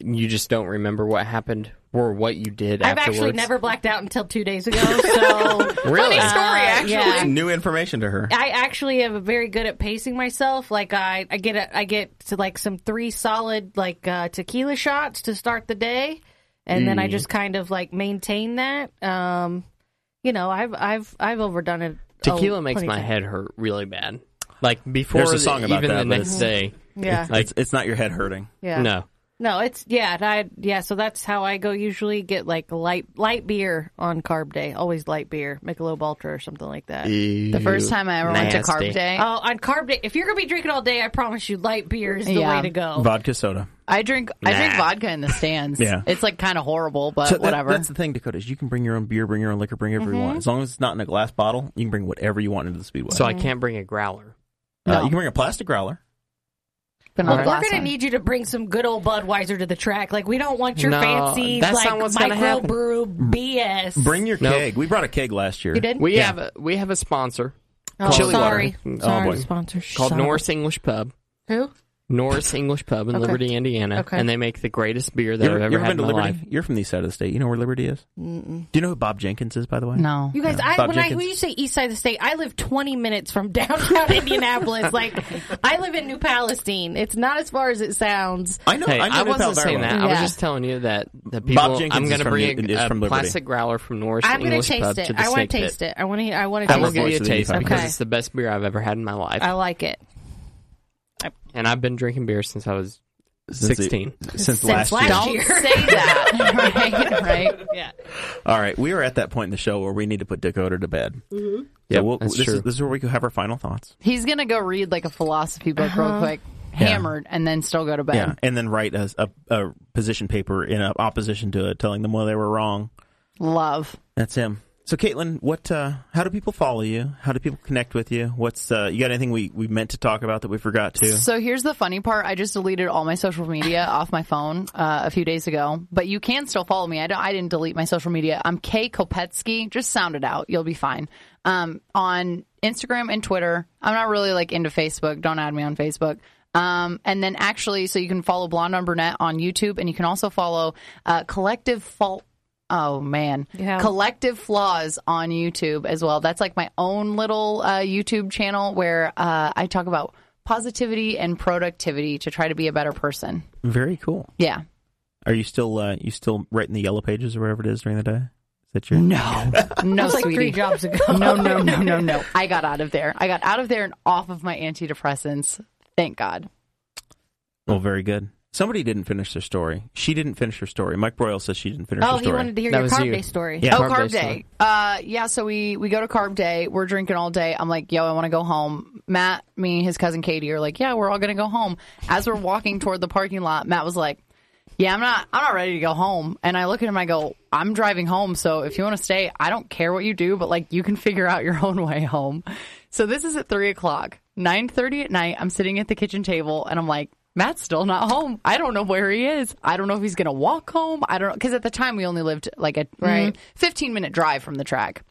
S2: you just don't remember what happened or what you did
S3: I've
S2: afterwards?
S3: actually never blacked out until two days ago. So
S2: really.
S3: Uh, yeah.
S1: new information to her.
S3: I actually am very good at pacing myself. Like I, I get a, I get to like some three solid like uh, tequila shots to start the day, and then I
S2: Mm-hmm.
S3: just kind of like maintain that. Um, you know, I've I've I've overdone it. a-
S2: Tequila makes
S3: plenty
S2: my
S3: of
S2: head hurt really bad. Like before,
S1: There's a
S2: the-
S1: song about
S2: even
S1: that,
S2: the
S1: but it's-
S2: next day.
S3: times. Yeah,
S2: Like-
S1: it's, it's not your head hurting.
S3: yeah.
S2: No,
S3: No, it's yeah, and I yeah. So that's how I go. Usually get like light light beer on carb day. Always light beer, Michelob Ultra or something like that.
S4: the first time I ever went to
S2: Nasty.
S4: carb day,
S3: Oh, on carb day, if you're gonna be drinking all day, I promise you, light beer is the
S4: Yeah.
S3: way to go.
S1: Vodka soda.
S4: I drink I drink
S2: Nah.
S4: vodka in the stands.
S1: Yeah.
S4: It's like kind of horrible, but
S1: So that-
S4: Uh, whatever. Mm-hmm.
S1: that's the thing, Dakota. Is you can bring your own beer, bring your own liquor, bring whatever you want. As long as it's not in a glass bottle, you can bring whatever you want into the speedway.
S2: so I can't bring a growler.
S1: Uh,
S4: No.
S1: you can bring a plastic growler.
S4: Been
S3: Well,
S4: on the
S3: we're
S4: last
S3: gonna
S4: one.
S3: need you to bring some good old Budweiser to the track. Like we don't want your
S2: No,
S3: fancy
S2: that's
S3: like
S2: not what's gonna happen.
S3: microbrew BS.
S1: Bring your
S2: Nope.
S1: keg. We brought a keg last year.
S3: you did.
S2: We have a, we have a sponsor
S3: oh,
S1: Chili
S3: sorry,
S1: water. Oh,
S3: sorry,
S1: boy.
S3: sponsors
S2: called
S3: Sorry.
S2: Norris English Pub.
S3: Who?
S2: *laughs* Norris English Pub in
S3: Okay.
S2: Liberty, Indiana,
S3: Okay.
S2: and they make the greatest beer that
S1: You ever,
S2: I've
S1: you
S2: ever
S1: ever
S2: had
S1: been
S2: in
S1: to
S2: my
S1: Liberty?
S2: life.
S1: You're from the east side of the state. You know where Liberty is? Do you know who Bob Jenkins is, by the way?
S4: No.
S3: You guys, I,
S1: Bob
S3: when I
S1: Jenkins.
S3: when you say east side of the state, I live 20 minutes from *laughs* downtown Indianapolis. Like, I live in New Palestine. It's not as far as it sounds.
S1: I know.
S2: Hey,
S1: I, know
S2: *laughs* I, wasn't
S1: Pal
S2: saying that. I was
S4: Yeah.
S2: just telling you that the people.
S1: Jenkins
S2: I'm
S1: is
S2: going to
S1: from
S2: bring
S1: New-
S2: a,
S1: is
S2: a
S1: from Liberty.
S2: plastic growler from Norris
S3: I'm going
S2: English
S3: to taste
S2: Pub to
S3: it.
S2: the
S3: I want
S2: Snake
S3: to taste
S2: Pit.
S3: it. I want to. I want to
S2: I will
S3: taste
S2: give
S3: it.
S2: you a
S1: Unfortunately,
S2: taste
S1: you
S2: because
S3: can't.
S2: it's the best beer I've ever had in my life,
S3: I like it.
S2: and I've been drinking beer since I was
S1: Since the-
S2: 16.
S1: Since,
S3: Since
S1: last year.
S3: last
S4: Don't
S3: year.
S4: say that. *laughs* right, right.
S3: Yeah.
S1: All right, we are at that point in the show where we need to put Dakota to bed. Yeah, we'll,
S2: that's
S1: this,
S2: true.
S1: Is, this is where we can have our final thoughts.
S4: He's gonna go read like a philosophy book real quick, hammered, and then still go to bed.
S1: and then write a, a, a position paper in uh, opposition to it, telling them well they were wrong.
S4: Love.
S1: That's him. So, Caitlin, what? Uh, how do people follow you? How do people connect with you? What's uh, you got? Anything we, we meant to talk about that we forgot to?
S4: So here's the funny part. I just deleted all my social media off my phone uh, a few days ago, but you can still follow me. I don't. I didn't delete my social media. I'm Kay Kopetsky. Just sound it out. You'll be fine. Um, on Instagram and Twitter. I'm not really like into Facebook. Don't add me on Facebook. Um, and then actually, so you can follow Blonde on Brunette on YouTube, and you can also follow uh, Collective Fault. Oh man,
S3: Yeah.
S4: Collective Flaws on YouTube as well. That's like my own little uh, YouTube channel where uh, I talk about positivity and productivity to try to be a better person.
S1: Very cool.
S4: Yeah.
S1: Are you still uh, you still writing the yellow pages or whatever it is during the day? Is that your
S4: No, no,
S3: That's like
S4: sweetie.
S3: three jobs ago.
S4: *laughs* No, no, no, no, no. I got out of there. I got out of there and off of my antidepressants. Thank God.
S1: Well, very good. Somebody didn't finish their story. She didn't finish her story. Mike Broyle says she didn't finish
S3: Oh,
S1: her
S3: he
S1: story.
S3: wanted to hear
S2: That
S3: your
S2: was
S3: carb
S2: you.
S3: day story.
S1: Yeah.
S4: oh, carb
S2: day
S4: day. Uh, yeah. So we we go to carb day. We're drinking all day. I'm like, yo, I want to go home. Matt, me, his cousin Katie are like, yeah, we're all gonna go home. As we're walking toward the parking lot, Matt was like, yeah, I'm not, I'm not ready to go home. And I look at him, I go, I'm driving home. So if you want to stay, I don't care what you do, but like you can figure out your *laughs* own way home. So this is at three o'clock, nine thirty at night. I'm sitting at the kitchen table, and I'm like. Matt's still not home. I don't know where he is. I don't know if he's going to walk home. I don't know. Because at the time, we only lived like a
S3: Right.
S4: mm, 15 minute drive from the track.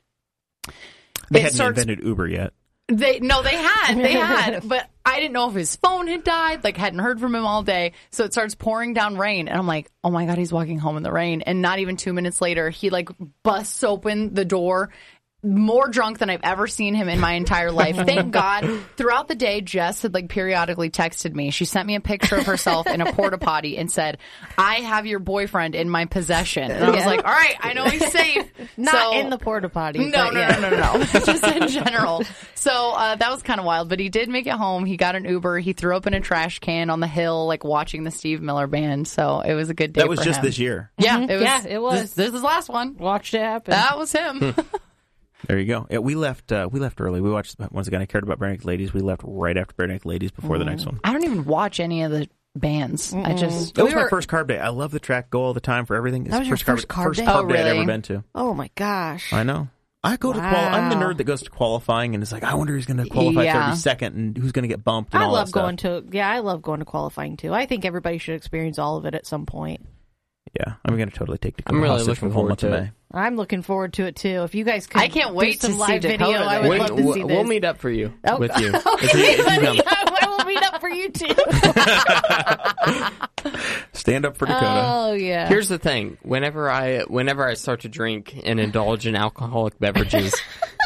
S1: they
S4: it
S1: hadn't
S4: starts-
S1: invented Uber yet.
S4: They no, they had,
S3: *laughs*
S4: they had, but I didn't know if his phone had died. Like, hadn't heard from him all day. So it starts pouring down rain, and I'm like, oh my god, he's walking home in the rain. And not even two minutes later, he like busts open the door. More drunk than I've ever seen him in my
S3: *laughs*
S4: entire life. Thank God. Throughout the day, Jess had like periodically texted me. She sent me a picture of herself in a porta potty and said, "I have your boyfriend in my possession." And I was
S3: Yeah.
S4: like, "All right, I know he's safe."
S3: Not
S4: So-
S3: in the porta potty.
S4: no,
S3: but
S4: no,
S3: yeah.
S4: no, no, no, no. *laughs* Just in general. So uh, that was kind of wild, but he did make it home. He got an Uber. He threw up in a trash can on the hill, like watching the Steve Miller band. So it was a good day.
S1: That was
S4: for
S1: just
S4: him.
S1: this year.
S4: Mm-hmm. Yeah, it was.
S3: Yeah, it was.
S4: This, this is his last one.
S3: Watched it happen.
S4: That was him.
S1: Hmm. There you go. Yeah, we left. Uh, we left early. We watched once again. I cared about Bare Naked Ladies. We left right after Bare Naked Ladies before the
S3: Mm.
S1: next one.
S4: *laughs* I don't even watch any of the bands. I just
S1: That
S4: we
S1: was
S4: were-
S1: my first carb day. I love the track. Go all the time for everything. It's
S3: That was your first carb
S1: first
S3: day?
S1: carb
S4: Oh,
S1: day I'd
S4: really?
S1: ever been to.
S3: oh my gosh.
S1: I know. I go to qual. I'm the
S3: Wow.
S1: nerd that goes to qualifying and is like, I wonder who's going to qualify
S4: Yeah.
S1: 32nd and who's going to get bumped. And
S3: I
S1: all
S3: love
S1: that stuff.
S3: going to yeah, I love going to qualifying too. I think everybody should experience all of it at some point.
S1: Yeah, I'm going to totally take Dakota
S2: I'm really
S1: hostage for
S2: looking
S1: the whole
S2: forward
S1: month
S2: to
S1: of
S2: it.
S1: May.
S3: I'm looking forward to it too. If you guys could
S4: I can't
S3: do
S4: wait to
S3: some
S4: see
S3: live
S4: Dakota
S3: video, I would
S4: there.
S2: When-
S3: love to see
S2: we'll,
S3: this.
S2: we'll meet up for you
S3: Oh.
S2: with
S3: *laughs*
S2: you.
S3: buddy. *laughs* I will meet up for
S1: *laughs*
S3: you too.
S1: Stand up for Dakota.
S3: Oh yeah.
S2: Here's the thing: whenever I whenever I start to drink and indulge in alcoholic
S3: *laughs*
S2: beverages,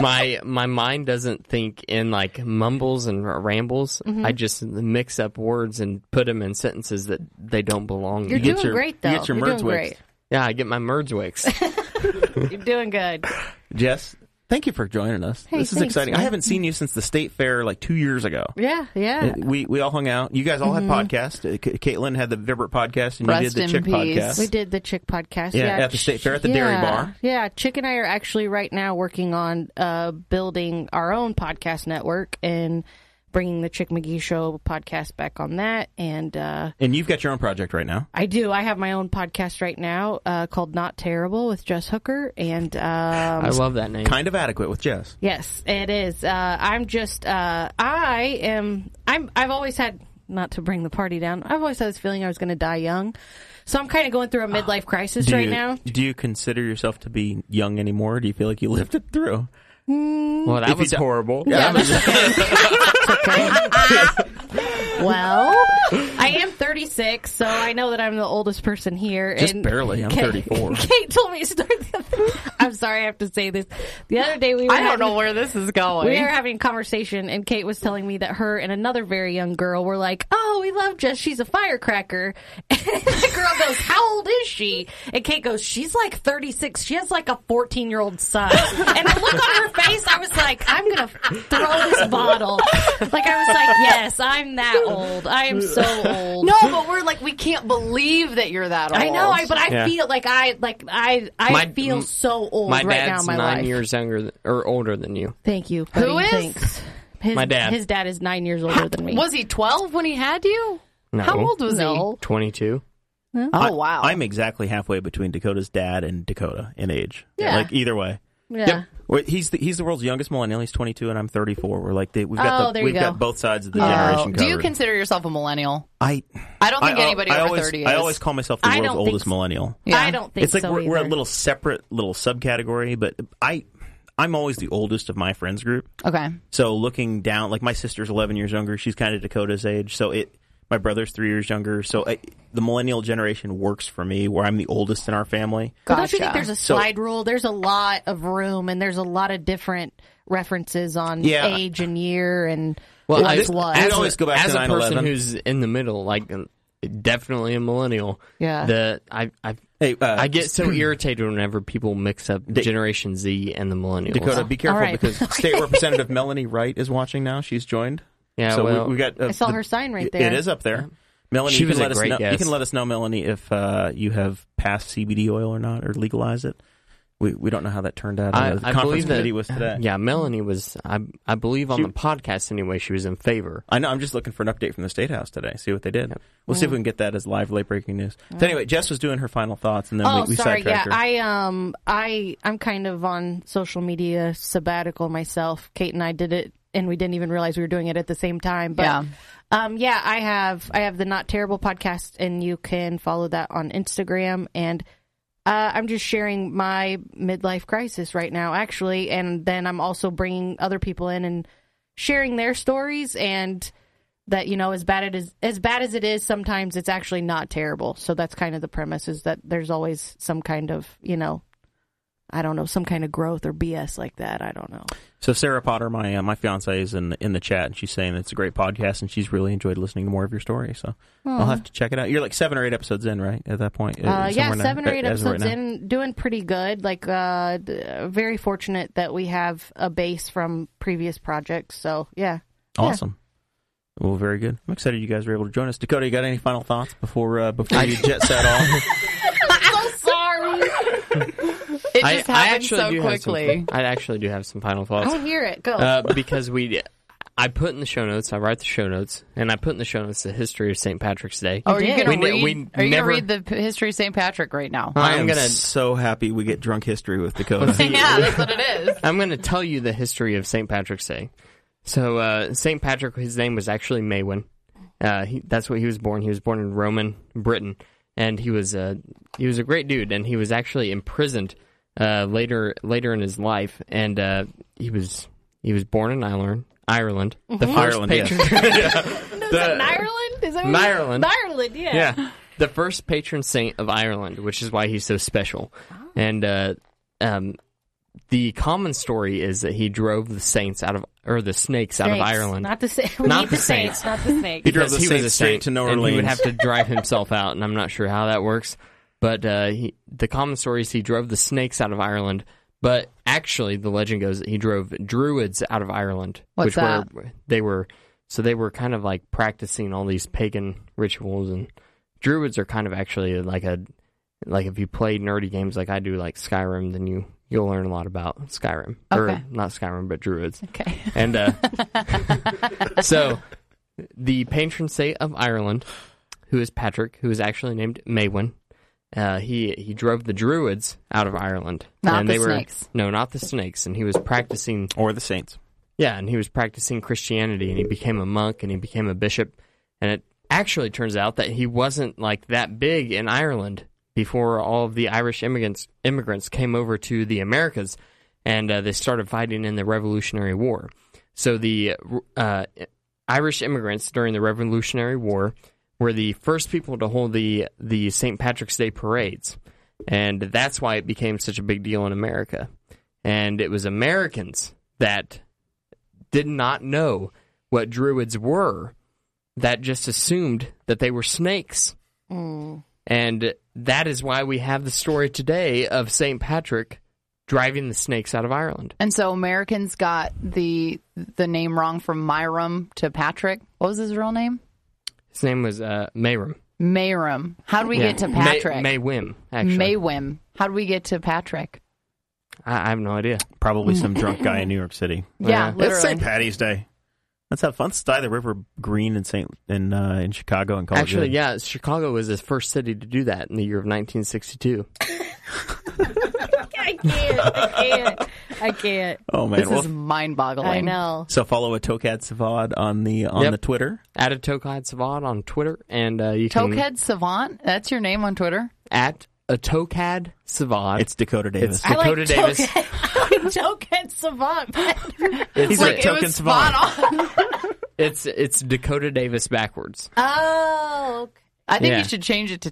S2: my my mind doesn't think in like mumbles and rambles.
S3: Mm-hmm.
S2: I just mix up words and put them in sentences that they don't belong.
S3: You're
S2: in.
S3: doing
S1: your-
S3: great though.
S1: you get your
S3: You're doing
S1: Merds
S3: great.
S1: wigs.
S2: yeah, I get my
S3: *laughs*
S2: Merdswicks.
S3: You're doing good.
S1: Jess, thank you for joining us.
S3: Hey,
S1: this is
S3: thanks,
S1: exciting. I
S3: man.
S1: haven't seen you since the state fair like two years ago.
S3: Yeah, Mm-hmm. yeah.
S1: It- We we all hung out. You guys all had podcasts. Uh, K- Caitlin had the Vibrant podcast, and you
S4: Rest
S1: did
S4: in
S1: the Chick
S4: peace.
S1: podcast.
S3: We did the Chick podcast.
S1: Yeah,
S3: Yeah,
S1: at the state fair, at the
S3: yeah,
S1: dairy bar.
S3: Yeah, Chick and I are actually right now working on uh, building our own podcast network and bringing the Chick McGee Show podcast back on that. And uh,
S1: And you've got your own project right now.
S3: I do. I have my own podcast right now uh, called Not Terrible with Jess Hooker. And um,
S2: I love that name.
S1: Kind of adequate with Jess.
S3: Yes, it is. Uh, I'm just uh, I am I'm I've always had not to bring the party down. I've always had this feeling I was going to die young. So I'm kind of going through
S1: *gasps*
S3: a midlife crisis
S1: Do
S3: right
S1: you,
S3: now.
S1: Do you consider yourself to be young anymore? Do you feel like you lived it through?
S2: Well, that
S1: you
S2: was
S1: don't-
S2: horrible.
S1: Yeah.
S3: *laughs* Well, I am 36, so I know that I'm the oldest person here.
S1: Just barely. I'm
S3: Kate-
S1: 34.
S3: *laughs* Kate told me to start. The I'm sorry, I have to say this. The other day we were
S4: I don't
S3: having-
S4: know where this is going.
S3: We were having a conversation, and Kate was telling me that her and another very young girl were like, "Oh, we love Jess. She's a firecracker." *laughs* And the girl goes, "How old is she?" And Kate goes, "She's like 36. She has like a 14 year old son." *laughs* And the look on her face, I was like, "I'm gonna throw this bottle." Like I was like, "Yes, I'm that old. I am so old."
S4: *laughs* no, but we're like, we can't believe that you're that old.
S3: I know, I, but I
S1: Yeah.
S3: feel like I like I I
S2: My-
S3: feel so old
S2: My
S3: right now
S2: dad's
S3: in my
S2: nine
S3: life.
S2: years younger th- or older than you.
S3: Thank you.
S4: Who
S3: buddy.
S4: is?
S3: Thanks. His,
S2: My dad.
S3: His dad is nine *gasps* years older than me.
S4: was he 12 when he had you?
S2: No.
S4: How old was
S3: No.
S2: Twenty-two.
S4: he? Oh wow,
S1: I'm exactly halfway between Dakota's dad and Dakota in age.
S4: Yeah.
S1: Like either way.
S3: Yeah.
S1: Wait, He's the, he's the world's youngest millennial. He's 22 and I'm 34. We're like the, we've got
S3: Oh,
S1: the-
S3: there you
S1: we've
S3: go.
S1: got both sides of the
S4: Oh.
S1: generation covered.
S4: Do you consider yourself a millennial?
S1: I
S4: I don't think
S1: I,
S4: anybody
S1: I
S4: over
S1: always,
S4: 30 is.
S1: I always call myself the
S3: I
S1: world's
S3: don't think
S1: oldest
S3: so.
S1: millennial.
S4: Yeah.
S3: I don't think
S1: it's like
S3: so
S1: we're,
S3: either.
S1: we're a little separate little subcategory, but I I'm always the oldest of my friends group.
S4: Okay.
S1: So looking down, like my sister's 11 years younger. She's kind of Dakota's age. So it, my brother's three years younger. So I, the millennial generation works for me, where I'm the oldest in our family.
S3: But don't you
S4: Gotcha.
S3: think there's a
S1: So-
S3: slide rule? There's a lot of room, and there's a lot of different references on
S1: Yeah.
S3: age and year and
S2: Well,
S3: what's
S2: I,
S3: what.
S1: I
S2: As,
S1: don't- always
S2: a,
S1: go back
S2: as
S1: to
S2: a person
S1: 9/11.
S2: who's in the middle, like um, definitely a millennial.
S3: Yeah.
S2: The I I
S1: Hey, uh,
S2: I get
S1: *clears throat*
S2: so irritated whenever people mix up Generation Z and the millennials.
S1: Dakota, be careful
S3: right. *laughs*
S1: because State Representative Melanie Wright is watching now. She's joined.
S2: Yeah,
S1: so
S2: well,
S1: we, we got. uh,
S3: I saw her sign right
S1: it-
S3: there.
S1: It is up there. Melanie,
S2: She
S1: you
S2: was
S1: can
S2: a
S1: let us
S2: great
S1: know, You
S2: guest.
S1: can let us know, Melanie, if uh, you have passed CBD oil or not, or legalize it. We we don't know how that turned out.
S2: I-
S1: know the
S2: I
S1: conference
S2: believe that-
S1: committee
S2: *laughs*
S1: was today.
S2: Yeah, Melanie was. I I believe on
S1: She-
S2: the podcast anyway. She was in favor.
S1: I know. I'm just looking for an update from the state house today. See what they did. We'll see if we can get that as live late breaking news. So anyway, Jess was doing her final thoughts, and then
S3: Oh,
S1: we, we
S3: sorry. Yeah,
S1: sidetracked her.
S3: I um, I I'm kind of on social media sabbatical myself. Kate and I did it, and we didn't even realize we were doing it at the same time. But
S4: Yeah.
S3: um, yeah, I have I have the Not Terrible podcast, and you can follow that on Instagram. And uh, I'm just sharing my midlife crisis right now, actually, and then I'm also bringing other people in and sharing their stories and that you know as bad it is as bad as it is sometimes it's actually not terrible so that's kind of the premise is that there's always some kind of you know i don't know some kind of growth or bs like that i don't know
S1: So Sarah Potter, my uh, my fiance, is in in the chat, and she's saying it's a great podcast, and she's really enjoyed listening to more of your story. So I'll have to check it out. You're like seven or eight episodes in, right? At that point,
S3: uh, yeah
S1: Somewhere now-
S3: seven or eight
S1: as of right
S3: episodes
S1: now.
S3: in doing pretty good like uh d- very fortunate that we have a base from previous projects so yeah Yeah.
S1: Awesome. Well, very good. I'm excited you guys were able to join us. Dakota, you got any final thoughts before uh, before *laughs* you jet set off?
S4: so sorry. *laughs* It
S2: I,
S4: just
S2: I
S4: happened
S2: actually
S4: so
S2: do have some-
S4: quickly.
S2: I actually do have some final
S3: i
S2: thoughts.
S3: don't hear it go
S2: uh, because we, I put in the show notes. I write the show notes, and I put in the show notes the history of St. Patrick's Day.
S4: Oh, are you
S3: did.
S4: gonna
S2: We ne-
S4: read?
S2: we
S4: are you
S2: never- Uh,
S4: gonna read the p- history of St. Patrick right now?
S1: I
S2: I'm
S1: am
S2: gonna-
S1: so happy we get drunk history with Dakota.
S4: *laughs* yeah, that's what it is.
S2: I'm going to tell you the history of St. Patrick's Day. So uh, St. Patrick, his name was actually Maywin. Uh, he, that's what he was born. He was born in Roman Britain, and he was a he was a great dude. And he was actually imprisoned uh, later later in his life, and uh, he was he was born in Ireland. Ireland, the
S1: *laughs*
S2: first
S1: Ireland, Mm-hmm. yes.
S2: patron.
S3: is it ireland is that what you-
S2: Ireland.
S3: Mm. ireland yeah
S2: yeah. The first patron saint of Ireland, which is why he's so special.
S3: Oh.
S2: And uh, um, the common story is that he drove the saints out of, or the snakes out of
S3: Saints.
S2: Ireland.
S3: not the sa- we
S2: Not *laughs*
S3: need
S2: the
S3: the saints,
S2: saints.
S3: not the snakes
S1: He drove
S2: because
S1: the
S2: he was
S1: saint
S2: a
S1: straight
S2: saint,
S1: to New
S2: and he would
S1: Orleans.
S2: have to drive himself out, and I'm not sure how that works. But uh, he, the common story is he drove the snakes out of Ireland, but actually the legend goes that he drove druids out of Ireland,
S4: What's
S2: which were they were so they were kind of like practicing all these pagan rituals, and druids are kind of actually like a like if you play nerdy games like I do, like Skyrim, then you you'll learn a lot about Skyrim,
S4: Okay.
S2: or not Skyrim, but druids.
S4: *laughs* Okay.
S2: And uh, *laughs* so, the patron saint of Ireland, who is Patrick, who is actually named Maywin, uh, he he drove the Druids out of Ireland.
S4: Not
S2: and
S4: the
S2: they were,
S4: snakes.
S2: No, not the snakes. And he was practicing.
S1: or the Saints.
S2: Yeah, and he was practicing Christianity, and he became a monk, and he became a bishop. And it actually turns out that he wasn't like that big in Ireland before all of the Irish immigrants immigrants came over to the Americas, and uh, they started fighting in the Revolutionary War. So the uh, Irish immigrants during the Revolutionary War were the first people to hold the the St. Patrick's Day parades, and that's why it became such a big deal in America. And it was Americans that did not know what druids were that just assumed that they were snakes. And that is why we have the story today of St. Patrick driving the snakes out of Ireland.
S4: And so Americans got the the name wrong from Myram to Patrick. What was his real name?
S2: His name was uh, Mayrim.
S4: Mayram. How do we get to Patrick?
S2: May- Maywim, actually.
S4: Maywim. How do we get to Patrick?
S2: I-, I have no idea.
S1: Probably some drunk guy in New York City.
S4: Yeah,
S2: Yeah.
S1: It's St.
S4: literally.
S1: Patty's Day. Let's have fun. Let's dye the river green in Saint in uh, in Chicago and call
S2: actually,
S1: it good.
S2: yeah, Chicago was the first city to do that in the year of 1962.
S3: i can't i can't i can't
S1: Oh man.
S4: This
S1: Well,
S4: is mind boggling.
S3: i *laughs* know
S1: so follow a Tokad Savad on the on
S2: Yep.
S1: the Twitter.
S2: Added Tokad Savad on Twitter, and uh, you can
S4: Tokehead Savant, that's your name on Twitter.
S2: at a Tokad Savad.
S1: It's Dakota Davis.
S2: It's- Dakota
S3: I
S2: Davis.
S3: like Token, I like Token Savant. better.
S2: It's
S1: like,
S2: a-
S1: Token Savant.
S4: on.
S2: It's it's Dakota Davis backwards.
S3: *laughs* oh, okay.
S4: I think
S2: Yeah.
S4: you should change it to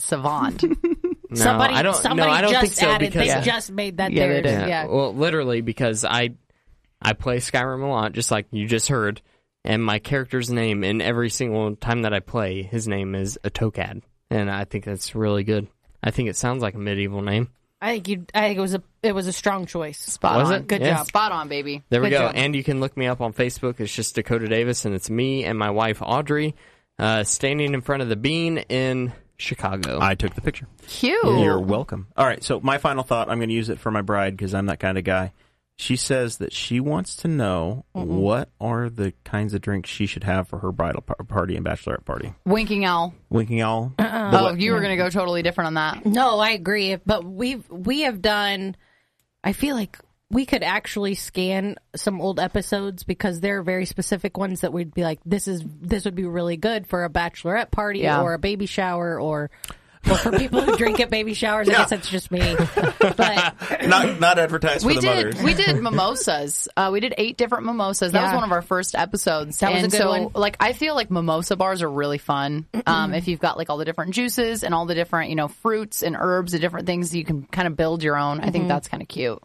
S3: *laughs*
S4: Savant.
S2: No,
S3: somebody,
S2: I don't.
S3: somebody
S2: no, I don't
S3: just
S2: think so
S3: added.
S2: because
S3: they just made that
S4: Yeah,
S3: yeah,
S4: they
S3: there.
S4: did.
S3: Yeah.
S2: Uh, Well, literally because I I play Skyrim a lot, just like you just heard, and my character's name in every single time that I play, his name is Atokad, and I think that's really good. I think it sounds like a medieval name.
S3: I think you. I think it was a. It was a strong choice.
S4: Spot
S2: Was
S4: on.
S2: it? Good Yeah. job.
S4: Spot on, baby.
S2: There we
S3: Good
S2: go.
S3: job.
S2: And you can look me up on Facebook. It's just Dakota Davis, and it's me and my wife Audrey. uh, standing in front of the bean in Chicago.
S1: I took the picture.
S4: Cute.
S1: You're welcome. All right, so my final thought. I'm going to use it for my bride because I'm that kind of guy. She says that she wants to know what are the kinds of drinks she should have for her bridal par- party and bachelorette party.
S4: Winking owl.
S1: Winking owl.
S4: Oh, you were going to go totally different on that.
S3: No, I agree. But we've we have done. I feel like we could actually scan some old episodes because there are very specific ones that we'd be like, this is this would be really good for a bachelorette party
S4: Yeah.
S3: or a baby shower or. Well, for people who drink at baby showers, I guess that's just me.
S2: *laughs*
S3: But
S1: *laughs* not not advertised for
S4: We
S1: the
S4: did.
S1: mothers.
S4: We did mimosas. Uh, we did eight different mimosas. That was
S3: Yeah.
S4: one of our first episodes.
S3: That was a
S4: and
S3: good
S4: so,
S3: one.
S4: like, I feel like mimosa bars are really fun. Um, if you've got like all the different juices and all the different, you know, fruits and herbs and different things, you can kind of build your own. I
S3: Mm-hmm.
S4: think that's kind of cute.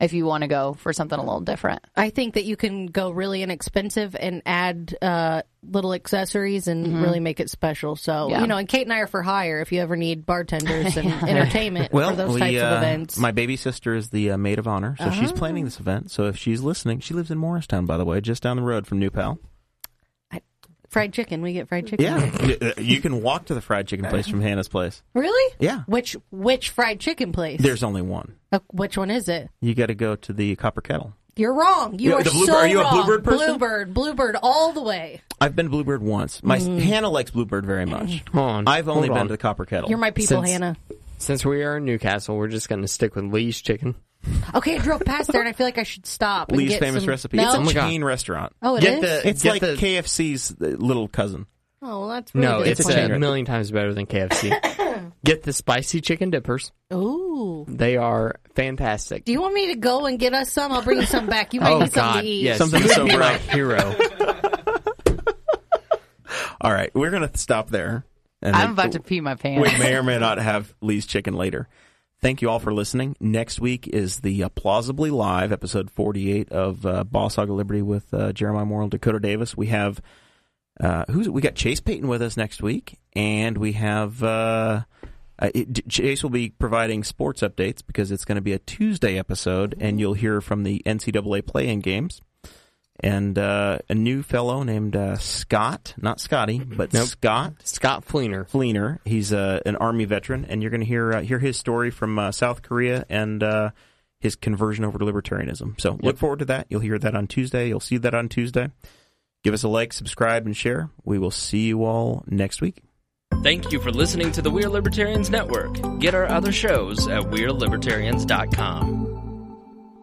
S4: If you want to go for something a little different,
S3: I think that you can go really inexpensive and add uh, little accessories and really make it special. So
S4: Yeah.
S3: you know, and Kate and I are for hire if you ever need bartenders and entertainment for those
S1: we,
S3: types
S1: uh,
S3: of events.
S1: My baby sister is the uh, maid of honor, so she's planning this event. So if she's listening, she lives in Morristown, by the way, just down the road from New Pal.
S3: fried chicken, we get fried chicken.
S1: Yeah, Y- uh, *laughs* you can walk to the fried chicken place from Hannah's place.
S3: Really?
S1: Yeah.
S3: Which which fried chicken place?
S1: There's only one.
S3: Uh, which one is it?
S1: You got to go to the Copper Kettle.
S3: You're wrong. You
S1: Yeah,
S3: are
S1: the Bluebird-
S3: so
S1: are you a
S3: wrong.
S1: Bluebird person?
S3: Bluebird, Bluebird, all the way.
S1: I've been to Bluebird once. My
S3: Mm.
S1: Hannah likes Bluebird very much.
S3: *laughs*
S2: Hold on,
S1: I've only
S2: hold
S1: been
S2: on.
S1: to the Copper Kettle.
S3: You're my people,
S2: Since-
S3: Hannah.
S2: Since we are in Newcastle, we're just going to stick with Lee's Chicken.
S3: Okay, I drove past there and I feel like I should stop. and
S1: Lee's
S3: get
S1: famous
S3: some-
S1: recipe.
S3: No?
S1: It's a
S2: my God.
S1: chain restaurant.
S3: oh, it
S2: Get
S3: is?
S2: the-
S1: It's
S2: Get
S1: like
S2: the-
S1: KFC's uh, little cousin.
S3: oh, well, that's really
S2: No, it's
S1: a chain
S2: a
S1: restaurant.
S2: million times better than
S3: *coughs*
S2: KFC. Get the spicy chicken dippers.
S3: A, Ooh.
S2: They are fantastic.
S3: Do you want me to go and get us some? I'll bring you some back. You might
S2: oh
S3: need something
S2: God,
S3: to eat.
S2: yes,
S1: Something
S2: you
S1: so
S2: be my
S1: bright.
S2: hero.
S1: *laughs* All right, we're gonna stop there. And
S4: I'm about to pee my pants.
S1: we may or may not have Lee's chicken later. Thank you all for listening. Next week is the uh, plausibly live episode 48 of uh, Boss Hog of Liberty with uh, Jeremiah Moore and Dakota Davis. We have uh, who's we got Chase Payton with us next week, and we have uh, uh, it, Chase will be providing sports updates because it's going to be a Tuesday episode, and you'll hear from the NCAA play-in games. And uh, a new fellow named uh, Scott, not Scotty, but
S2: Nope.
S1: Scott
S2: Scott Fleener.
S1: Fleener. He's uh, an Army veteran, and you're going to hear uh, hear his story from uh, South Korea and uh, his conversion over to libertarianism. So look forward to that. You'll hear that on Tuesday. You'll see that on Tuesday. Give us a like, subscribe, and share. We will see you all next week.
S6: Thank you for listening to the We're Libertarians Network. Get our other shows at We'reLibertarians.com.